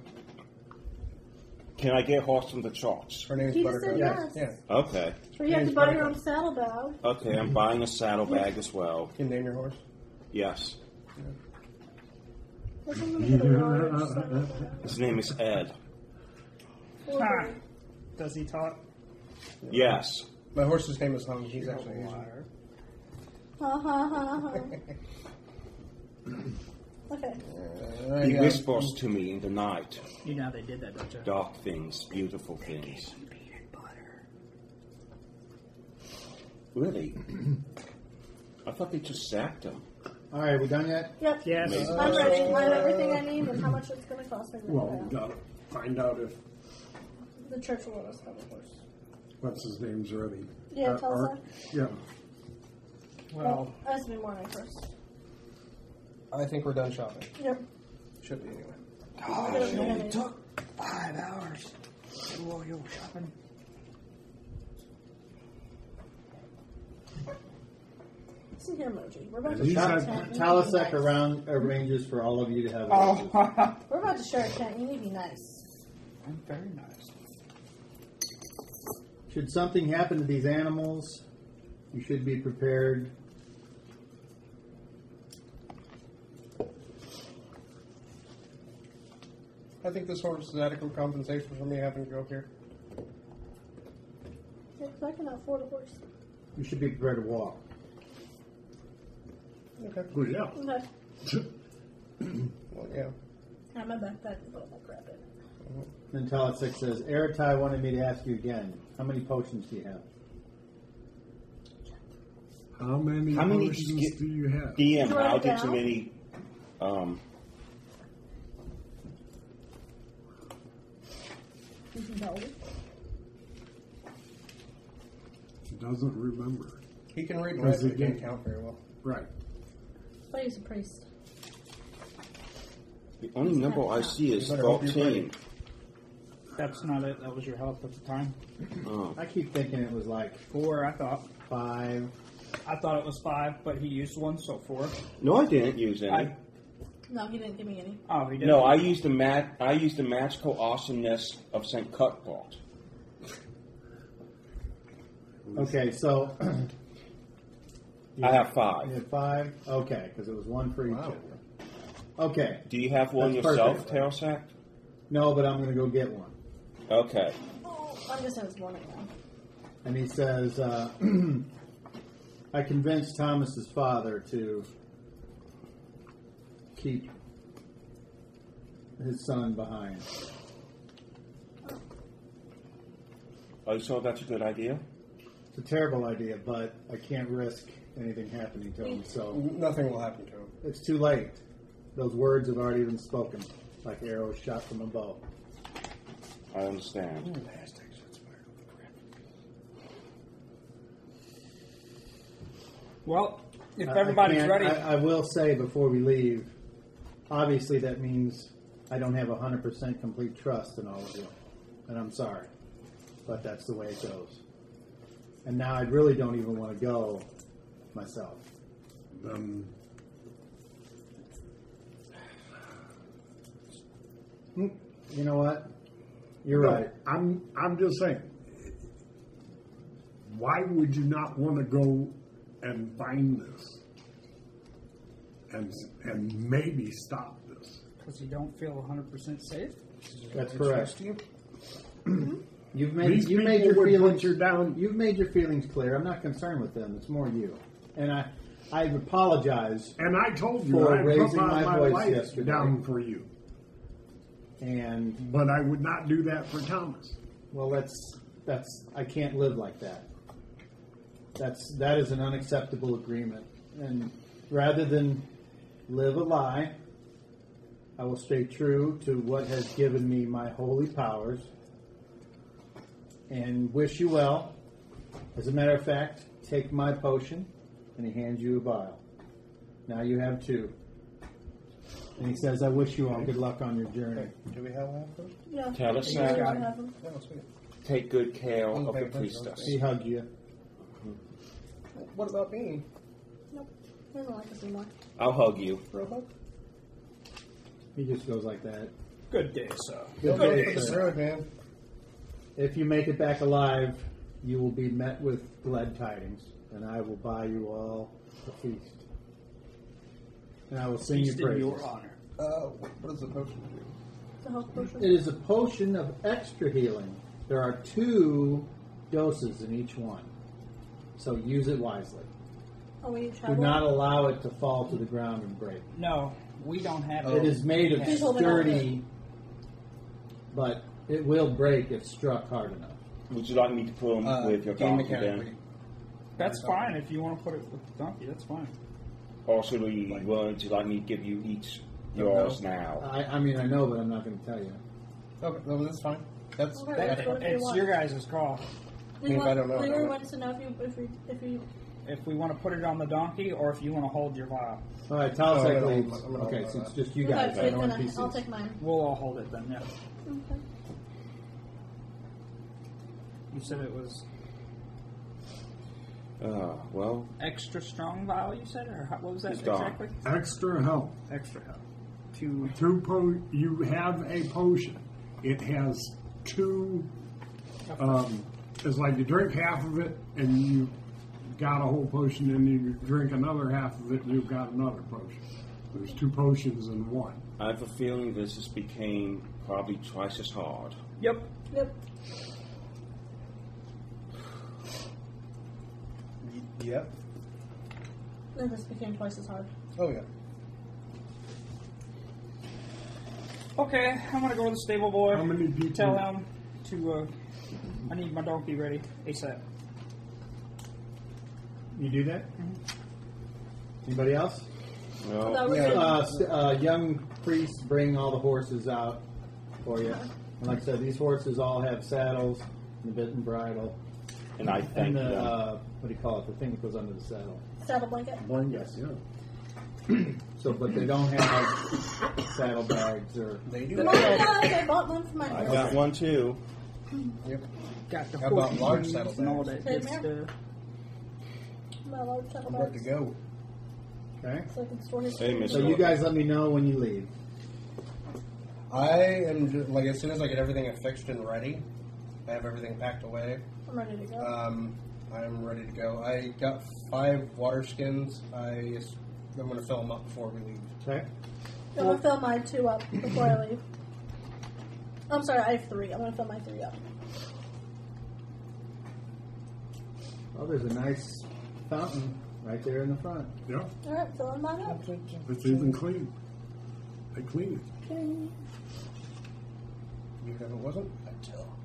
Speaker 5: Can I get horse from the church?
Speaker 1: Her name's
Speaker 3: He just
Speaker 1: Buttercup.
Speaker 3: said yes.
Speaker 1: Yeah.
Speaker 5: Okay.
Speaker 3: Or you have to
Speaker 1: Here's
Speaker 3: buy
Speaker 1: my
Speaker 3: your own
Speaker 1: horse.
Speaker 3: saddlebag.
Speaker 5: Okay, I'm buying a saddlebag as well.
Speaker 1: Can you name your horse?
Speaker 5: Yes.
Speaker 3: That's what I'm gonna get a large saddlebag.
Speaker 5: His name is Ed.
Speaker 4: Ha.
Speaker 3: Or-
Speaker 4: Does he talk?
Speaker 5: Yes.
Speaker 1: My horse's name is Hung. He's actually Asian.
Speaker 4: Liar.
Speaker 3: Ha ha ha ha. uh-huh. Okay.
Speaker 1: Uh, I
Speaker 5: He
Speaker 1: got-
Speaker 5: whispers to me in the night
Speaker 4: You know how they did that, don't you?
Speaker 5: dark things, beautiful things.
Speaker 4: Peanut butter.
Speaker 5: Really? I thought they just sacked him.
Speaker 2: All right, we done yet?
Speaker 3: Yep.
Speaker 4: Yes.
Speaker 3: I'm ready. I have everything I need and how much it's going to cost me. to
Speaker 6: Well,
Speaker 3: buy
Speaker 6: we
Speaker 3: it.
Speaker 6: gotta find out if
Speaker 3: The church will let us come, of course.
Speaker 6: what's his name's ready.
Speaker 3: Yeah,
Speaker 6: Uh,
Speaker 3: tell us
Speaker 6: Art- Yeah.
Speaker 4: Well,
Speaker 3: that has to be morning first.
Speaker 1: I think we're done shopping.
Speaker 3: Yep.
Speaker 1: Should be anyway.
Speaker 3: Get it ready.
Speaker 4: five hours. Whoa, you shopping.
Speaker 3: See here, Moji. We're about to
Speaker 6: He's
Speaker 3: share a
Speaker 6: had-
Speaker 3: tent. You need to be
Speaker 2: Talisek
Speaker 3: nice.
Speaker 2: around arranges for all of you to have. a
Speaker 4: Oh,
Speaker 3: We're about to share a tent. You need to be nice.
Speaker 4: I'm very nice.
Speaker 2: Should something happen to these animals, you should be prepared.
Speaker 1: I think this horse is adequate compensation for me having to go here.
Speaker 3: Yeah, 'cause I can afford a horse.
Speaker 2: You should be prepared to walk.
Speaker 1: Okay.
Speaker 6: Well, yeah.
Speaker 3: Okay.
Speaker 1: Well, yeah.
Speaker 3: I'm my backpack with all my crap in it.
Speaker 2: Then Talisek says, Eritai wanted me to ask you again. How many potions do you have?
Speaker 6: How many
Speaker 5: How many
Speaker 6: potions
Speaker 5: ski-
Speaker 6: do you have?
Speaker 5: DM,
Speaker 3: Throw it
Speaker 5: how did you
Speaker 3: down.
Speaker 5: many? Um,
Speaker 3: No.
Speaker 6: He doesn't remember.
Speaker 1: He can read and write,
Speaker 6: Where's the
Speaker 1: but he can't
Speaker 6: game?
Speaker 1: count very well.
Speaker 6: Right.
Speaker 3: But he's a priest.
Speaker 5: the only number I see is
Speaker 1: You better hope you're
Speaker 5: 14.
Speaker 4: That's not it. That was your health at the time.
Speaker 5: Oh.
Speaker 2: I keep thinking it was like
Speaker 4: Four, I thought.
Speaker 2: five.
Speaker 4: I thought it was five, but he used one, so four.
Speaker 5: No, I didn't use any.
Speaker 4: I,
Speaker 3: No, he didn't give me any.
Speaker 4: oh, he did.
Speaker 5: no, I used the mag- I used the magical awesomeness of Saint Cuthbert.
Speaker 2: Okay, so
Speaker 5: I have five.
Speaker 2: you have five. Okay, because it was one for each.
Speaker 1: Wow.
Speaker 2: of you. Okay,
Speaker 5: Do you have one
Speaker 2: That's
Speaker 5: yourself,
Speaker 2: perfect.
Speaker 5: Tailsack?
Speaker 2: no, but I'm going to go get one.
Speaker 5: Okay.
Speaker 3: Oh, I'm just in his morning now.
Speaker 2: And he says, uh, I convinced Thomas's father to keep his son behind.
Speaker 5: Oh, so that's a good idea.
Speaker 2: It's a terrible idea, but I can't risk anything happening to him, so
Speaker 1: N- Nothing will happen to him.
Speaker 2: it's too late. Those words have already been spoken, like arrows shot from a bow.
Speaker 5: I understand.
Speaker 4: Well, if
Speaker 2: Uh, I- I
Speaker 4: everybody's
Speaker 2: can't-
Speaker 4: ready,
Speaker 2: I, I will say before we leave, obviously that means I don't have 100% complete trust in all of you. And I'm sorry, but that's the way it goes. And now I really don't even want to go myself.
Speaker 6: Um,
Speaker 2: Hmm, You know what? You're
Speaker 6: no,
Speaker 2: right.
Speaker 6: I'm, I'm just saying, why would you not want to go and find this? And, and maybe stop this?
Speaker 4: because you don't feel 100% safe.
Speaker 2: That's
Speaker 4: I
Speaker 2: correct.
Speaker 4: trust you.
Speaker 2: You've made
Speaker 6: These
Speaker 2: you made
Speaker 6: people
Speaker 2: your
Speaker 6: would put
Speaker 2: feelings
Speaker 6: you down.
Speaker 2: You've made your feelings clear. I'm not concerned with them. It's more you. And I I apologize
Speaker 6: And I told you,
Speaker 2: For
Speaker 6: I put
Speaker 2: raising
Speaker 6: my,
Speaker 2: my
Speaker 6: my
Speaker 2: voice
Speaker 6: life
Speaker 2: yesterday.
Speaker 6: down for you.
Speaker 2: and
Speaker 6: But I would not do that for Thomas.
Speaker 2: Well, that's that's I can't live like that. That's that is an unacceptable agreement. And rather than live a lie, I will stay true to what has given me my holy powers and wish you well. As a matter of fact, take my potion and he hands you a vial. Now you have two. And he says, I wish you all good luck on your journey.
Speaker 1: Do we have one of those?
Speaker 3: Yeah.
Speaker 5: Tell us
Speaker 3: You guys
Speaker 5: that.
Speaker 3: don't have them.
Speaker 1: No, sweet.
Speaker 5: Take good care
Speaker 1: I'm
Speaker 5: of
Speaker 1: very
Speaker 5: the
Speaker 1: good,
Speaker 5: priestess.
Speaker 2: He hugged you.
Speaker 1: What about me,
Speaker 3: Nope. He doesn't like us anymore.
Speaker 5: I'll hug you.
Speaker 1: Robo?
Speaker 2: He just goes like that.
Speaker 4: Good day, sir.
Speaker 1: Don't go
Speaker 2: day,
Speaker 1: for the
Speaker 2: sir.
Speaker 1: road, man.
Speaker 2: If you make it back alive, you will be met with glad tidings, and I will buy you all a feast. And I will sing
Speaker 4: Feast
Speaker 2: you
Speaker 4: in
Speaker 2: praises.
Speaker 4: your honor.
Speaker 1: Uh, what does the potion do?
Speaker 3: The health potion.
Speaker 2: It is a potion of extra healing. There are two doses in each one, so use it wisely.
Speaker 3: Oh, we each
Speaker 2: Do
Speaker 3: have
Speaker 2: not
Speaker 3: one.
Speaker 2: allow it to fall to the ground and break.
Speaker 4: No, we don't have
Speaker 2: It is made of
Speaker 3: Please hold it out
Speaker 2: sturdy, but it will break if struck hard enough.
Speaker 5: Would you like me to put him
Speaker 1: Uh,
Speaker 5: with your
Speaker 1: game
Speaker 5: donkey
Speaker 1: mechanically.
Speaker 5: then?
Speaker 4: That's fine if you want to put it with the donkey. That's fine.
Speaker 5: Also, are you willing to let me give you each yours now?
Speaker 2: I, I mean, I know, but I'm not going to tell you.
Speaker 1: Okay, well, that's fine. That's
Speaker 3: Okay,
Speaker 1: that,
Speaker 3: that's what do you
Speaker 4: It's
Speaker 3: want?
Speaker 4: your guys' call.
Speaker 1: I mean, if I don't know, I
Speaker 3: Leroy
Speaker 1: don't know.
Speaker 3: wants to know if you if you if you
Speaker 4: If we want to put it on the donkey, or if you want to hold your vial,
Speaker 2: All right, Tal
Speaker 1: No, I
Speaker 2: take
Speaker 1: don't-
Speaker 2: leads.
Speaker 1: I'm not
Speaker 2: Okay,
Speaker 1: about
Speaker 2: so it's
Speaker 1: that.
Speaker 2: just you guys.
Speaker 3: Okay,
Speaker 2: I don't want
Speaker 3: then
Speaker 2: pieces.
Speaker 3: I'll take mine.
Speaker 4: we'll all hold it then. Yeah.
Speaker 3: Okay.
Speaker 4: You said it was
Speaker 5: Uh, well,
Speaker 4: extra strong vial. You said, or how, what was that
Speaker 5: It's gone.
Speaker 4: exactly?
Speaker 6: Extra help.
Speaker 4: Extra help. Two.
Speaker 6: Two po- you have a potion. It has two. Um, it's like you drink half of it and you got a whole potion, and you drink another half of it and you've got another potion. There's two potions in one.
Speaker 5: I have a feeling this has became probably twice as hard.
Speaker 4: Yep.
Speaker 3: Yep.
Speaker 1: Yep.
Speaker 3: Then this became twice as hard.
Speaker 1: Oh yeah.
Speaker 4: Okay, I'm gonna go to the stable boy.
Speaker 6: How many do you
Speaker 4: Tell
Speaker 6: think?
Speaker 4: him to. Uh, I need my donkey ready asap.
Speaker 2: You do that?
Speaker 3: Mm-hmm.
Speaker 2: Anybody else?
Speaker 5: Well,
Speaker 3: That was
Speaker 1: yeah.
Speaker 3: it.
Speaker 2: Uh, s- uh, young priests bring all the horses out for you. And like I said, these horses all have saddles and a bit and bridle.
Speaker 5: and I
Speaker 2: and
Speaker 5: thank
Speaker 2: the,
Speaker 5: them.
Speaker 2: uh, what do you call it? The thing that goes under the saddle.
Speaker 3: saddle blanket.
Speaker 6: Yes, yeah.
Speaker 2: So, but they don't have saddlebags or.
Speaker 1: They do.
Speaker 3: Mine does. I bought one for my
Speaker 5: I got one too.
Speaker 1: Yep.
Speaker 4: Got the
Speaker 1: How about
Speaker 4: horse
Speaker 1: large
Speaker 4: shoes
Speaker 1: saddlebags?
Speaker 4: and all that
Speaker 3: Hey,
Speaker 4: good stuff.
Speaker 3: my large saddle
Speaker 1: I'm ready to
Speaker 3: bag,
Speaker 1: go.
Speaker 2: Okay.
Speaker 3: so I can store his.
Speaker 5: Hey, Miss
Speaker 2: So you guys let me know when you leave.
Speaker 1: I am just, like as soon as I get everything affixed and ready, I have everything packed away.
Speaker 3: I'm ready to go.
Speaker 1: Um, I'm ready to go. I got five water skins. I I'm gonna fill them up before we leave.
Speaker 2: Okay.
Speaker 3: I'm gonna fill my two up before I leave. I'm sorry, I have three. I'm gonna fill my three up.
Speaker 2: Oh, there's a nice fountain right there in the front.
Speaker 6: Yeah,
Speaker 3: All right, filling mine up.
Speaker 6: it's even clean. They clean it.
Speaker 1: Even if it wasn't, I'd tell.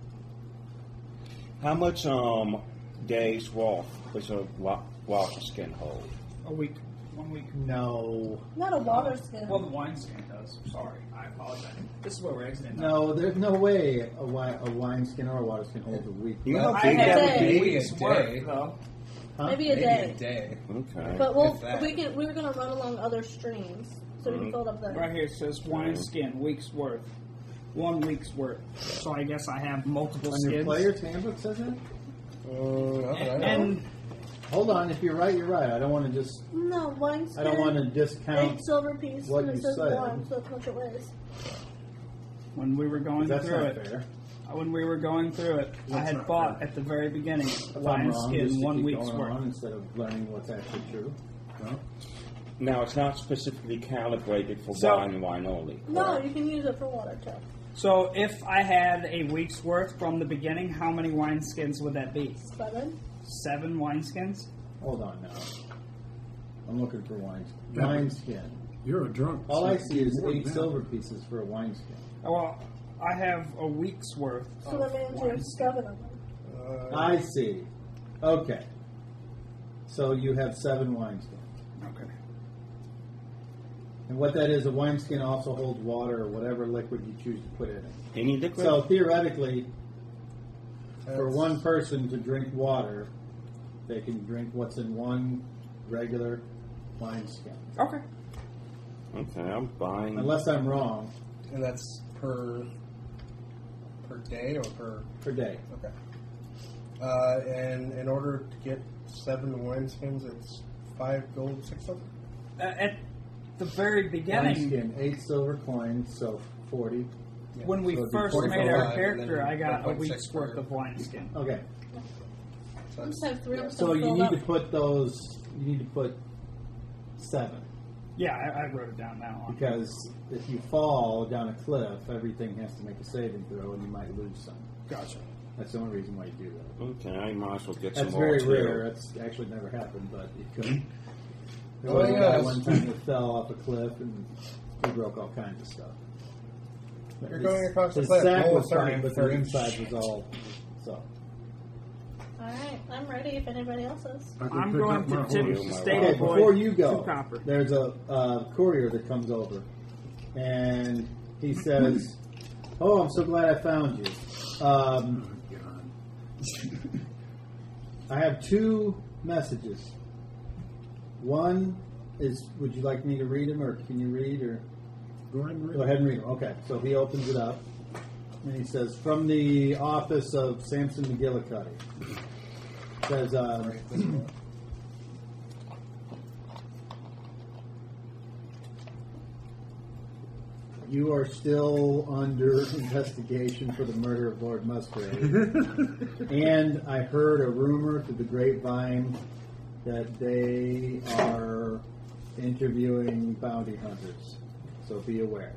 Speaker 5: How much um days walk does a wa- water skin hold?
Speaker 4: A week. One week.
Speaker 2: No.
Speaker 3: Not a water skin.
Speaker 7: Well, the wine skin does. Sorry, I apologize. This is where we're exiting. now.
Speaker 2: No, there's no way a, wi- a wine skin or a water skin holds a week.
Speaker 5: You
Speaker 1: Well,
Speaker 5: know how
Speaker 7: I
Speaker 5: big
Speaker 7: had
Speaker 5: that
Speaker 3: a
Speaker 5: would
Speaker 3: day.
Speaker 5: be?
Speaker 7: weeks
Speaker 1: Maybe a
Speaker 7: worth,
Speaker 1: day.
Speaker 7: though.
Speaker 2: Huh?
Speaker 3: Maybe a
Speaker 1: Maybe a
Speaker 3: day.
Speaker 1: day.
Speaker 5: Okay.
Speaker 3: But we'll
Speaker 1: If that.
Speaker 3: we can we were gonna run along other streams, so we can fill it up there.
Speaker 4: Right here it says wine skin, week's worth. One week's worth. So I guess I have multiple
Speaker 2: On your
Speaker 4: skins.
Speaker 2: player's handbook says that?
Speaker 1: Uh, I don't know.
Speaker 4: And
Speaker 2: Hold on, if you're right, you're right. I don't want to just.
Speaker 3: No, one skin.
Speaker 2: I don't want to
Speaker 3: Eight
Speaker 2: discount.
Speaker 3: silver piece,
Speaker 2: what
Speaker 3: and it
Speaker 2: you
Speaker 3: says
Speaker 2: said.
Speaker 3: one, so that's much it weighs.
Speaker 4: when we were going
Speaker 2: That's
Speaker 4: through
Speaker 2: not
Speaker 4: it,
Speaker 2: fair.
Speaker 4: when we were going through it, I
Speaker 6: That's
Speaker 4: had
Speaker 6: not
Speaker 4: bought at the very beginning a
Speaker 2: If I'm
Speaker 4: wine
Speaker 2: wrong, just
Speaker 4: skin,
Speaker 2: to
Speaker 4: one
Speaker 2: keep
Speaker 4: week's
Speaker 2: going on
Speaker 4: worth.
Speaker 2: instead of learning what's actually true.
Speaker 6: Yeah.
Speaker 5: Now it's not specifically calibrated for
Speaker 4: So-
Speaker 5: wine and wine only.
Speaker 3: No,
Speaker 5: correct?
Speaker 3: you can use it for water too.
Speaker 4: So if I had a week's worth from the beginning, how many wine skins would that be?
Speaker 3: Seven.
Speaker 4: Seven wine skins?
Speaker 2: Hold on now. I'm looking for wines.
Speaker 6: Yeah, but-
Speaker 2: Wineskin.
Speaker 6: You're a drunk.
Speaker 2: All
Speaker 6: so
Speaker 2: I see is
Speaker 6: you
Speaker 2: eight
Speaker 6: want that.
Speaker 2: silver pieces for a wineskin.
Speaker 4: Oh, Well, I have a week's worth
Speaker 3: So
Speaker 4: of
Speaker 3: that means
Speaker 4: wine
Speaker 3: there's
Speaker 4: skins.
Speaker 3: seven of them.
Speaker 1: Uh,
Speaker 2: I see. Okay. So you have seven wineskins.
Speaker 4: Okay.
Speaker 2: And what that is, a wineskin also holds water or whatever liquid you choose to put in it.
Speaker 5: Any liquid?
Speaker 2: So theoretically, for one person to drink water, they can drink what's in one regular wineskin.
Speaker 4: Okay.
Speaker 5: okay, I'm buying.
Speaker 2: Unless I'm wrong,
Speaker 1: And that's per per day or per
Speaker 2: per day.
Speaker 1: okay. Uh, and in order to get seven wine skins, it's five gold, six silver.
Speaker 4: Uh, at the very beginning,
Speaker 2: Wineskin, eight silver coins, so 40.
Speaker 4: When we
Speaker 2: So it'd be
Speaker 4: first
Speaker 2: 45,
Speaker 4: made our
Speaker 1: and
Speaker 4: character,
Speaker 1: then
Speaker 4: I got a
Speaker 1: 1.6
Speaker 4: week's
Speaker 1: for-
Speaker 4: worth of wineskin.
Speaker 2: Okay.
Speaker 1: So
Speaker 3: I
Speaker 1: that's-
Speaker 3: just have three of them.
Speaker 2: So you
Speaker 3: filled
Speaker 2: need
Speaker 3: up.
Speaker 2: to put those, you need to put seven.
Speaker 4: Yeah, I, I wrote it down now.
Speaker 2: Because if you fall down a cliff, everything has to make a saving throw, and you might lose some.
Speaker 4: Gotcha.
Speaker 2: That's the only reason why you do that.
Speaker 5: okay, I might as well get
Speaker 2: That's
Speaker 5: some more
Speaker 2: very
Speaker 5: too.
Speaker 2: rare. That's actually never happened, but it could. There
Speaker 1: Oh,
Speaker 2: was a
Speaker 1: yeah,
Speaker 2: guy
Speaker 1: that's
Speaker 2: one time that fell off a cliff and he broke all kinds of stuff. But
Speaker 1: You're
Speaker 2: his-
Speaker 1: going across the
Speaker 2: his
Speaker 1: cliff.
Speaker 2: sack
Speaker 1: Roll
Speaker 2: was
Speaker 1: a thirty,
Speaker 2: fine, but the
Speaker 1: thirty.
Speaker 2: inside was all. So
Speaker 3: I All right, I'm ready. If anybody else is,
Speaker 6: I can
Speaker 4: I'm
Speaker 6: pick
Speaker 4: going
Speaker 6: up
Speaker 4: to
Speaker 6: my
Speaker 4: tip
Speaker 6: horse.
Speaker 4: the
Speaker 2: Okay,
Speaker 4: stable boy.
Speaker 2: before you
Speaker 4: to
Speaker 2: go,
Speaker 4: copper.
Speaker 2: there's a uh, courier that comes over, and he says, "Oh, I'm so glad I found you. Um, I have two messages. One is, would you like me to read them, or can you read, or?"
Speaker 6: Go ahead and read.
Speaker 2: Go ahead and read them. Okay, so he opens it up and he says, "From the office of Samson McGillicuddy." Says, uh, "You are still under investigation for the murder of Lord Musgrave, and I heard a rumor through the grapevine that they are interviewing bounty hunters. So be aware."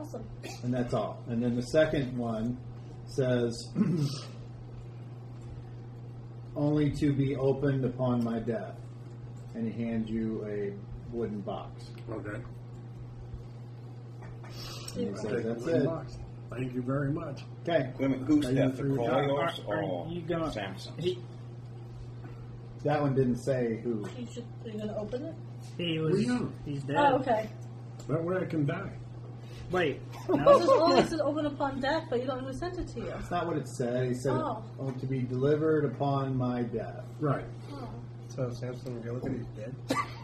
Speaker 3: awesome.
Speaker 2: and that's all. And then the second one says, "Only to be opened upon my death," and he hands you a wooden box.
Speaker 6: Okay.
Speaker 2: And he says,
Speaker 6: Take the
Speaker 2: "That's
Speaker 6: wooden
Speaker 2: it."
Speaker 6: box. Thank you very much.
Speaker 2: Okay,
Speaker 5: Wait a minute, who's
Speaker 6: Are you
Speaker 5: that? The
Speaker 6: through-
Speaker 5: Croyos
Speaker 4: Are- are
Speaker 5: or
Speaker 4: you gonna-
Speaker 5: Samsons?
Speaker 4: He,
Speaker 2: that one didn't say who.
Speaker 3: You should. Are you gonna open it?
Speaker 4: he was.
Speaker 6: Well, yeah.
Speaker 4: He's dead.
Speaker 3: Oh, okay.
Speaker 6: That way I can die.
Speaker 4: Wait.
Speaker 3: This
Speaker 4: No.
Speaker 3: is all this is open upon death, but you don't know who sent it to you.
Speaker 2: That's not what it said. He said,
Speaker 3: Oh.
Speaker 2: "Oh, to be delivered upon my death."
Speaker 6: Right.
Speaker 3: Oh.
Speaker 1: So Samson McGillicuddy's dead.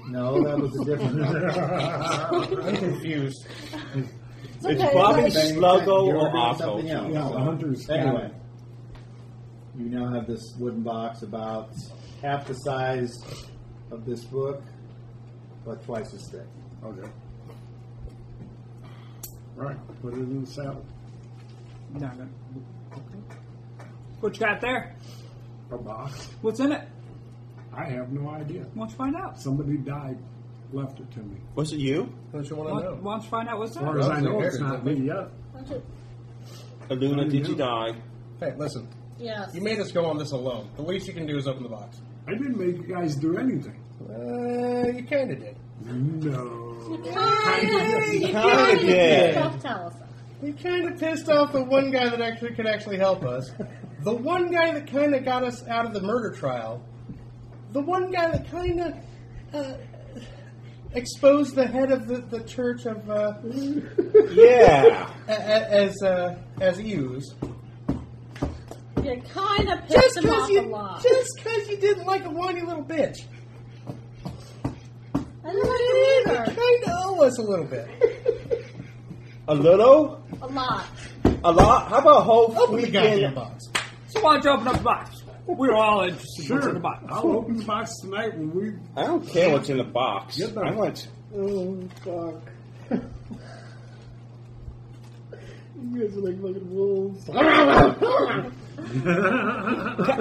Speaker 2: No, that was a different one.
Speaker 1: I'm confused.
Speaker 3: It's,
Speaker 5: It's
Speaker 3: okay,
Speaker 5: Bobby
Speaker 3: it's like-
Speaker 5: Sluggo
Speaker 2: You're
Speaker 5: or
Speaker 2: doing
Speaker 5: Otto.
Speaker 2: something else.
Speaker 6: Yeah, the hunters.
Speaker 2: Anyway, you now have this wooden box about half the size of this book, but twice as thick.
Speaker 6: Okay. Right. Put it in the saddle.
Speaker 4: no, no. What you got there?
Speaker 6: A box.
Speaker 4: What's in it?
Speaker 6: I have no idea.
Speaker 4: Why don't you find out?
Speaker 6: Somebody died, left it to me.
Speaker 5: Was it you?
Speaker 1: Don't you
Speaker 4: Why
Speaker 1: want to know?
Speaker 4: why don't you find out what's
Speaker 6: As
Speaker 4: in
Speaker 6: far
Speaker 4: it?
Speaker 6: as I know, it's not me yet.
Speaker 3: Don't you-
Speaker 5: Aluna, did you
Speaker 6: you.
Speaker 5: die?
Speaker 1: Hey, listen.
Speaker 3: Yes.
Speaker 1: You made us go on this alone. The least you can do is open the box.
Speaker 6: I didn't make you guys do anything.
Speaker 1: Uh, you kind of did.
Speaker 6: No.
Speaker 3: Kinda,
Speaker 5: kinda did.
Speaker 3: Don't tell us.
Speaker 1: We kind of pissed off the one guy that actually could actually help us. The one guy that kind of got us out of the murder trial. The one guy that kind of uh, exposed the head of the, the church of uh,
Speaker 5: Yeah.
Speaker 1: a- a- as uh, as ewes.
Speaker 3: You kind of
Speaker 1: Just
Speaker 3: pissed him off
Speaker 1: because
Speaker 3: a
Speaker 1: you
Speaker 3: lot.
Speaker 1: just because you didn't like a whiny little bitch.
Speaker 3: I didn't like him
Speaker 1: Kind of owe us a little bit.
Speaker 5: A little?
Speaker 3: either. A lot.
Speaker 5: A lot? How about a
Speaker 3: Oh,
Speaker 5: whole
Speaker 1: Open the goddamn
Speaker 5: weekend?
Speaker 1: box.
Speaker 4: So why don't you open up the box? We're all interested in what's in
Speaker 6: Sure.
Speaker 4: the box.
Speaker 6: I'll open the box tonight when we.
Speaker 5: I don't care what's in the box.
Speaker 6: Get them.
Speaker 5: I want.
Speaker 2: Oh, fuck. you guys are like fucking wolves.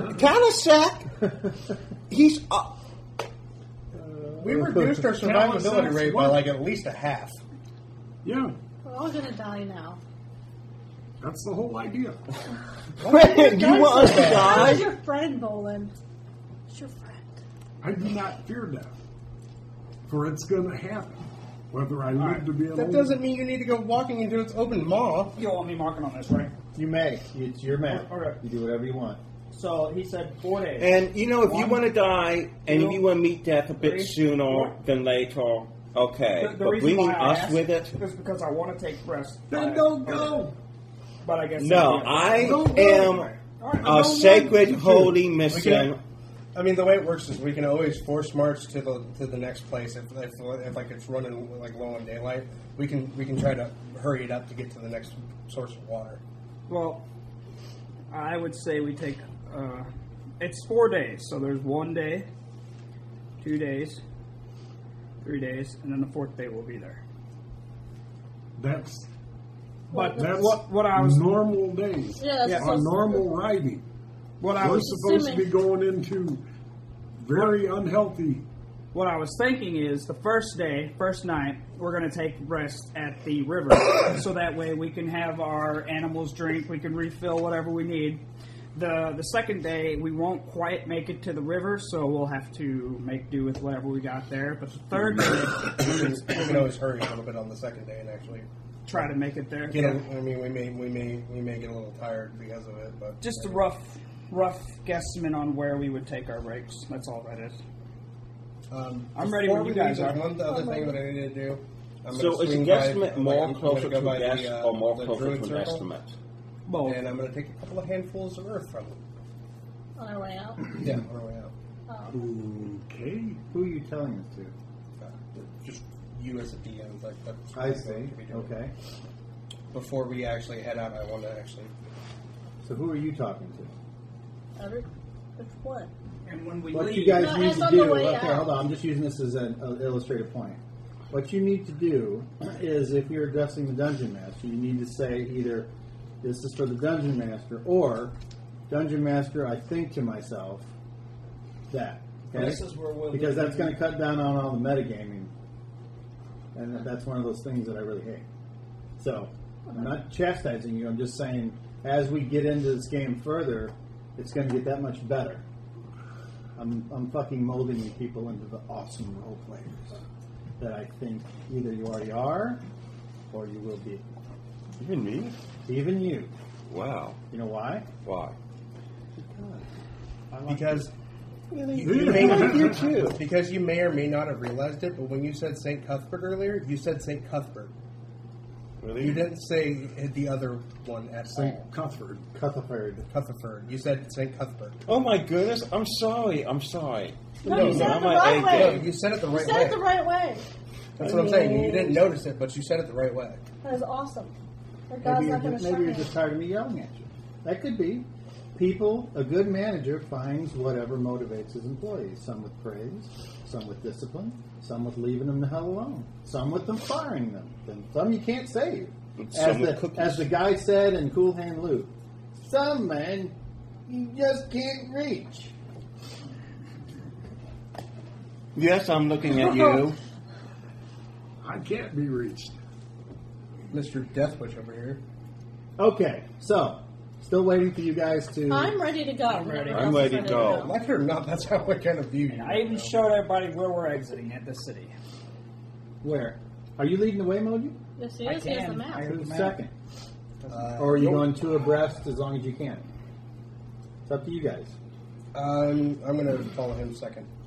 Speaker 5: Kalasek! He's. Uh,
Speaker 1: We reduced our survivability rate by
Speaker 6: what?
Speaker 1: like at least a half.
Speaker 6: Yeah.
Speaker 3: We're all gonna die now.
Speaker 6: That's the whole idea.
Speaker 5: you want us to
Speaker 3: How's
Speaker 5: die?
Speaker 3: your friend, Boland? It's your friend.
Speaker 6: I do not fear death, for it's going to happen, whether I live to be an
Speaker 1: That
Speaker 6: old-
Speaker 1: doesn't mean you need to go walking into its open maw.
Speaker 4: You don't want me marking on this, right?
Speaker 2: You may. It's your map.
Speaker 4: Okay.
Speaker 2: You do whatever you want.
Speaker 4: So he said four days.
Speaker 5: And you know, if you
Speaker 4: One,
Speaker 5: want to die and if you want to meet death a bit
Speaker 4: three,
Speaker 5: sooner
Speaker 4: four.
Speaker 5: than later, okay.
Speaker 4: The- the
Speaker 5: but
Speaker 4: reason
Speaker 5: bringing
Speaker 4: why I
Speaker 5: us
Speaker 4: asked
Speaker 5: with it?
Speaker 4: is because I want to take rest.
Speaker 6: Then
Speaker 4: but-
Speaker 6: don't go.
Speaker 4: But I guess
Speaker 5: No,
Speaker 4: that's it.
Speaker 5: I
Speaker 6: Don't
Speaker 5: am a sacred holy mission.
Speaker 1: I mean, the way it works is we can always force march to the to the next place if, if, if like it's running like low on daylight. We can we can try to hurry it up to get to the next source of water.
Speaker 4: Well, I would say we take. Uh, it's four days, so there's one day, two days, three days, and then the fourth day will be there.
Speaker 6: That's
Speaker 4: But
Speaker 6: that's
Speaker 4: what what I was
Speaker 6: normal days
Speaker 3: Yeah, that's
Speaker 6: on
Speaker 3: supposed-
Speaker 6: normal riding.
Speaker 4: what I
Speaker 6: We're
Speaker 4: was
Speaker 6: supposed to
Speaker 3: assuming-
Speaker 6: be going into very unhealthy.
Speaker 4: what I was thinking is the first day, first night, we're going to take rest at the river, so that way we can have our animals drink, we can refill whatever we need. The the second day we won't quite make it to the river, so we'll have to make do with whatever we got there. But the third day,
Speaker 1: We can always hurry a little bit on the second day and actually
Speaker 4: try to make it there.
Speaker 1: get. A, I mean, we may we may we may get a little tired because of it, but
Speaker 4: Just a rough rough guesstimate on where we would take our breaks. That's all that is.
Speaker 1: Um,
Speaker 4: I'm ready
Speaker 1: before
Speaker 4: when
Speaker 1: we
Speaker 4: you
Speaker 1: leave,
Speaker 4: guys
Speaker 1: there's
Speaker 4: are.
Speaker 1: One other thing that I need to do. I'm gonna
Speaker 5: So is
Speaker 1: swing by-
Speaker 5: guesstimate
Speaker 1: I'm
Speaker 5: more
Speaker 1: gonna go
Speaker 5: closer to
Speaker 1: by the,
Speaker 5: guess
Speaker 1: uh,
Speaker 5: or more
Speaker 1: the
Speaker 5: closer
Speaker 1: druid
Speaker 5: to an
Speaker 1: circle,
Speaker 5: estimate?
Speaker 4: Both.
Speaker 1: And uh, I'm going to take a couple of handfuls of earth from it.
Speaker 3: on our way out.
Speaker 1: Yeah, on our way out.
Speaker 3: Oh.
Speaker 6: Okay.
Speaker 2: Who are you telling this to?
Speaker 1: Uh, Just you as a DM, like that's
Speaker 2: I
Speaker 1: what
Speaker 2: see.
Speaker 1: we do.
Speaker 2: Okay.
Speaker 1: Before we actually head out, I want to actually.
Speaker 2: So who are you talking to?
Speaker 3: Every, which what?
Speaker 4: And when we
Speaker 2: What
Speaker 4: leave,
Speaker 2: you guys
Speaker 3: No,
Speaker 2: need
Speaker 3: it's
Speaker 2: to
Speaker 3: on the
Speaker 2: do.
Speaker 3: way
Speaker 2: Look here,
Speaker 3: out.
Speaker 2: hold on. I'm just using this as an uh, illustrative point. What you need to do is, if you're addressing the dungeon master, you need to say either "This is for the dungeon master" or "Dungeon master, I think to myself that." Okay?
Speaker 7: This is where we'll
Speaker 2: because
Speaker 7: leave
Speaker 2: that's going to cut down on all the metagaming, and that's one of those things that I really hate. So I'm not chastising you. I'm just saying, as we get into this game further, it's going to get that much better. I'm, I'm fucking molding you people into the awesome role players that I think either you already are, or you will be.
Speaker 5: Even me?
Speaker 2: Even you.
Speaker 5: Wow.
Speaker 2: You know why?
Speaker 5: Why?
Speaker 1: Because
Speaker 6: you
Speaker 1: you may you too. Because you may or may not have realized it, but when you said Saint Cuthbert earlier, you said Saint Cuthbert.
Speaker 5: Really?
Speaker 1: You didn't say the other one at
Speaker 6: St.
Speaker 1: all.
Speaker 6: Cuthbert.
Speaker 2: Cuthbert.
Speaker 1: Cuthbert. You said Saint Cuthbert.
Speaker 5: Oh my goodness! I'm sorry. I'm sorry.
Speaker 3: No,
Speaker 1: No,
Speaker 3: you said
Speaker 5: no,
Speaker 3: it the
Speaker 5: my
Speaker 3: right
Speaker 5: egg
Speaker 1: No,
Speaker 3: way.
Speaker 1: you said it the
Speaker 3: You
Speaker 1: right
Speaker 3: said
Speaker 1: way.
Speaker 3: it the right way.
Speaker 1: That's what I'm saying. You didn't notice it, but you said it the right way.
Speaker 3: That is awesome. Your God's
Speaker 2: Maybe you're,
Speaker 3: not going
Speaker 2: just, maybe
Speaker 3: to shut
Speaker 2: you're
Speaker 3: me.
Speaker 2: just tired of me yelling at you. That could be. People, a good manager finds whatever motivates his employees. Some with praise, some with discipline, some with leaving them the hell alone, some with them firing them, and some you can't save.
Speaker 5: And
Speaker 2: As
Speaker 5: some with
Speaker 2: the,
Speaker 5: cookies.
Speaker 2: as the guy said in Cool Hand Luke, some man you just can't reach.
Speaker 5: Yes, I'm looking at you.
Speaker 6: I can't be reached.
Speaker 1: Mr. Deathwish over here.
Speaker 2: Okay, so still waiting for you guys to.
Speaker 3: I'm ready to go. I'm
Speaker 4: ready.
Speaker 5: I'm ready to go.
Speaker 1: Like it or not, that's how I kind of view you. Uh,
Speaker 4: And I even showed everybody where we're exiting at the city.
Speaker 2: where? Are you leading the way, Moji?
Speaker 3: Yes, he
Speaker 4: I
Speaker 3: is. He has
Speaker 4: can.
Speaker 3: the map.
Speaker 4: I-
Speaker 2: Who's
Speaker 4: Doesn't matter.
Speaker 2: second?
Speaker 1: Uh,
Speaker 2: Or are you
Speaker 1: nope.
Speaker 2: going two abreast as long as you can? It's up to you guys.
Speaker 1: Um, I'm going to follow him second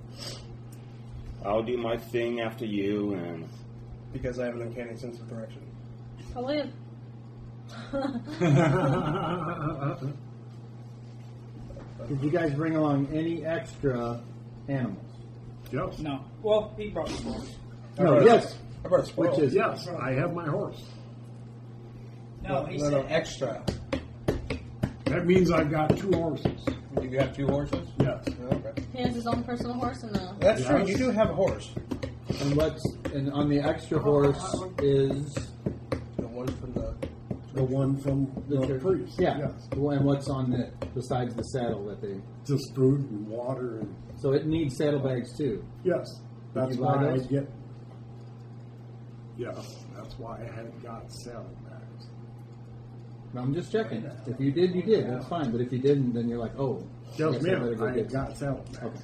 Speaker 5: I'll do my thing after you, and
Speaker 1: because I have an uncanny sense of direction.
Speaker 3: I'll leave.
Speaker 2: Did you guys bring along any extra animals?
Speaker 6: yes.
Speaker 4: No. Well, he brought the board.
Speaker 1: I
Speaker 2: No,
Speaker 1: brought a-
Speaker 2: yes.
Speaker 1: I brought a squirrel.
Speaker 2: Which is-
Speaker 6: Yes, I have my horse.
Speaker 1: no, no, no, extra.
Speaker 6: That means I've got two horses.
Speaker 1: Do you have two horses?
Speaker 6: Yes.
Speaker 1: Okay.
Speaker 3: He has his own personal horse and a
Speaker 1: That's true.
Speaker 6: Yes.
Speaker 1: You do have a horse.
Speaker 2: And what's and on the extra horse is
Speaker 1: The one from the.
Speaker 6: The one from the priest.
Speaker 2: Yeah.
Speaker 6: Yes.
Speaker 2: Well, And what's on the besides the saddle that they
Speaker 6: Just food and water and
Speaker 2: so it needs saddlebags too.
Speaker 6: yes. That's
Speaker 2: you buy
Speaker 6: why I
Speaker 2: those?
Speaker 6: get. Yes, that's why I had got saddlebags.
Speaker 2: Now, I'm just checking. If you did, you did. That's fine. But if you didn't, then you're like, oh, I
Speaker 6: Yes,
Speaker 2: guess I better
Speaker 6: ma'am.
Speaker 2: go
Speaker 6: I
Speaker 2: get
Speaker 6: had
Speaker 2: some.
Speaker 6: got saddlebags.
Speaker 2: Okay.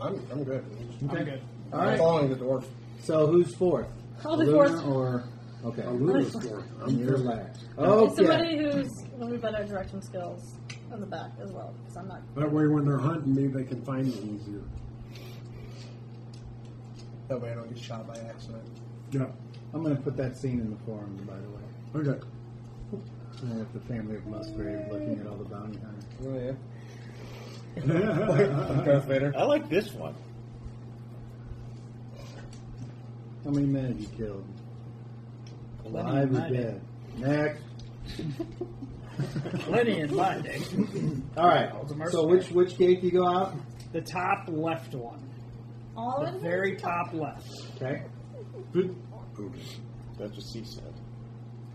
Speaker 1: I'm, I'm good.
Speaker 2: Okay.
Speaker 4: I'm good.
Speaker 2: All
Speaker 1: I'm
Speaker 2: right.
Speaker 1: following the dwarf.
Speaker 2: So who's fourth?
Speaker 3: I'll be
Speaker 2: Luna
Speaker 3: fourth.
Speaker 2: or okay. Oh,
Speaker 6: A Luna's horse. I'm
Speaker 2: You're
Speaker 6: here.
Speaker 2: last.
Speaker 3: It's
Speaker 2: Okay.
Speaker 3: somebody who's a little better direction skills in the back as well, because I'm not.
Speaker 6: That way, when they're hunting me, they can find me easier.
Speaker 1: That way I don't get shot by accident.
Speaker 6: Yeah.
Speaker 2: I'm going to put that scene in the forum, by the way.
Speaker 6: Okay.
Speaker 2: And with the family of Musgrave looking at all the bounty hunters.
Speaker 1: Oh, yeah.
Speaker 6: That's
Speaker 1: Darth Vader.
Speaker 5: I like this one.
Speaker 2: How many men have you killed?
Speaker 4: Plenty
Speaker 2: Alive or
Speaker 4: of men.
Speaker 2: dead? Next.
Speaker 4: Plenty in my day.
Speaker 2: All right.
Speaker 4: That was a
Speaker 2: So
Speaker 4: mercenary.
Speaker 2: which which gate do you go out?
Speaker 4: The top left one.
Speaker 3: All
Speaker 4: The
Speaker 3: in
Speaker 4: very top left.
Speaker 2: Okay.
Speaker 5: That's what she said.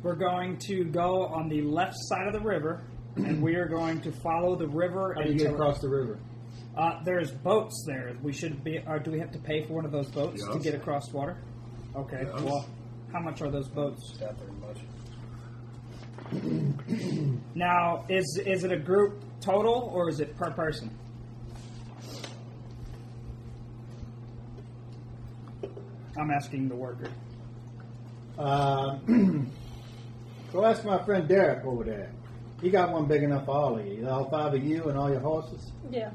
Speaker 4: We're going to go on the left side of the river, and we are going to follow the river.
Speaker 2: How do you get
Speaker 4: until-
Speaker 2: across the river?
Speaker 4: Uh, there's boats there. We should be. Or do we have to pay for one of those boats to
Speaker 6: Yes.
Speaker 4: get across water? Okay.
Speaker 6: Yes.
Speaker 4: Well, how much are those boats?
Speaker 1: Not very much.
Speaker 4: Now, is is it a group total or is it per person? I'm asking the worker.
Speaker 2: Uh, Go ask my friend Derek over there. He got one big enough for all of you, all five of you and all your horses.
Speaker 3: Yeah.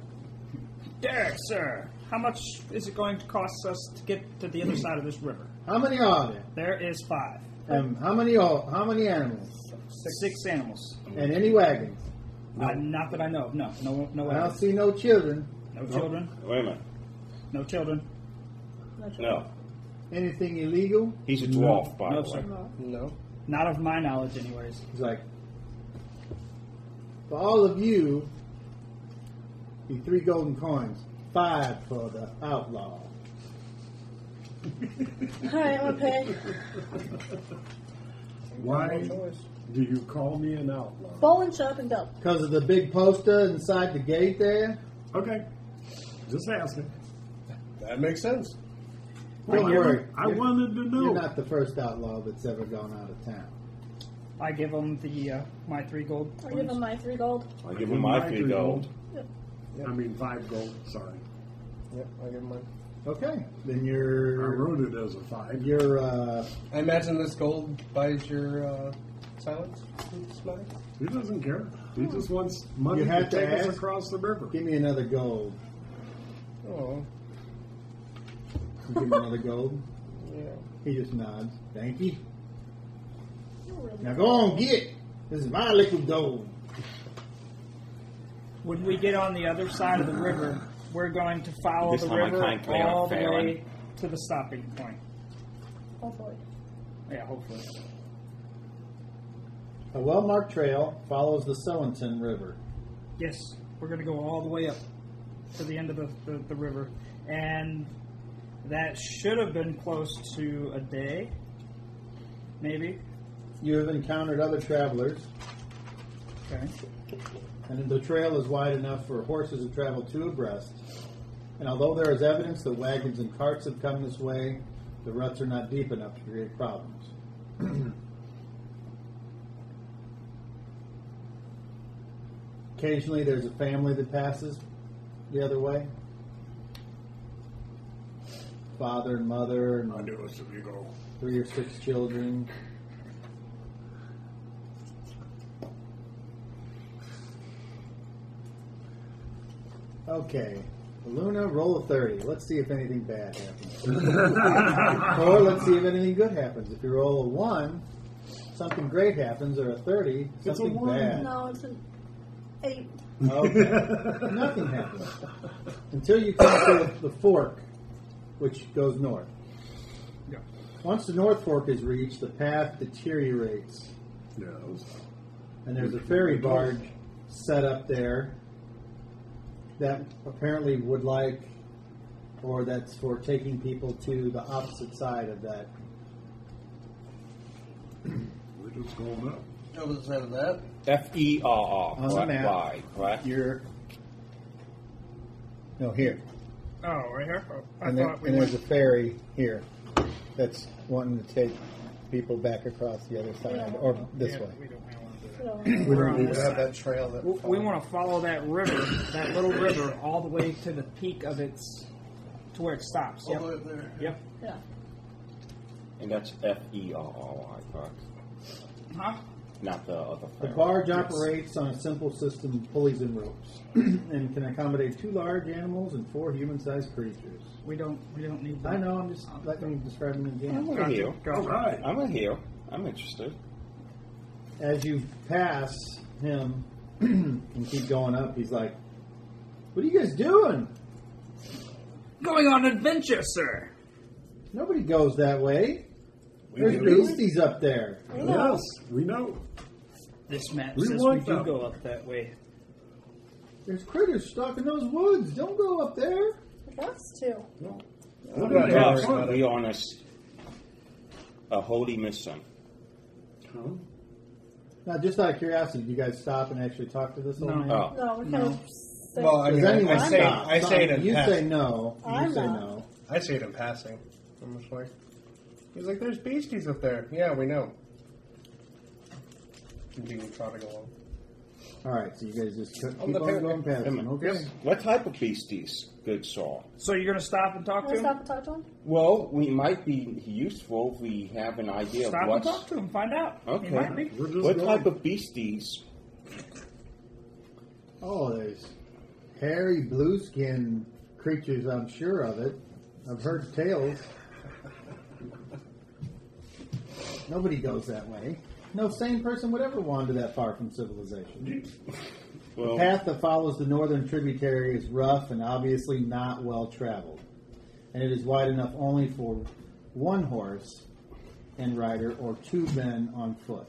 Speaker 4: Derek, sir, how much is it going to cost us to get to the other side of this river?
Speaker 2: How many are there?
Speaker 4: There is five,
Speaker 2: And how many ho- how many animals?
Speaker 4: six, animals.
Speaker 2: And any wagons?
Speaker 4: Uh, not that I know of. No, no, no,
Speaker 2: I don't
Speaker 4: animals.
Speaker 2: see no children.
Speaker 4: no children,
Speaker 5: Wait a minute.
Speaker 4: no children.
Speaker 5: No.
Speaker 2: Anything illegal?
Speaker 5: He's a dwarf, by
Speaker 4: No,
Speaker 5: the way.
Speaker 4: sir.
Speaker 1: No.
Speaker 4: Not of my knowledge, anyways.
Speaker 2: He's like, for all of you, be three golden coins, five for the outlaw.
Speaker 3: Alright, I'm gonna pay.
Speaker 6: Why do you call me an outlaw?
Speaker 3: Bowling shop and go.
Speaker 2: Because of the big poster inside the gate there,
Speaker 6: Okay, just asking.
Speaker 1: That makes sense.
Speaker 2: Don't
Speaker 6: I-
Speaker 2: worry.
Speaker 6: I wanted to
Speaker 2: you're
Speaker 6: know.
Speaker 2: not the first outlaw that's ever gone out of town.
Speaker 4: I give him the uh, my three gold.
Speaker 3: I give
Speaker 4: coins.
Speaker 3: him my three gold.
Speaker 5: I give him my three gold.
Speaker 6: I mean, five gold, sorry.
Speaker 1: Yep, I give him mine.
Speaker 2: Okay, then
Speaker 6: I
Speaker 2: you're
Speaker 6: wrote it as a five.
Speaker 2: you're uh,
Speaker 1: I imagine this gold buys your uh, silence. It's mine.
Speaker 6: He doesn't care. He just wants money
Speaker 2: Oh. You
Speaker 6: to
Speaker 2: have to
Speaker 6: take us
Speaker 2: ask.
Speaker 6: across the river.
Speaker 2: give me another gold.
Speaker 1: Oh,
Speaker 2: You give me another gold.
Speaker 1: yeah.
Speaker 2: He just nods. Thank you.
Speaker 3: Oh, really?
Speaker 2: Now go on, get. it. This is my liquid gold.
Speaker 4: When we get on the other side of the river, we're going to follow
Speaker 5: This
Speaker 4: the
Speaker 5: time I
Speaker 4: river
Speaker 5: can't play on
Speaker 4: all the
Speaker 5: Fallon.
Speaker 4: way to the stopping point.
Speaker 3: Hopefully.
Speaker 4: Yeah, hopefully.
Speaker 2: A well-marked trail follows the Sowenton River.
Speaker 4: Yes, we're going to go all the way up to the end of the, the, the river. And that should have been close to a day, maybe.
Speaker 2: You have encountered other travelers,
Speaker 4: Okay.
Speaker 2: and the trail is wide enough for horses to travel two abreast. And although there is evidence that wagons and carts have come this way, the ruts are not deep enough to create problems. Occasionally, there's a family that passes the other way. Father and mother, and
Speaker 6: I knew it should be gold.
Speaker 2: three or six children. Okay, Luna, roll a thirty. Let's see if anything bad happens, or let's see if anything good happens. If you roll a one, something great happens, or a thirty,
Speaker 6: a
Speaker 2: something
Speaker 6: one.
Speaker 2: bad.
Speaker 3: No, it's an eight.
Speaker 2: Okay. Nothing happens until you come to the fork, which goes north.
Speaker 4: Yeah.
Speaker 2: Once the north fork is reached, the path deteriorates,
Speaker 6: Yeah, it was-
Speaker 2: and there's a ferry barge set up there that apparently would like, or that's for taking people to the opposite side of that.
Speaker 6: we're just going up.
Speaker 1: Other side of that,
Speaker 5: F E R R.
Speaker 2: On the map.
Speaker 5: Right, right.
Speaker 2: You're no here,
Speaker 4: Oh, right here? Oh, I
Speaker 2: and, there,
Speaker 4: thought we
Speaker 2: and there's
Speaker 4: went.
Speaker 2: a ferry here that's wanting to take people back across the other side or this
Speaker 4: yeah,
Speaker 2: way.
Speaker 4: We don't want to do
Speaker 3: You
Speaker 4: that.
Speaker 3: know,
Speaker 1: we
Speaker 4: We're on
Speaker 1: don't
Speaker 4: this
Speaker 1: have
Speaker 4: side.
Speaker 1: that trail that.
Speaker 4: W- We want to follow that river, that little river, all the way to the peak of its, to where it stops.
Speaker 1: all the way
Speaker 4: Yep.
Speaker 1: up there.
Speaker 4: Yep.
Speaker 3: yeah.
Speaker 5: And that's F E R R Y, correct?
Speaker 4: Huh?
Speaker 5: Not the other
Speaker 2: The
Speaker 5: fairy.
Speaker 2: barge operates on a simple system of pulleys and ropes and can accommodate two large animals and four human sized creatures.
Speaker 4: We don't. We don't need. Um,
Speaker 2: I know, I'm just letting you describe them again.
Speaker 5: I'm a heel.
Speaker 6: All right.
Speaker 5: I'm a heel. I'm interested.
Speaker 2: As you pass him and keep going up, he's like, What are you guys doing?
Speaker 4: Going on an adventure, sir.
Speaker 2: Nobody goes that way.
Speaker 1: We
Speaker 2: There's
Speaker 1: do.
Speaker 2: beasties up there.
Speaker 6: Yes, we know.
Speaker 4: This map
Speaker 6: We
Speaker 4: says we
Speaker 6: want
Speaker 4: do
Speaker 6: them.
Speaker 4: go up that way.
Speaker 2: There's critters stuck in those woods. Don't go up there.
Speaker 3: It wants to.
Speaker 6: What
Speaker 1: not
Speaker 6: did they
Speaker 1: worried
Speaker 5: Plus,
Speaker 1: about
Speaker 6: want?
Speaker 5: we are on a, s- a holy mission.
Speaker 6: Huh?
Speaker 2: Now, just out of curiosity, do you guys stop and actually talk to this old
Speaker 4: No.
Speaker 2: man?
Speaker 5: Oh.
Speaker 3: No, we kind
Speaker 4: No.
Speaker 3: of. say-
Speaker 1: Well, I
Speaker 2: Does
Speaker 1: mean, I,
Speaker 2: anyone
Speaker 1: I say,
Speaker 2: stop?
Speaker 1: I say it in
Speaker 2: You
Speaker 1: passing.
Speaker 2: say no.
Speaker 3: I'm
Speaker 2: you say
Speaker 3: not.
Speaker 2: no.
Speaker 1: I see it in passing. I'm just like, he's like, there's beasties up there. Yeah, we know. Continue trotting along.
Speaker 2: All right, so you guys just keep
Speaker 1: On the
Speaker 2: on
Speaker 1: parrot.
Speaker 2: going past him.
Speaker 5: Emma.
Speaker 2: Okay.
Speaker 1: Yes.
Speaker 5: What type of beasties, good soul?
Speaker 4: So you're gonna stop and
Speaker 3: Can
Speaker 4: talk
Speaker 3: I
Speaker 4: to him?
Speaker 3: stop and talk to him?
Speaker 5: Well, we might be useful if we have an idea
Speaker 4: Stop
Speaker 5: of
Speaker 4: and
Speaker 5: what's.
Speaker 4: talk to him. Find out. He
Speaker 5: Okay.
Speaker 4: might be.
Speaker 6: We're just
Speaker 5: What
Speaker 6: going.
Speaker 5: type of beasties?
Speaker 2: Oh, there's hairy blue skin creatures, I'm sure of it. I've heard tales. Nobody goes that way. No sane person would ever wander that far from civilization. The
Speaker 5: Well,
Speaker 2: path that follows the northern tributary is rough and obviously not well traveled, and it is wide enough only for one horse and rider or two men on foot.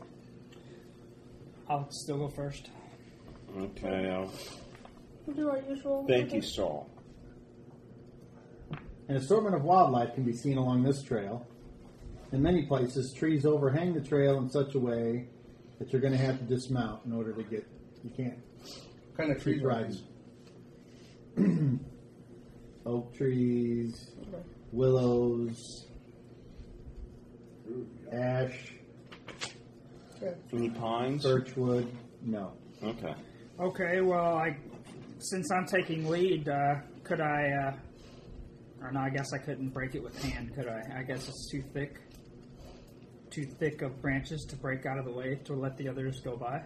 Speaker 4: I'll still go first.
Speaker 5: okay. uh,
Speaker 3: We'll do our usual.
Speaker 5: thank you, Saul.
Speaker 2: An assortment of wildlife can be seen along this trail. In many places, trees overhang the trail in such a way that you're going to have to dismount in order to get. You can't
Speaker 1: What kind of trees
Speaker 2: keep
Speaker 1: are
Speaker 2: riding.
Speaker 1: these?
Speaker 2: Oak trees, willows, ash,
Speaker 5: Any pines?
Speaker 2: birchwood. No.
Speaker 5: Okay.
Speaker 4: Okay. Well, I since I'm taking lead, uh, could I? Uh, or no, I guess I couldn't break it with hand, could I? I guess it's too thick. Too thick of branches to break out of the way to let the others go by.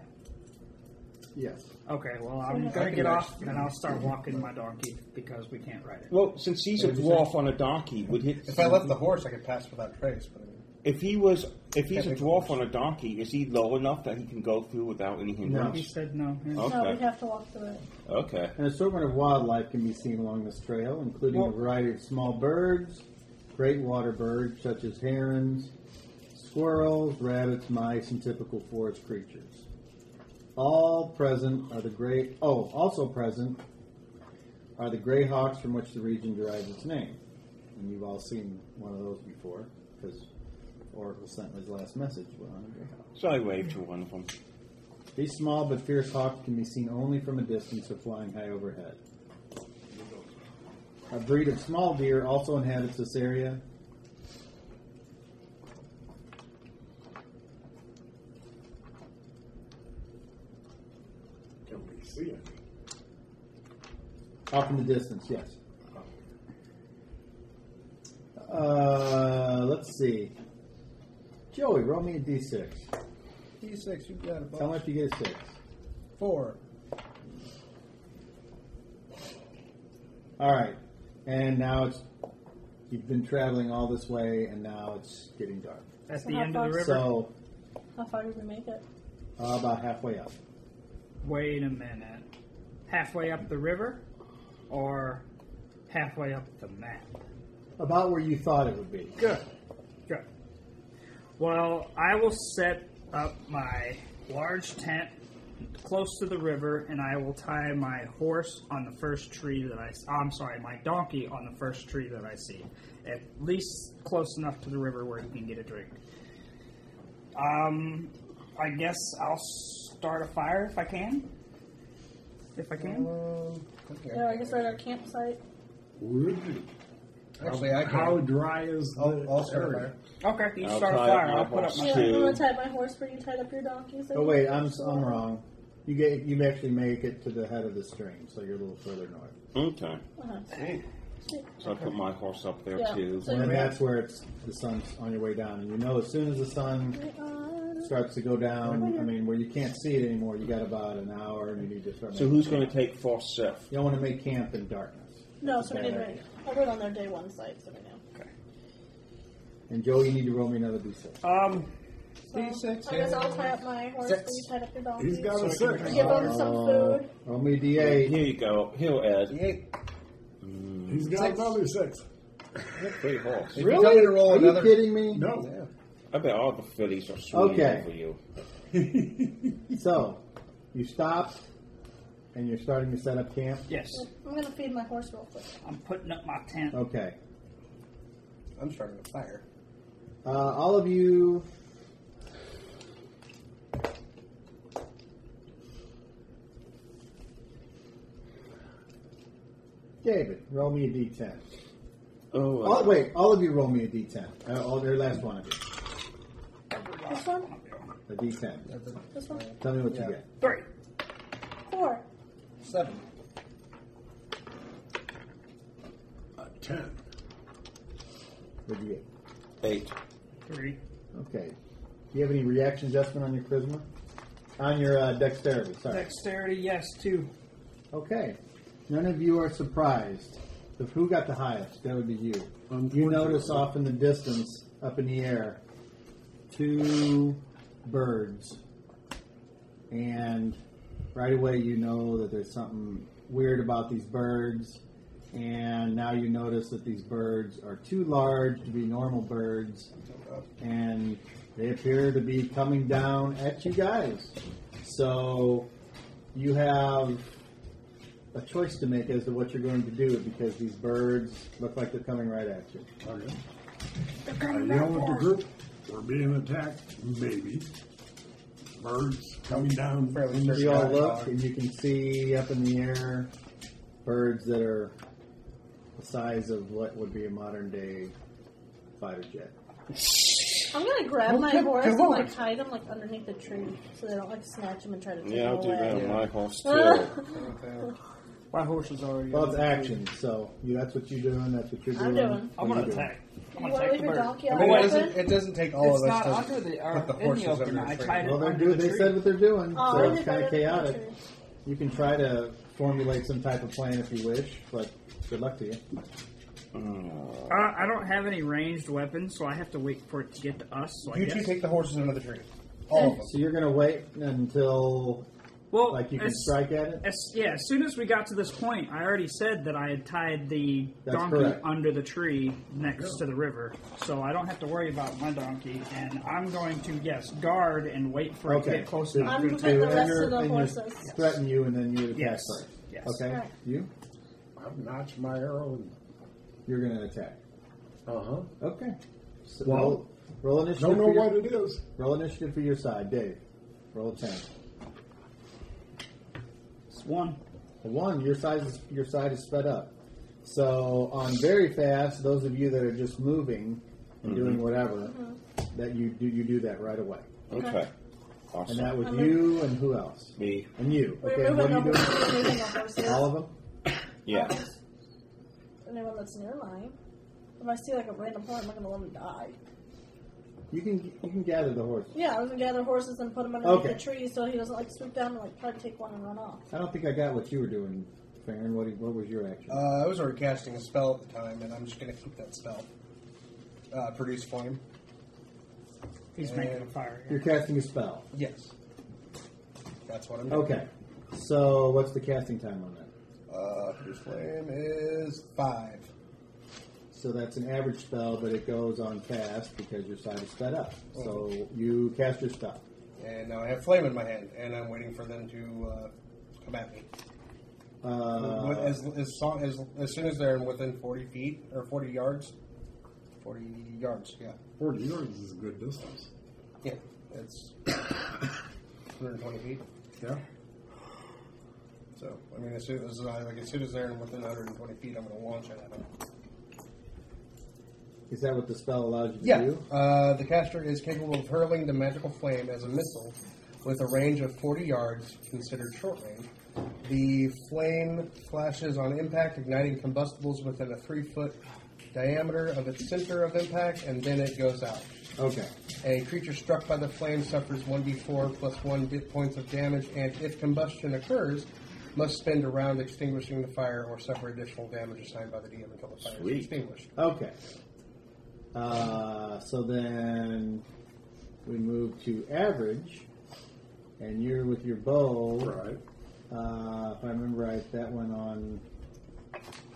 Speaker 2: Yes.
Speaker 4: Okay, well, I'm
Speaker 3: I
Speaker 4: gonna
Speaker 1: can
Speaker 4: get off
Speaker 1: actually-
Speaker 4: and I'll start walking my donkey because we can't ride it.
Speaker 5: Well, since he's a
Speaker 2: What'd you say?
Speaker 5: dwarf on a donkey, would he?
Speaker 1: If I left the horse, I could pass without trace. But I mean,
Speaker 5: If he was, if he's a
Speaker 1: Can't make
Speaker 5: dwarf on a donkey, is he low enough that he can go through without any
Speaker 4: He
Speaker 5: hindrance?
Speaker 4: said no. yeah.
Speaker 5: Oh.
Speaker 3: No,
Speaker 5: Okay.
Speaker 3: we have to walk through it.
Speaker 5: Okay.
Speaker 2: An assortment of wildlife can be seen along this trail, including a
Speaker 4: Well-
Speaker 2: variety of small birds, great water birds such as herons, squirrels, rabbits, mice, and typical forest creatures. All present are the gray. Oh, also present are the gray hawks from which the region derives its name. And you've all seen one of those before, because Oracle sent his last message went on a gray hawk.
Speaker 5: So I waved to one of them.
Speaker 2: These small but fierce hawks can be seen only from a distance or flying high overhead. A breed of small deer also inhabits this area.
Speaker 6: Can we see it?
Speaker 2: Off in the distance, yes. Uh, let's see. Joey, roll me a d6.
Speaker 1: D6, you've got a
Speaker 2: Tell me
Speaker 1: bunch.
Speaker 2: if you get a 6.
Speaker 1: Four.
Speaker 2: Alright. And now it's. You've been traveling all this way, and now it's getting dark.
Speaker 4: That's
Speaker 3: So
Speaker 4: the
Speaker 3: how
Speaker 4: end of the
Speaker 3: far-
Speaker 4: river.
Speaker 2: So,
Speaker 3: How far did we make it?
Speaker 2: uh, about halfway up.
Speaker 4: Wait a minute. Halfway up the river, or halfway up the map?
Speaker 2: About where you thought it would be.
Speaker 4: Good. Good. Well, I will set up my large tent close to the river, and I will tie my horse on the first tree that I. I'm sorry, my donkey on the first tree that I see, at least close enough to the river where he can get a drink. Um, I guess I'll start a fire if I can. If I can.
Speaker 5: Uh,
Speaker 1: Okay.
Speaker 3: Yeah, I guess we're at our campsite.
Speaker 6: Would you?
Speaker 1: Actually, I
Speaker 6: How
Speaker 1: can.
Speaker 6: dry is the
Speaker 1: I'll, I'll start a
Speaker 6: area?
Speaker 1: fire.
Speaker 4: Okay, you
Speaker 5: I'll
Speaker 4: start a
Speaker 5: tie up
Speaker 4: fire.
Speaker 5: my
Speaker 4: I'll put up
Speaker 5: horse.
Speaker 4: my.
Speaker 3: Yeah,
Speaker 5: Two.
Speaker 3: I'm gonna tie my horse where you tied up your donkeys.
Speaker 2: Oh wait, I'm I'm wrong. You get you actually make it to the head of the stream, so you're a little further north,
Speaker 5: Okay.
Speaker 3: Uh-huh.
Speaker 5: So I put my horse up there
Speaker 3: Yeah.
Speaker 5: too.
Speaker 3: So-
Speaker 2: and then that's where it's the sun's on your way down. And you know, as soon as the sun
Speaker 3: Uh,
Speaker 2: starts to go down, I mean, where you can't see it anymore, you got about an hour, and you need to start.
Speaker 5: So
Speaker 2: making
Speaker 5: who's
Speaker 2: camp.
Speaker 5: going to take first sip?
Speaker 2: You don't want to make camp in darkness.
Speaker 3: No,
Speaker 2: It's a
Speaker 3: so we
Speaker 2: bad
Speaker 3: didn't
Speaker 2: idea.
Speaker 3: raid. I rode on their day one site, so we know.
Speaker 2: And Joe, you need to roll me another d6.
Speaker 4: Um,
Speaker 3: So,
Speaker 1: D6,
Speaker 3: I guess
Speaker 1: yeah.
Speaker 3: I'll tie up my horse where you tied up your donkeys.
Speaker 6: He's got a six.
Speaker 3: Give them some
Speaker 2: Uh,
Speaker 3: food.
Speaker 2: roll me a d8.
Speaker 5: Hey, here you go. Here, Ed.
Speaker 1: Yay.
Speaker 2: Mm.
Speaker 6: He's got another six.
Speaker 5: Free horse.
Speaker 1: If you tell me to roll
Speaker 2: Are
Speaker 1: another,
Speaker 2: you kidding me?
Speaker 6: No.
Speaker 1: Yeah.
Speaker 5: I bet all the fillies are swooning
Speaker 2: Okay.
Speaker 5: over you.
Speaker 2: So you stopped, and you're starting to set up camp.
Speaker 4: yes,
Speaker 3: I'm gonna feed my horse real quick.
Speaker 4: I'm putting up my tent.
Speaker 5: Uh,
Speaker 2: Okay.
Speaker 1: I'm starting a fire.
Speaker 2: Uh, all of you. David, roll me a d10.
Speaker 5: Oh, uh,
Speaker 2: Oh, wait, all of you roll me a d10. Uh, all, their last one of you.
Speaker 3: This one?
Speaker 2: A d10.
Speaker 3: This one?
Speaker 2: Tell me what
Speaker 1: Yeah.
Speaker 2: you get.
Speaker 4: Three.
Speaker 9: Seven.
Speaker 6: A ten.
Speaker 2: What'd you get?
Speaker 5: Eight.
Speaker 4: Three.
Speaker 2: Okay. Do you have any reaction adjustment on your charisma? On your uh, dexterity, sorry.
Speaker 4: Dexterity, yes, two.
Speaker 2: Okay. None of you are surprised. If who got the highest? That would be you. You
Speaker 6: Unfortunately.
Speaker 2: notice off in the distance, up in the air, two birds. And right away you know that there's something weird about these birds. And now you notice that these birds are too large to be normal birds. And they appear to be coming down at you guys. So you have a choice to make as to what you're going to do because these birds look like they're coming right at you.
Speaker 6: Okay. I yell at the group. We're being attacked. Maybe. Birds coming down.
Speaker 1: Fairly
Speaker 6: from the
Speaker 1: certain.
Speaker 2: You all
Speaker 1: Sky
Speaker 2: look
Speaker 1: dog.
Speaker 2: and you can see up in the air birds that are the size of what would be a modern day fighter jet.
Speaker 3: I'm gonna grab
Speaker 1: Well,
Speaker 3: my
Speaker 1: come-
Speaker 3: horse
Speaker 1: come
Speaker 3: and like
Speaker 1: on.
Speaker 3: hide him like underneath the tree so they don't like snatch him and try to take
Speaker 5: Yeah,
Speaker 3: him
Speaker 5: I'll do that
Speaker 3: away.
Speaker 5: on my horse too.
Speaker 3: Ah,
Speaker 4: My horse is already.
Speaker 2: Well, it's action, so you, that's what you're doing. That's what you're doing.
Speaker 3: I'm doing.
Speaker 2: What
Speaker 4: I'm
Speaker 2: are
Speaker 4: gonna
Speaker 2: you doing?
Speaker 4: attack. I'm
Speaker 3: you
Speaker 4: gonna
Speaker 3: want to
Speaker 4: attack
Speaker 3: leave
Speaker 4: the
Speaker 3: your
Speaker 4: bird.
Speaker 3: donkey
Speaker 1: I
Speaker 3: out
Speaker 1: mean, it
Speaker 3: open?
Speaker 1: doesn't, it doesn't take all
Speaker 4: It's
Speaker 1: of us
Speaker 4: not
Speaker 1: to
Speaker 4: under the or
Speaker 1: put the
Speaker 4: in the
Speaker 1: horses
Speaker 4: open.
Speaker 1: under
Speaker 4: I
Speaker 1: the tree.
Speaker 4: tied it
Speaker 2: Well, they're
Speaker 4: under
Speaker 2: doing.
Speaker 4: the
Speaker 2: They
Speaker 4: tree.
Speaker 2: said what they're doing,
Speaker 3: Oh,
Speaker 2: so
Speaker 3: leave
Speaker 2: it's
Speaker 3: it
Speaker 2: kind of
Speaker 3: under the
Speaker 2: chaotic.
Speaker 3: tree.
Speaker 2: You can try to formulate some type of plan if you wish, but good luck to you.
Speaker 4: Uh, I don't have any ranged weapons, so I have to wait for it to get to us. So I
Speaker 1: You
Speaker 4: guess.
Speaker 1: two take the horses under the tree. All of them.
Speaker 2: So you're gonna wait until
Speaker 4: well,
Speaker 2: like you can
Speaker 4: as-
Speaker 2: strike at it.
Speaker 4: As, yeah, as soon as we got to this point, I already said that I had tied the
Speaker 2: That's
Speaker 4: donkey
Speaker 2: correct.
Speaker 4: under the tree next to the river, so I don't have to worry about my donkey. And I'm going to yes guard and wait for it to
Speaker 2: Okay.
Speaker 4: get close
Speaker 2: So
Speaker 4: enough.
Speaker 3: I'm
Speaker 4: to
Speaker 3: gonna-
Speaker 4: attack.
Speaker 3: Um, the
Speaker 2: and
Speaker 3: rest
Speaker 2: you're-
Speaker 3: of the
Speaker 2: and you're
Speaker 3: horses.
Speaker 2: Threaten you, and then you attack
Speaker 4: Yes.
Speaker 2: first.
Speaker 4: Yes.
Speaker 2: Okay.
Speaker 3: Alright.
Speaker 2: You.
Speaker 6: I've notched my arrow. And,
Speaker 2: You're gonna attack.
Speaker 6: uh huh.
Speaker 2: Okay. So
Speaker 6: Well,
Speaker 2: roll, roll initiative.
Speaker 6: Don't know
Speaker 2: for your,
Speaker 6: what it is.
Speaker 2: Roll initiative for your side, Dave. Roll a ten.
Speaker 4: It's one.
Speaker 2: A one. Your side is your side is sped up. So on very fast, those of you that are just moving and doing whatever,
Speaker 3: Mm-hmm.
Speaker 2: that you do you do that right away.
Speaker 5: Okay.
Speaker 2: And
Speaker 5: Awesome.
Speaker 2: that was
Speaker 3: I'm
Speaker 2: you and who else?
Speaker 5: Me.
Speaker 2: And you.
Speaker 3: We're
Speaker 2: Okay. What
Speaker 3: moving
Speaker 2: are
Speaker 3: the
Speaker 2: you doing?
Speaker 3: horses. We're moving the horses.
Speaker 2: All of them.
Speaker 5: Yeah.
Speaker 3: Anyone that's near mine. If I see like a random horn, I'm not gonna let them die.
Speaker 2: You can you can gather the horses.
Speaker 3: Yeah, I was gonna gather horses and put them underneath
Speaker 2: Okay.
Speaker 3: the tree so he doesn't like swoop down and like try to take one and run off.
Speaker 2: I don't think I got what you were doing, Farron. What, what was your action?
Speaker 1: Uh, I was already casting a spell at the time, and I'm just going to keep that spell. Uh, produce flame.
Speaker 4: He's
Speaker 1: Uh,
Speaker 4: making a fire. yeah.
Speaker 2: You're casting a spell.
Speaker 1: Yes. That's what I'm doing.
Speaker 2: Okay. So what's the casting time on that?
Speaker 1: Uh, produce flame is five.
Speaker 2: So that's an average spell, but it goes on fast because your side is sped up.
Speaker 1: Oh.
Speaker 2: So you cast your spell.
Speaker 1: And now I have flame in my hand, and I'm waiting for them to uh, come at me. What-
Speaker 2: Uh,
Speaker 1: as, as, so- as, as soon as they're within 40 feet, or 40 yards. 40 yards, yeah.
Speaker 6: Forty yards is a good distance.
Speaker 1: Yeah, it's 120 feet.
Speaker 6: Yeah.
Speaker 1: So, I mean, as soon as, I- like, as soon as they're within 120 feet, I'm going to launch it at them.
Speaker 2: is that what the spell allows you to
Speaker 1: Yeah.
Speaker 2: do?
Speaker 1: Uh, the caster is capable of hurling the magical flame as a missile with a range of 40 yards, considered short range. The flame flashes on impact, igniting combustibles within a three foot diameter of its center of impact, and then it goes out.
Speaker 2: Okay.
Speaker 1: A creature struck by the flame suffers 1d4 plus 1 di- points of damage, and if combustion occurs, must spend a round extinguishing the fire or suffer additional damage assigned by the DM until the fire
Speaker 5: Sweet.
Speaker 1: is extinguished.
Speaker 2: Okay. Uh, so then we move to average, and you're with your bow.
Speaker 6: All right.
Speaker 2: Uh, if I remember right, that went on.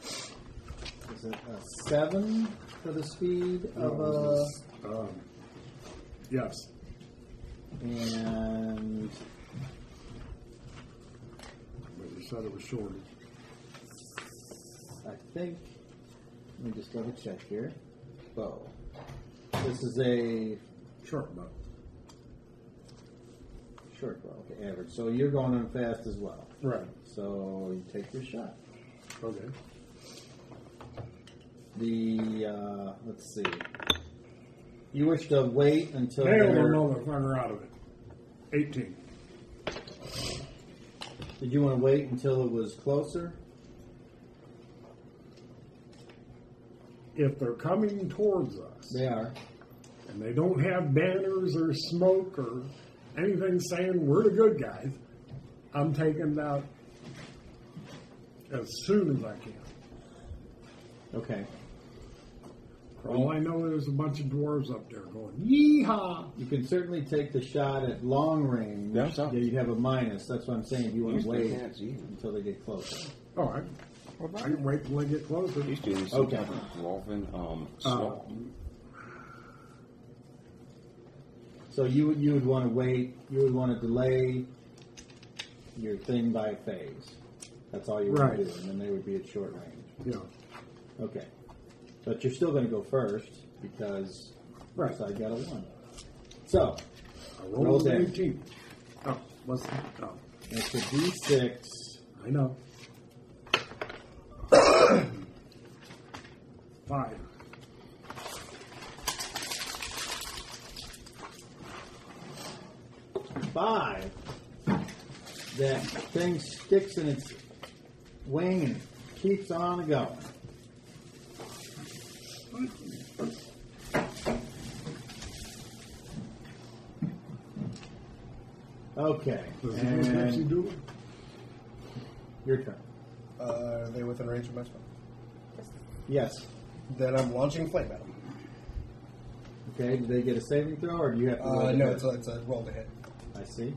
Speaker 2: Is it a seven for the speed
Speaker 6: That
Speaker 2: of uh, a?
Speaker 6: was, um, yes.
Speaker 2: And
Speaker 6: But you said it was shorter.
Speaker 2: I think let me just double check here. Bow. This is a
Speaker 6: Short bow.
Speaker 2: short bow, okay, average. So you're going on fast as well.
Speaker 6: Right.
Speaker 2: So you take your shot.
Speaker 6: Okay.
Speaker 2: The uh, let's see. You wish to wait until
Speaker 6: Nail the
Speaker 2: they're-
Speaker 6: motherfucker out of it. Eighteen.
Speaker 2: Did you want to wait until it was closer?
Speaker 6: If they're coming towards us
Speaker 2: They are.
Speaker 6: and they don't have banners or smoke or anything saying we're the good guys, I'm taking it out as soon as I can.
Speaker 2: Okay.
Speaker 6: For all I know, there's a bunch of dwarves up there going, yeehaw!
Speaker 2: You can certainly take the shot at long range.
Speaker 5: Yeah, so-
Speaker 2: you have a minus. That's what I'm saying. If you want
Speaker 5: Use
Speaker 2: to
Speaker 5: the
Speaker 2: wait
Speaker 5: hands, yeah.
Speaker 2: until they get closer.
Speaker 6: Oh, I, I can wait till they get closer.
Speaker 5: He's doing some
Speaker 2: Okay. Uh-huh.
Speaker 5: kind of dwarven um,
Speaker 6: Uh,
Speaker 5: swap.
Speaker 2: So you would you would want to wait. You would want to delay your thing by phase. That's all you would
Speaker 6: Right.
Speaker 2: do, and then they would be at short range.
Speaker 6: Yeah.
Speaker 2: Okay. But you're still going to go first because
Speaker 6: Right.
Speaker 2: I got a one. So
Speaker 6: I
Speaker 2: Roll
Speaker 6: rolled an
Speaker 2: damage.
Speaker 6: 18. Oh, what's the, oh,
Speaker 2: it's a D6.
Speaker 6: I know. Five.
Speaker 2: five, that thing sticks in its wing and keeps on going. Okay,
Speaker 6: Does it do Pepsi
Speaker 2: and
Speaker 6: Doodle?
Speaker 2: your turn.
Speaker 1: Uh, are they within range of my spell?
Speaker 2: Yes.
Speaker 1: Then I'm launching flame at them.
Speaker 2: Okay, do they get a saving throw, or do you have to? roll
Speaker 1: Uh,
Speaker 2: to
Speaker 1: no,
Speaker 2: hit?
Speaker 1: it's a, it's a roll to hit.
Speaker 2: I see.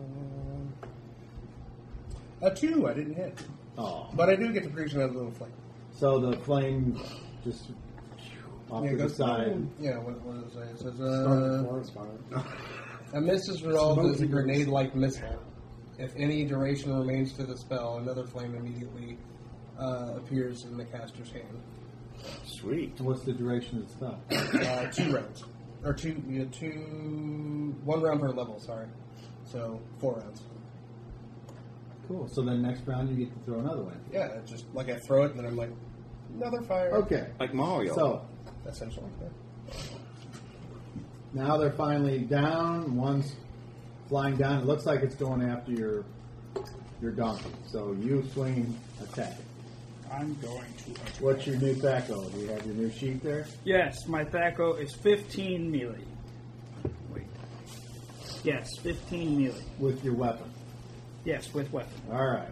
Speaker 1: Um, A two, I didn't hit.
Speaker 2: Oh,
Speaker 1: But I do get to produce another little flame.
Speaker 2: so the flame just off
Speaker 1: Yeah,
Speaker 2: to
Speaker 1: it
Speaker 2: the
Speaker 1: goes
Speaker 2: side.
Speaker 1: Yeah, what, what does it say? It says,
Speaker 6: Start the
Speaker 1: uh,
Speaker 6: forest fire.
Speaker 1: a miss is resolved as a
Speaker 6: Smoking.
Speaker 1: grenade like missile. If any duration remains to the spell, another flame immediately uh, appears in the caster's hand.
Speaker 5: Sweet.
Speaker 2: What's the duration of the spell?
Speaker 1: Uh, two rounds. Or two, yeah, two, one round per level, sorry. So, four rounds.
Speaker 2: Cool. So then next round you get to throw another one.
Speaker 1: Yeah, it's just like I throw it and then I'm like, another fire.
Speaker 2: Okay.
Speaker 5: Like Mario.
Speaker 2: So
Speaker 1: Essentially. yeah.
Speaker 2: now they're finally down. One's flying down. It looks like it's going after your your donkey. So you swing and attack. it.
Speaker 4: I'm going to.
Speaker 2: What's your new tackle? Do you have your new sheet there?
Speaker 4: Yes, my Thaco is 15 melee. Wait. Yes, 15 melee.
Speaker 2: With your weapon.
Speaker 4: Yes, with weapon.
Speaker 2: All right.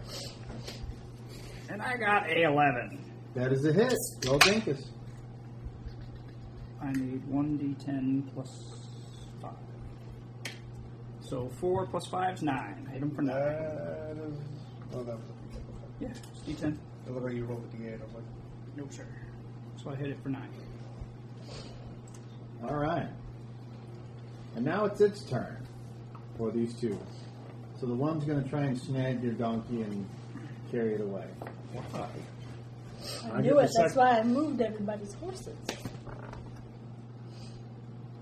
Speaker 4: And I got a 11.
Speaker 2: That is a hit. Go Dinkus.
Speaker 4: I need 1d10 plus 5. So 4 plus 5 is 9. I hit him for 9.
Speaker 1: That is, oh, that was a d10. Okay.
Speaker 4: Yeah, it's d10.
Speaker 1: It looked like you rolled a d8. I was like,
Speaker 4: No, sir. So I hit it for 9.
Speaker 2: All right. And now it's its turn for these two. So the one's going to try and snag your donkey and carry it away.
Speaker 3: I
Speaker 6: I
Speaker 3: knew
Speaker 6: get
Speaker 3: it.
Speaker 6: the
Speaker 3: That's
Speaker 6: sec-
Speaker 3: why I moved everybody's horses.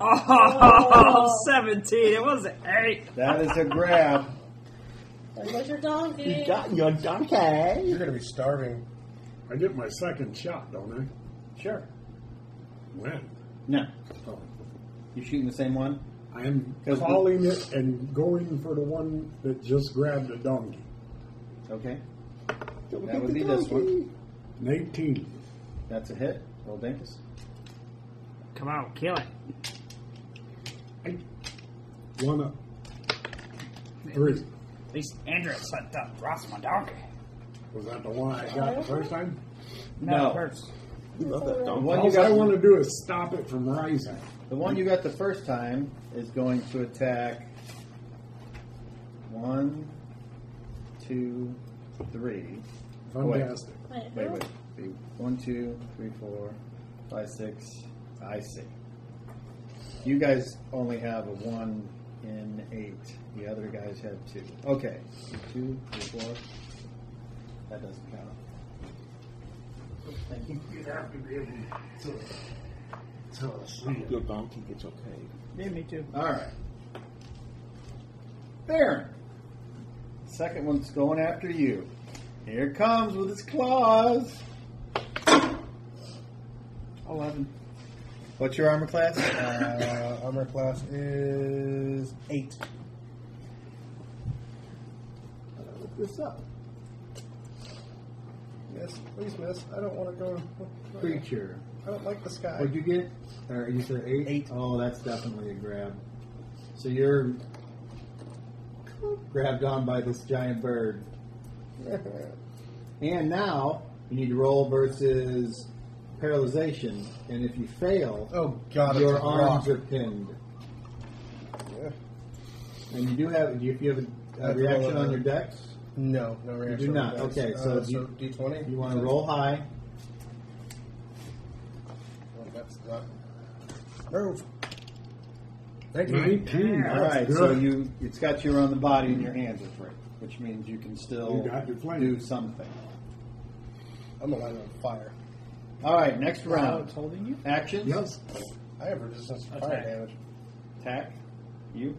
Speaker 4: Oh, 17. It was an 8.
Speaker 9: That is a grab.
Speaker 3: There goes your donkey.
Speaker 5: your donkey.
Speaker 1: you're going to be starving.
Speaker 6: I get my second shot, don't
Speaker 2: Sure.
Speaker 6: I? When?
Speaker 9: No.
Speaker 6: Oh.
Speaker 9: You shooting the same one?
Speaker 6: I am
Speaker 9: Yes, we-
Speaker 6: calling it and going for the one that just grabbed the donkey.
Speaker 9: Okay. That would be this one.
Speaker 6: An 18.
Speaker 9: That's a hit. Roll dangerous.
Speaker 4: Come on, kill it.
Speaker 6: I, one up. Three.
Speaker 4: At least Andrew sent up. Ross my donkey.
Speaker 6: Was that the one I got the first time?
Speaker 9: No.
Speaker 4: it hurts.
Speaker 5: You love that
Speaker 9: The
Speaker 5: donkey.
Speaker 9: one, you
Speaker 6: All I want
Speaker 9: got,
Speaker 6: to do is stop it from rising.
Speaker 9: the one you got the first time is going to attack one, two, three.
Speaker 6: Fantastic.
Speaker 3: Wait,
Speaker 9: Wait,
Speaker 3: who?
Speaker 9: wait. Three, one, two, three, four, five, six. I see. You guys only have a one in eight. The other guys have two. Okay. Two, three, four. That doesn't count. Thank you.
Speaker 5: Your donkey gets okay.
Speaker 4: Yeah, me too.
Speaker 9: All right. Baron. Second one's going after you. Here it comes with its claws.
Speaker 4: 11.
Speaker 9: What's your armor class?
Speaker 1: Uh, armor class is eight.
Speaker 10: this up.
Speaker 1: Miss, please, miss. I don't want to go.
Speaker 10: Creature.
Speaker 1: I don't like the sky.
Speaker 10: What'd you get? Or you said eight?
Speaker 5: Eight.
Speaker 10: Oh, that's definitely a grab. So you're grabbed on by this giant bird. And now you need to roll versus paralyzation. And if you fail,
Speaker 1: oh God,
Speaker 10: your
Speaker 1: it's a
Speaker 10: arms
Speaker 1: rock.
Speaker 10: are pinned. And you do have, do you, if you have a,
Speaker 1: I
Speaker 10: a
Speaker 1: have to roll
Speaker 10: reaction
Speaker 1: it.
Speaker 10: on your decks,
Speaker 1: No, no reaction.
Speaker 10: do not.
Speaker 1: That's-
Speaker 10: Okay, so
Speaker 1: uh,
Speaker 10: do you-
Speaker 1: D twenty.
Speaker 10: you want to roll high.
Speaker 1: that's not. Move. Thank you.
Speaker 6: Nineteen.
Speaker 4: Yeah.
Speaker 2: All
Speaker 6: that's
Speaker 2: right,
Speaker 6: good.
Speaker 2: so you it's got you on the body and your hands are free, which means you can still
Speaker 6: You got your flame.
Speaker 2: do something.
Speaker 1: I'm gonna light it on fire.
Speaker 2: All right, next
Speaker 4: Now Oh, it's
Speaker 2: round.
Speaker 4: holding you.
Speaker 2: Actions.
Speaker 6: Yes.
Speaker 1: I have resistance to fire
Speaker 4: Attack.
Speaker 1: damage.
Speaker 2: Attack. You.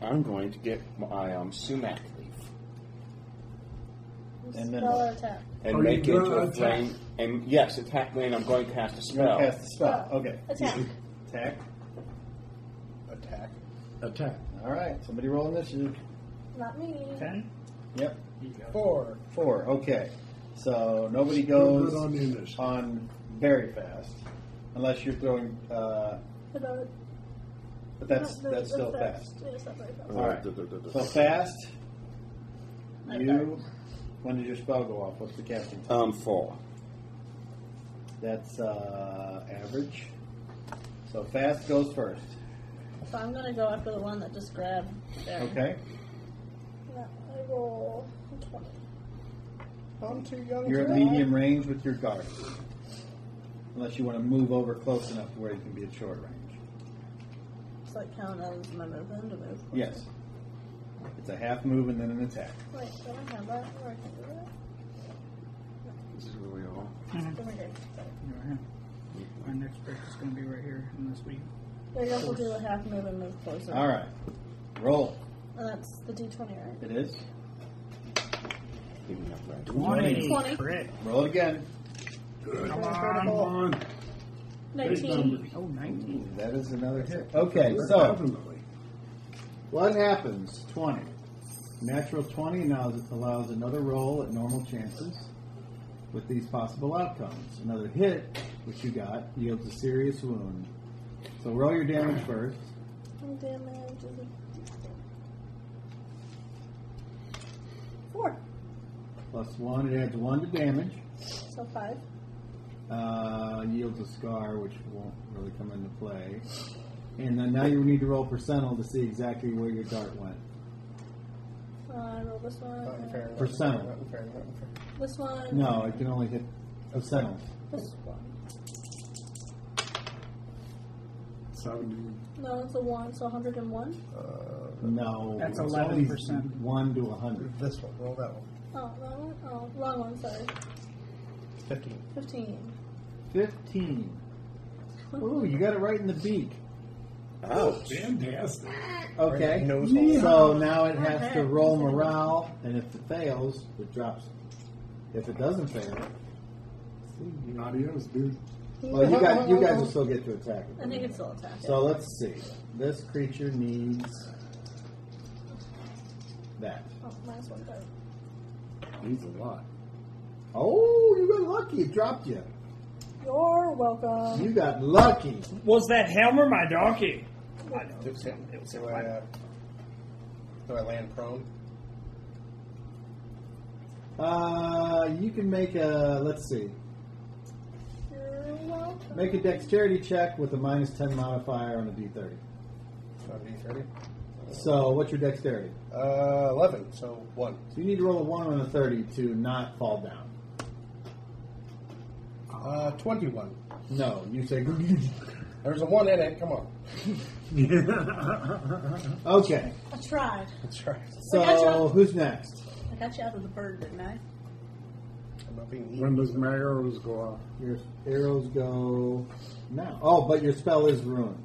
Speaker 5: I'm going to get my um, sumac leaf
Speaker 2: And then
Speaker 3: Spell
Speaker 2: what?
Speaker 3: or attack.
Speaker 5: and
Speaker 2: Oh,
Speaker 6: Are you
Speaker 5: make it into
Speaker 6: gonna
Speaker 5: a
Speaker 6: attack?
Speaker 5: flame. And yes, attack me, and I'm going to cast a
Speaker 2: You're
Speaker 5: spell.
Speaker 2: gonna cast a spell. Okay.
Speaker 3: Attack.
Speaker 2: Attack.
Speaker 1: Attack.
Speaker 6: Attack.
Speaker 2: All right. Somebody roll initiative.
Speaker 3: Not me.
Speaker 4: Ten.
Speaker 2: Yep.
Speaker 1: Four.
Speaker 2: Four. Okay. So nobody
Speaker 6: Still
Speaker 2: goes
Speaker 6: good on the initiative.
Speaker 2: on very fast, unless you're throwing. Uh,
Speaker 3: Hello.
Speaker 2: but that's
Speaker 3: No,
Speaker 2: that's still fast.
Speaker 3: Yes, that's very fast.
Speaker 2: All right. So fast. You. When did your spell go off? What's the casting time?
Speaker 5: Um, four.
Speaker 2: That's uh, average. So fast goes first.
Speaker 3: So I'm gonna go after the one that just grabbed. There.
Speaker 2: Okay.
Speaker 3: Yeah, I roll a twenty.
Speaker 1: I'm too young.
Speaker 2: You're
Speaker 1: to
Speaker 2: at
Speaker 1: die.
Speaker 2: medium range with your guard. Unless you want to move over close enough to where you can be at short range.
Speaker 3: Does that count as my move and to move?
Speaker 2: Yes. It's a half move and then an attack.
Speaker 3: Wait, don't I have that? Or I can do that?
Speaker 5: This is where we are.
Speaker 3: Give me this.
Speaker 4: Yeah. Our next break is going to be right here unless we.
Speaker 3: There you also do a half move and move closer.
Speaker 2: All right. Roll.
Speaker 3: And that's the D twenty, right?
Speaker 2: It is.
Speaker 5: Give me that red.
Speaker 2: Twenty.
Speaker 4: 20. Crit.
Speaker 2: Roll it again.
Speaker 4: Come
Speaker 6: Come
Speaker 4: on.
Speaker 6: on. Big
Speaker 3: Nineteen.
Speaker 6: numbers.
Speaker 4: Oh, 19.
Speaker 2: Ooh, that is another hit. Okay, so
Speaker 6: Definitely.
Speaker 2: what happens? 20. Natural 20 now allows another roll at normal chances with these possible outcomes. Another hit, which you got, yields a serious wound. So roll your damage first.
Speaker 3: Oh, damage is a Four.
Speaker 2: Plus one, it adds one to damage.
Speaker 3: So five.
Speaker 2: Uh, yields a scar, which won't really come into play. And then now you need to roll percentile to see exactly where your dart went.
Speaker 3: Uh, I roll this one.
Speaker 1: Not unfair, not
Speaker 2: Percent.
Speaker 1: unfair, not unfair, not unfair.
Speaker 3: This one.
Speaker 2: No, it can only hit percentiles.
Speaker 3: This one.
Speaker 6: Seventy.
Speaker 3: No, it's a one, so hundred and one.
Speaker 2: No, it's
Speaker 4: That's
Speaker 2: always
Speaker 4: 11%.
Speaker 2: One to a hundred.
Speaker 1: This one. Roll that one.
Speaker 3: Oh, that one? Oh, wrong one, sorry.
Speaker 1: Fifteen.
Speaker 3: Fifteen.
Speaker 2: Fifteen. Ooh, you got it right in the beak.
Speaker 5: Ouch.
Speaker 6: Fantastic.
Speaker 2: Okay.
Speaker 1: Right, nose hole.
Speaker 2: So now it has to roll morale, and if it fails, it drops. If it doesn't fail,
Speaker 6: Adios, dude.
Speaker 2: well, you guys, you guys will still get to attack. it.
Speaker 3: I think it's still attack.
Speaker 2: So let's see. This creature needs that.
Speaker 3: Oh, minus one third.
Speaker 6: He's a lot.
Speaker 2: Oh, you got lucky. It dropped you.
Speaker 3: You're welcome.
Speaker 2: You got lucky.
Speaker 4: Was that him or my donkey? I know.
Speaker 1: Do
Speaker 4: It was
Speaker 1: I, uh, do I land prone?
Speaker 2: Uh, you can make a. Let's see.
Speaker 3: You're welcome.
Speaker 2: Make a dexterity check with a minus ten modifier on a d30.
Speaker 1: On D thirty.
Speaker 2: So, what's your dexterity?
Speaker 1: Uh, eleven. So one.
Speaker 2: So you need to roll a one on a thirty to not fall down.
Speaker 1: Uh, twenty-one.
Speaker 2: No, you say.
Speaker 1: There's a one in it. Come on.
Speaker 2: okay.
Speaker 3: I tried.
Speaker 1: That's right.
Speaker 2: So who's next?
Speaker 3: I got you out of the bird, didn't I?
Speaker 1: I'm not being evil.
Speaker 6: When does my arrows go off?
Speaker 2: Your arrows go now. Oh, but your spell is ruined.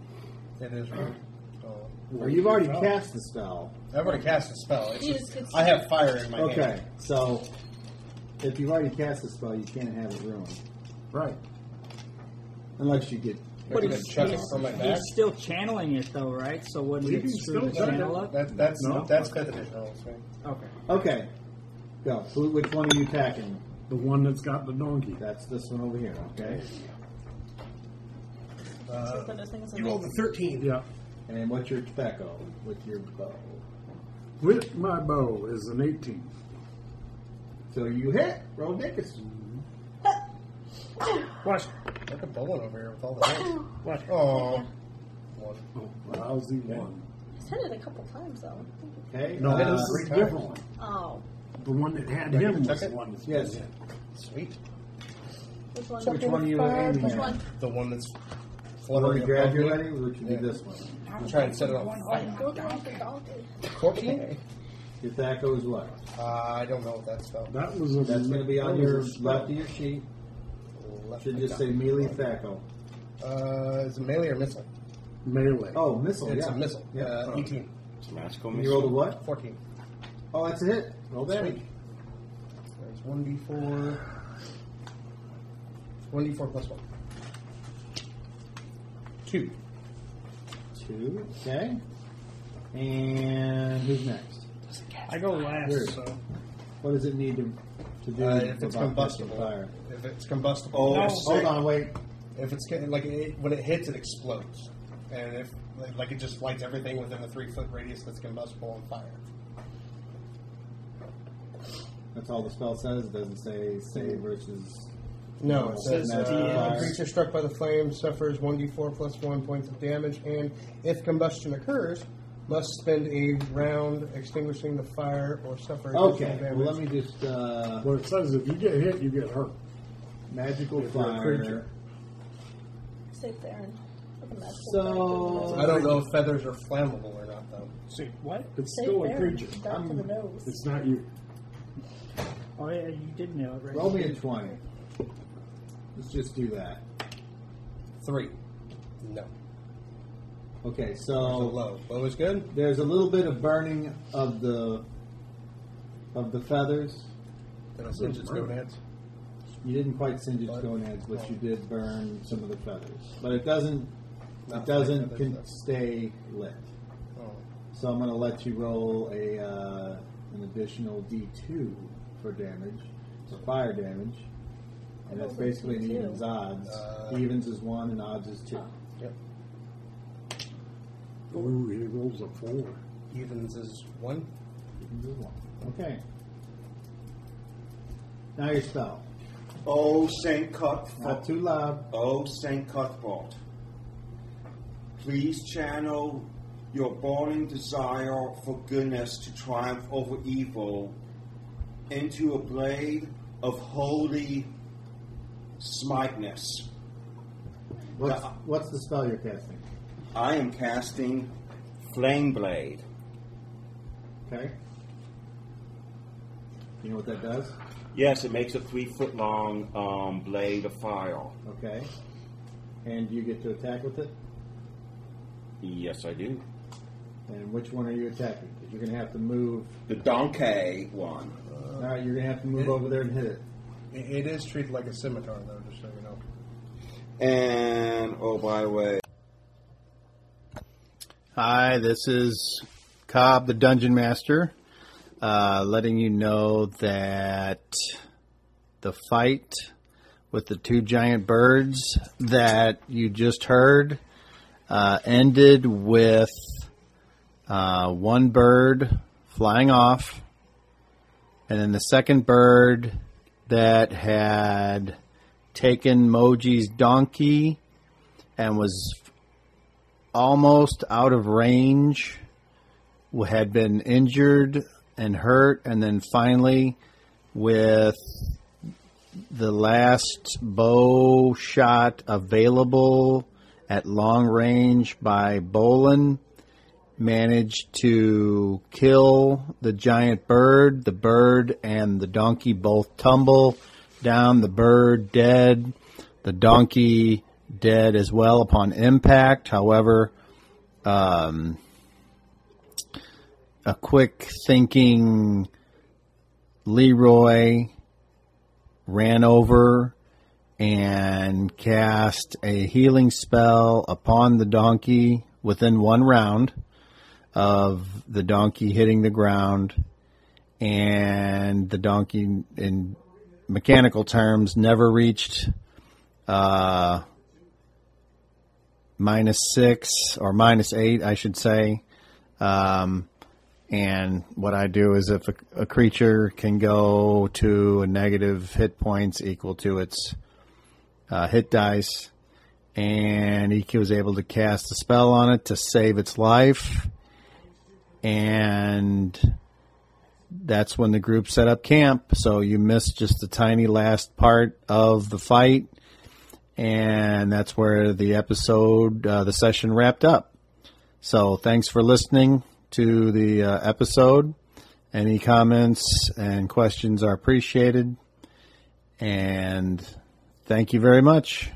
Speaker 1: It is. Right. Oh. So,
Speaker 2: Or you've already cast the spell.
Speaker 1: I've already cast a spell. It's
Speaker 3: You
Speaker 1: just,
Speaker 3: just- it's-
Speaker 1: I have fire in my
Speaker 2: Okay.
Speaker 1: hand.
Speaker 2: So
Speaker 6: Oh,
Speaker 2: if you've already cast the spell, you can't have it ruined
Speaker 6: Right.
Speaker 2: unless you get
Speaker 4: But
Speaker 1: Maybe
Speaker 4: he's,
Speaker 1: I chuck it
Speaker 4: he's-
Speaker 1: from my
Speaker 4: he's
Speaker 1: back.
Speaker 4: still channeling it though, right? So what
Speaker 6: You
Speaker 4: did
Speaker 6: can
Speaker 4: it screw
Speaker 6: still
Speaker 4: the
Speaker 6: chuck
Speaker 4: channel
Speaker 6: it.
Speaker 4: up?
Speaker 1: That, that's
Speaker 6: No.
Speaker 1: that's fifth edition rules, right?
Speaker 4: Okay.
Speaker 2: Okay. Go. Who, which one are you attacking?
Speaker 6: The one that's got the donkey.
Speaker 2: That's this one over here, okay?
Speaker 3: So the thing is
Speaker 1: Uh, You
Speaker 2: Oh,
Speaker 1: rolled a thirteen.
Speaker 6: Yeah.
Speaker 2: And what's your tobacco with your bow?
Speaker 6: With my bow is an 18.
Speaker 2: So you hit. Roll Dickerson.
Speaker 4: What?
Speaker 1: Look at Bolin over here with all the hits.
Speaker 4: What?
Speaker 1: Oh, one.
Speaker 6: Oh, lousy one.
Speaker 3: He's hit it a couple times though.
Speaker 2: Okay.
Speaker 6: No,
Speaker 2: uh,
Speaker 6: this is a
Speaker 1: three
Speaker 6: different one.
Speaker 3: Oh,
Speaker 6: The one that had
Speaker 1: Right,
Speaker 6: him
Speaker 1: you
Speaker 6: was
Speaker 1: took
Speaker 6: the
Speaker 1: it?
Speaker 6: one that's
Speaker 2: Yes.
Speaker 6: been hit.
Speaker 1: sweet.
Speaker 3: which one?
Speaker 2: Which one are you aiming
Speaker 3: Which
Speaker 2: at?
Speaker 3: one?
Speaker 1: The one that's
Speaker 2: Already
Speaker 1: fluttering above me.
Speaker 2: graduating, which would be
Speaker 1: Yeah.
Speaker 2: this one.
Speaker 1: Try and set it on fire.
Speaker 3: Go down the donkey.
Speaker 1: Fourteen.
Speaker 2: Your tobacco is what?
Speaker 1: Uh, I don't know what that's spelled.
Speaker 6: That was a.
Speaker 2: That's going to be on
Speaker 6: that was
Speaker 2: your
Speaker 6: a spell.
Speaker 2: left of your sheet.
Speaker 1: Left
Speaker 2: Should
Speaker 1: my
Speaker 2: just
Speaker 1: guy.
Speaker 2: say melee tobacco.
Speaker 1: Uh, is it melee or missile?
Speaker 6: Melee.
Speaker 2: Oh, missile.
Speaker 1: It's
Speaker 2: yeah.
Speaker 1: a missile.
Speaker 2: Yeah.
Speaker 1: Uh,
Speaker 2: Oh.
Speaker 1: 18.
Speaker 5: It's a magical
Speaker 2: You rolled a
Speaker 5: missile.
Speaker 2: what?
Speaker 1: 14.
Speaker 2: Oh, that's a hit. Roll that.
Speaker 1: Sweet. There's 1d4. 1d4 plus 1. 2.
Speaker 2: Two. Okay. And who's next?
Speaker 4: I go last,
Speaker 2: Weird.
Speaker 4: so
Speaker 2: What does it need to, to do?
Speaker 1: Uh, if
Speaker 2: for
Speaker 1: it's
Speaker 2: Bach to
Speaker 1: combustible.
Speaker 2: fire?
Speaker 1: If it's combustible.
Speaker 5: Oh,
Speaker 4: No.
Speaker 2: Hold on, wait.
Speaker 1: If it's getting- like it, when it hits, it explodes. And if like- like it just lights everything within the three foot radius that's combustible on fire.
Speaker 2: That's all the spell says. It doesn't say save versus.
Speaker 1: No, it says
Speaker 2: Says
Speaker 1: uh,
Speaker 2: fire.
Speaker 1: a creature struck by the flame suffers 1d4 plus 1 points of damage, and if combustion occurs, must spend a round extinguishing the fire or suffer additional
Speaker 2: Okay,
Speaker 1: damage.
Speaker 2: well, let me just. Uh,
Speaker 6: Where it says if you get hit, you get hurt.
Speaker 2: magical
Speaker 6: If you're a
Speaker 2: fire.
Speaker 6: creature.
Speaker 3: Save the Aaron. Look at that.
Speaker 2: So-
Speaker 1: I don't know if feathers are flammable or not, though.
Speaker 4: see what?
Speaker 6: It's
Speaker 3: Save
Speaker 6: still a
Speaker 3: Baron.
Speaker 6: creature. Um,
Speaker 3: Down to the nose.
Speaker 6: It's not you.
Speaker 4: Oh yeah, you did nail it right.
Speaker 2: Roll me a 20. Let's just do that.
Speaker 1: Three. No.
Speaker 2: Okay,
Speaker 1: So
Speaker 2: so
Speaker 1: low. Low is good?
Speaker 2: there's a little bit of burning of the of the feathers.
Speaker 1: Then I assume it's going heads.
Speaker 2: You didn't quite singe its
Speaker 1: But-
Speaker 2: gonads, but you did burn some of the feathers. But it doesn't
Speaker 1: Not
Speaker 2: it doesn't
Speaker 1: feathers,
Speaker 2: can
Speaker 1: though.
Speaker 2: stay lit.
Speaker 1: Oh.
Speaker 2: So I'm going to let you roll a uh, an additional D2 for damage, so fire damage, and that's
Speaker 3: Oh,
Speaker 2: basically an
Speaker 3: D2.
Speaker 2: evens odds.
Speaker 1: Uh,
Speaker 2: evens is one, and odds is two.
Speaker 1: Yep.
Speaker 6: Ooh, Oh, he rolls a four.
Speaker 1: Evens is one.
Speaker 2: Evens is one. Okay. Now your spell.
Speaker 5: Oh, Saint Cuthbert.
Speaker 2: Not too loud.
Speaker 5: Oh, Saint Cuthbert. Please channel your burning desire for goodness to triumph over evil into a blade of holy smiteness.
Speaker 2: What's,
Speaker 5: Yeah.
Speaker 2: what's the spell you're casting?
Speaker 5: I am casting Flame Blade.
Speaker 2: Okay. You know what that does?
Speaker 5: Yes, it makes a three foot long um, blade of fire.
Speaker 2: Okay. And you get to attack with it.
Speaker 5: Yes, I do.
Speaker 2: And which one are you attacking? 'Cause you're going to have to move.
Speaker 5: The donkey one.
Speaker 2: All right, you're going to have to move
Speaker 1: Yeah.
Speaker 2: over there and hit Uh, it.
Speaker 1: It, it is treated like a scimitar, though, just so you know.
Speaker 5: And, oh, by the way,
Speaker 9: Hi, this is Cobb, the Dungeon Master, uh, letting you know that the fight with the two giant birds that you just heard uh, ended with uh, one bird flying off, and then the second bird that had taken Moji's donkey and was almost out of range, had been injured and hurt, and then finally, with the last bow shot available at long range by Bolin, managed to kill the giant bird. The bird and the donkey both tumble down, the bird dead, the donkey dead as well upon impact. However, um, a quick thinking Leroy ran over
Speaker 2: and cast a healing spell upon the donkey within one round of the donkey hitting the ground and the donkey in mechanical terms never reached uh, minus six or minus eight, I should say. Um, and what I do is if a, a creature can go to a negative hit points equal to its uh, hit dice, and EQ is able to cast a spell on it to save its life. And that's when the group set up camp. So you missed just the tiny last part of the fight. And that's where the episode, uh, the session wrapped up. So thanks for listening to the uh, episode. Any comments and questions are appreciated. And thank you very much.